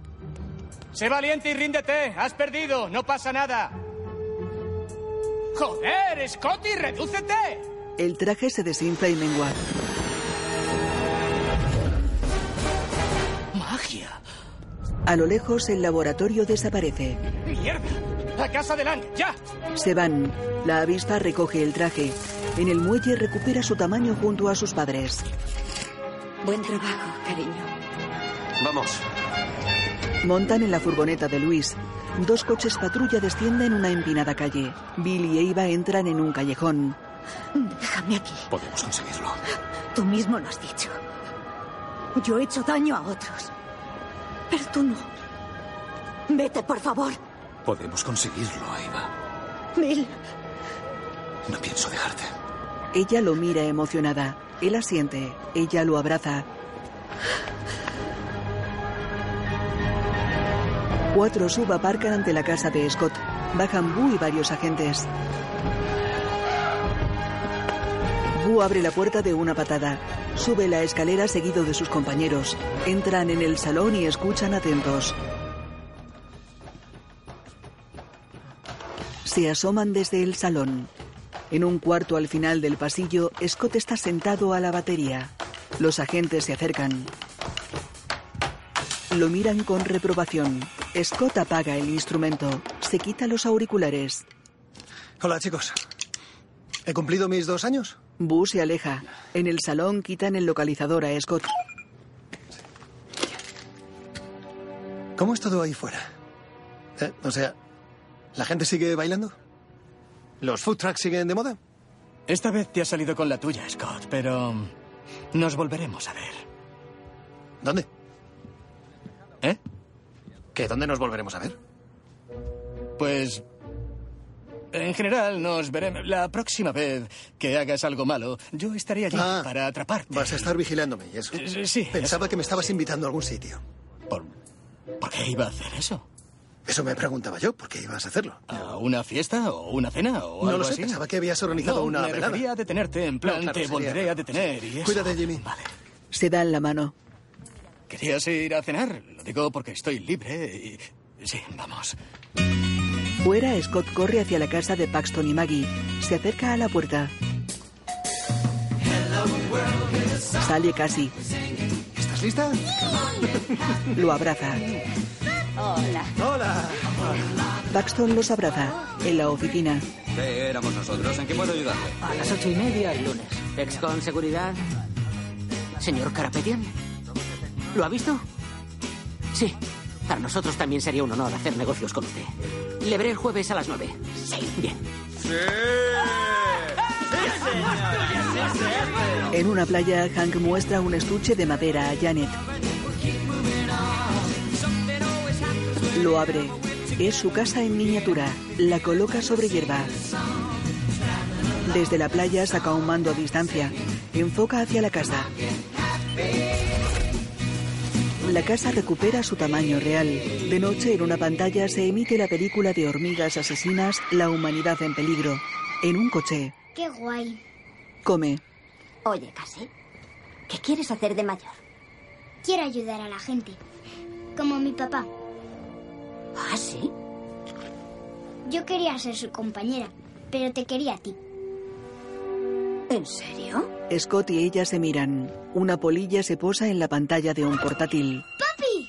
Speaker 8: Sé valiente y ríndete. Has perdido. No pasa nada. Joder, Scotty, redúcete.
Speaker 2: El traje se desinfla y mengua.
Speaker 8: Magia.
Speaker 2: A lo lejos, el laboratorio desaparece.
Speaker 8: Mierda. A casa de Lang, ya.
Speaker 2: Se van. La avispa recoge el traje. En el muelle recupera su tamaño junto a sus padres.
Speaker 12: Buen trabajo, cariño.
Speaker 1: Vamos.
Speaker 2: Montan en la furgoneta de Luis. Dos coches patrulla descienden una empinada calle. Bill y Eva entran en un callejón.
Speaker 27: Déjame aquí.
Speaker 17: Podemos conseguirlo.
Speaker 27: Tú mismo lo has dicho. Yo he hecho daño a otros. Pero tú no. Vete, por favor.
Speaker 17: Podemos conseguirlo, Eva.
Speaker 27: Bill.
Speaker 17: No pienso dejarte.
Speaker 2: Ella lo mira emocionada. Él asiente. Ella lo abraza. Cuatro sub aparcan ante la casa de Scott. Bajan Boo y varios agentes. Boo abre la puerta de una patada. Sube la escalera seguido de sus compañeros. Entran en el salón y escuchan atentos. Se asoman desde el salón. En un cuarto al final del pasillo, Scott está sentado a la batería. Los agentes se acercan. Lo miran con reprobación. Scott apaga el instrumento. Se quita los auriculares.
Speaker 6: Hola, chicos. ¿He cumplido mis dos años?
Speaker 2: Boo se aleja. En el salón quitan el localizador a Scott.
Speaker 6: ¿Cómo es todo ahí fuera? Eh, o sea, ¿la gente sigue bailando? ¿Los food trucks siguen de moda?
Speaker 18: Esta vez te has salido con la tuya, Scott, pero nos volveremos a ver.
Speaker 6: ¿Dónde?
Speaker 18: ¿Eh?
Speaker 6: ¿Que dónde nos volveremos a ver?
Speaker 18: Pues... En general, nos veremos. La próxima vez que hagas algo malo, yo estaré allí
Speaker 6: Ah,
Speaker 18: para atraparte.
Speaker 6: Vas a estar vigilándome y eso.
Speaker 18: Eh, sí,
Speaker 6: Pensaba que me estabas invitando a algún sitio.
Speaker 18: ¿Por, por qué iba a hacer eso?
Speaker 6: Eso me preguntaba yo, ¿por qué ibas a hacerlo?
Speaker 18: ¿A una fiesta o una cena o
Speaker 6: no
Speaker 18: algo
Speaker 6: lo sé,
Speaker 18: así?
Speaker 6: pensaba que habías organizado
Speaker 18: No,
Speaker 6: una
Speaker 18: me
Speaker 6: velada.
Speaker 18: refería a detenerte, en plan,
Speaker 6: No, claro,
Speaker 18: te
Speaker 6: sería-
Speaker 18: volveré a detener y eso.
Speaker 6: Cuídate, Jimmy.
Speaker 2: Se dan la mano.
Speaker 18: ¿Querías ir a cenar? Lo digo porque estoy libre y... Sí, vamos.
Speaker 2: Fuera, Scott corre hacia la casa de Paxton y Maggie. Se acerca a la puerta. Sale casi.
Speaker 6: ¿Estás lista?
Speaker 2: Lo abraza.
Speaker 6: Hola. Hola.
Speaker 2: Paxton los abraza. En la oficina,
Speaker 15: ¿Qué éramos nosotros? ¿En qué puedo ayudarle?
Speaker 7: A las ocho y media el lunes. Ex con seguridad. Señor Carapetian. ¿Lo ha visto? Sí. Para nosotros también sería un honor hacer negocios con usted. Le veré el jueves a las nueve. Sí. Bien.
Speaker 2: en una playa, Hank muestra un estuche de madera a Janet. Lo abre. Es su casa en miniatura. La coloca sobre hierba. Desde la playa saca un mando a distancia. Enfoca hacia la casa. La casa recupera su tamaño real. De noche, en una pantalla se emite la película de hormigas asesinas, La humanidad en peligro. En un coche,
Speaker 12: Qué guay.
Speaker 2: come.
Speaker 12: Oye, Cassie, ¿qué quieres hacer de mayor?
Speaker 5: Quiero ayudar a la gente. Como mi papá.
Speaker 12: ¿Ah, sí?
Speaker 5: Yo quería ser su compañera, pero te quería a ti.
Speaker 12: ¿En serio?
Speaker 2: Scott y ella se miran. Una polilla se posa en la pantalla de un portátil.
Speaker 5: ¡Papi!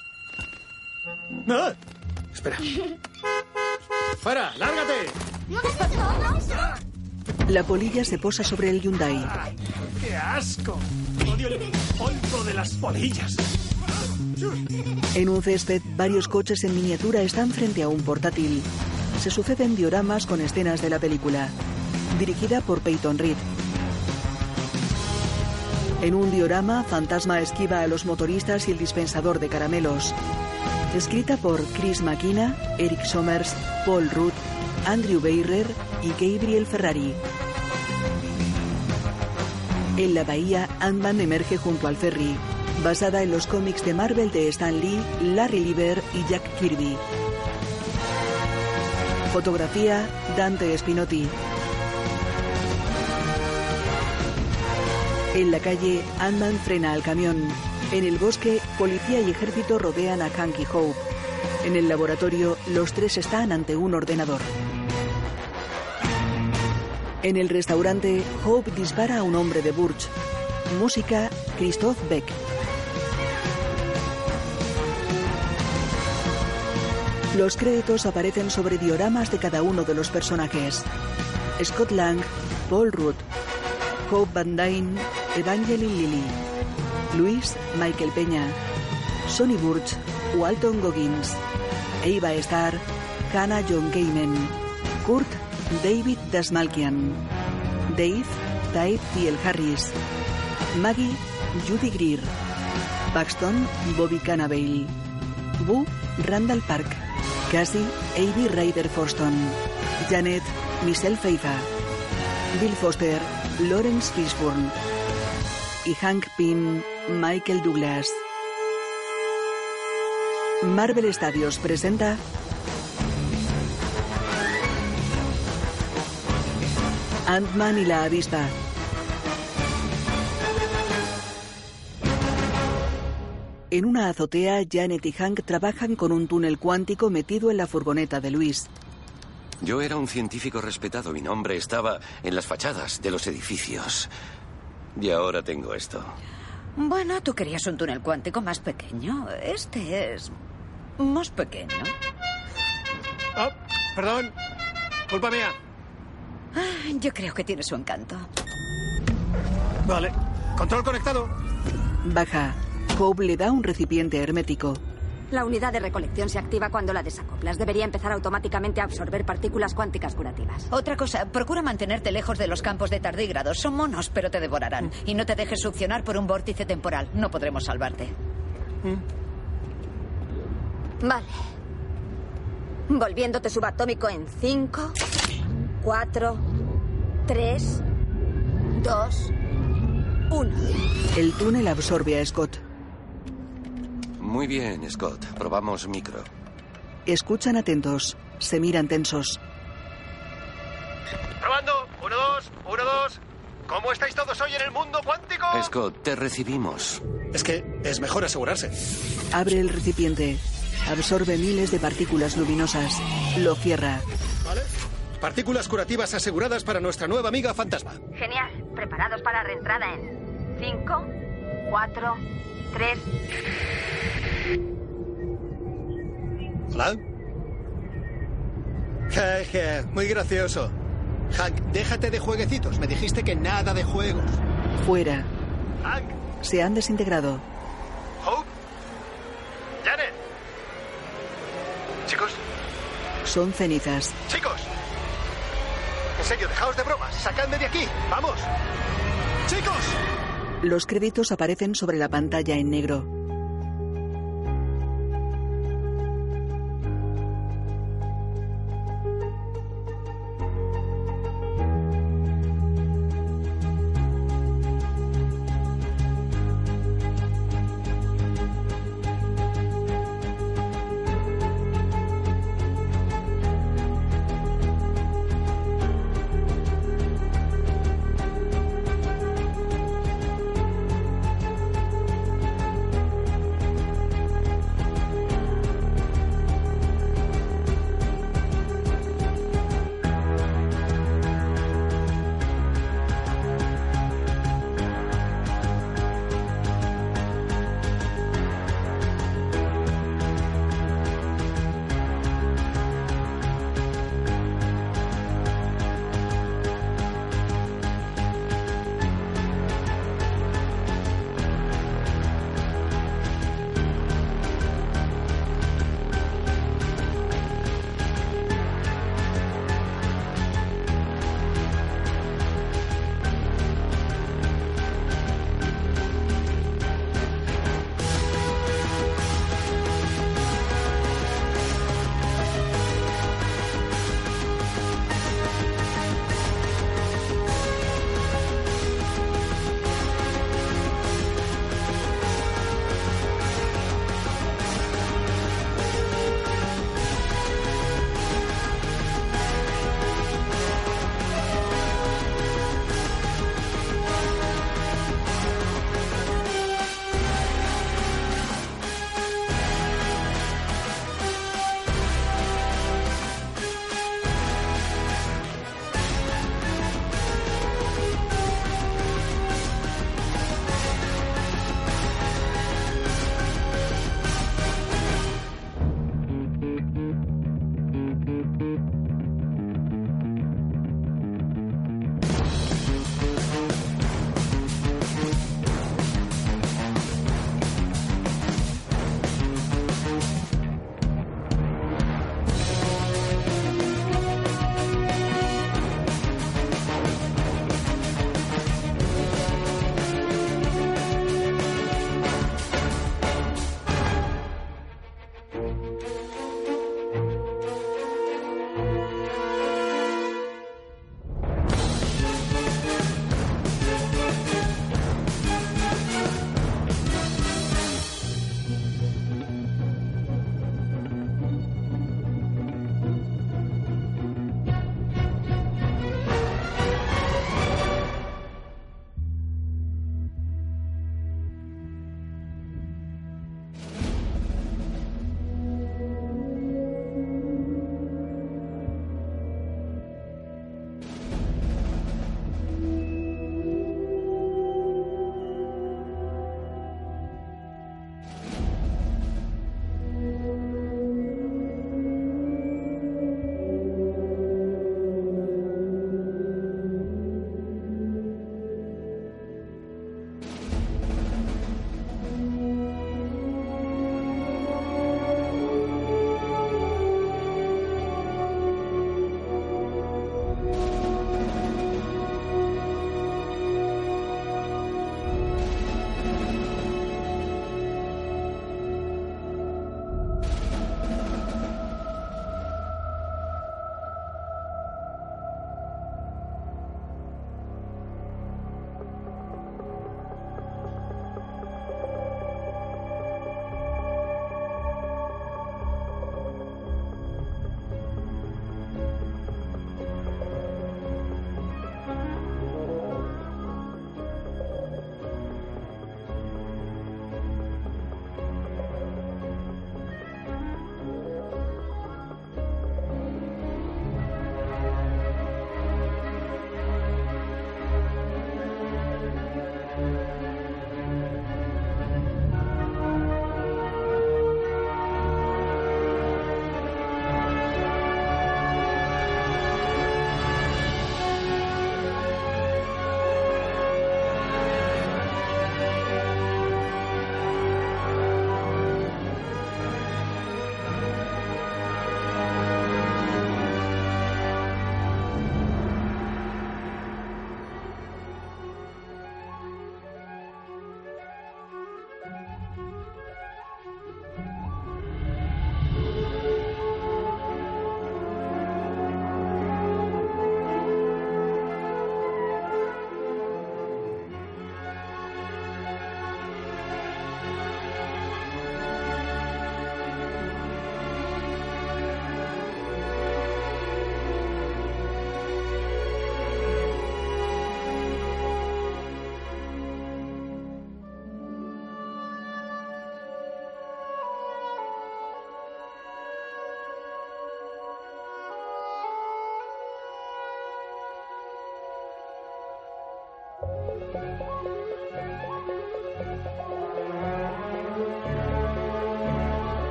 Speaker 6: ¡Ah! Espera. ¡Fuera! ¡Lárgate!
Speaker 2: La polilla se posa sobre el Hyundai.
Speaker 21: ¡Qué asco! Odio el polvo de las polillas.
Speaker 2: En un césped, varios coches en miniatura están frente a un portátil. Se suceden dioramas con escenas de la película. Dirigida por Peyton Reed. En un diorama, Fantasma esquiva a los motoristas y el dispensador de caramelos. Escrita por Chris McKenna, Eric Somers, Paul Rudd, Andrew Beirer y Gabriel Ferrari. En la bahía, Ant-Man emerge junto al ferry. Basada en los cómics de Marvel de Stan Lee, Larry Lieber y Jack Kirby. Fotografía Dante Spinotti. En la calle, Ant-Man frena al camión. En el bosque, policía y ejército rodean a Hank y Hope. En el laboratorio, los tres están ante un ordenador. En el restaurante, Hope dispara a un hombre de Burch. Música, Christoph Beck. Los créditos aparecen sobre dioramas de cada uno de los personajes. Scott Lang, Paul Rudd, Hope Van Dyne, Evangeline Lilly, Luis Michael Peña, Sonny Burch, Walton Goggins, Eva Starr, Hannah John Kamen, Kurt David Dasmalkian, Dave Dave Tiel Harris, Maggie Judy Greer, Paxton Bobby Cannavale, Boo Randall Park, Cassie Avi Ryder Forston, Janet Michelle Feifa, Bill Foster, Lawrence Fishburne. y Hank Pym, Michael Douglas. Marvel Studios presenta Ant-Man y la avispa. En una azotea, Janet y Hank trabajan con un túnel cuántico metido en la furgoneta de Luis.
Speaker 1: Yo era un científico respetado. Mi nombre estaba en las fachadas de los edificios. Y ahora tengo esto.
Speaker 11: Bueno, tú querías un túnel cuántico más pequeño. Este es más pequeño.
Speaker 21: Oh, perdón. Culpa mía.
Speaker 11: Ah, Yo creo que tiene su encanto.
Speaker 21: Vale. Control conectado.
Speaker 2: Baja. Hope le da un recipiente hermético.
Speaker 12: La unidad de recolección se activa cuando la desacoplas. Debería empezar automáticamente a absorber partículas cuánticas curativas.
Speaker 11: Otra cosa, procura mantenerte lejos de los campos de tardígrados. Son monos, pero te
Speaker 12: Mm.
Speaker 11: devorarán. Y no te dejes succionar por un vórtice temporal. No podremos salvarte.
Speaker 12: Vale. Volviéndote subatómico en 5, 4, 3, 2, 1.
Speaker 2: El túnel absorbe a Scott.
Speaker 1: Muy bien, Scott. Probamos micro.
Speaker 2: Escuchan atentos. Se miran tensos.
Speaker 21: Probando. Uno, dos, uno, dos. ¿Cómo estáis todos hoy en el mundo cuántico?
Speaker 1: Scott, te recibimos.
Speaker 6: Es que es mejor asegurarse.
Speaker 2: Abre el recipiente. Absorbe miles de partículas luminosas. Lo cierra.
Speaker 6: Partículas curativas aseguradas para nuestra nueva amiga fantasma.
Speaker 12: Genial. Preparados para reentrada en 5, 4, 3.
Speaker 6: ¿Hola? Je, je, muy gracioso. Hank, déjate de jueguecitos. Me dijiste que nada de juegos.
Speaker 2: Fuera. Se han desintegrado.
Speaker 21: Hope. Janet. Chicos,
Speaker 2: Son cenizas.
Speaker 21: chicos. En serio, dejaos de bromas. Sacadme de aquí. Vamos. Chicos.
Speaker 2: Los créditos aparecen sobre la pantalla en negro.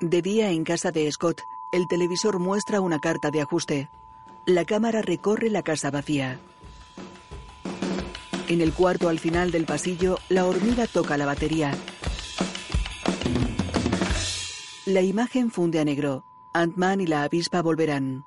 Speaker 2: De día en casa de Scott, el televisor muestra una carta de ajuste. La cámara recorre la casa vacía. En el cuarto al final del pasillo, la hormiga toca la batería. La imagen funde a negro. Ant-Man y la avispa volverán.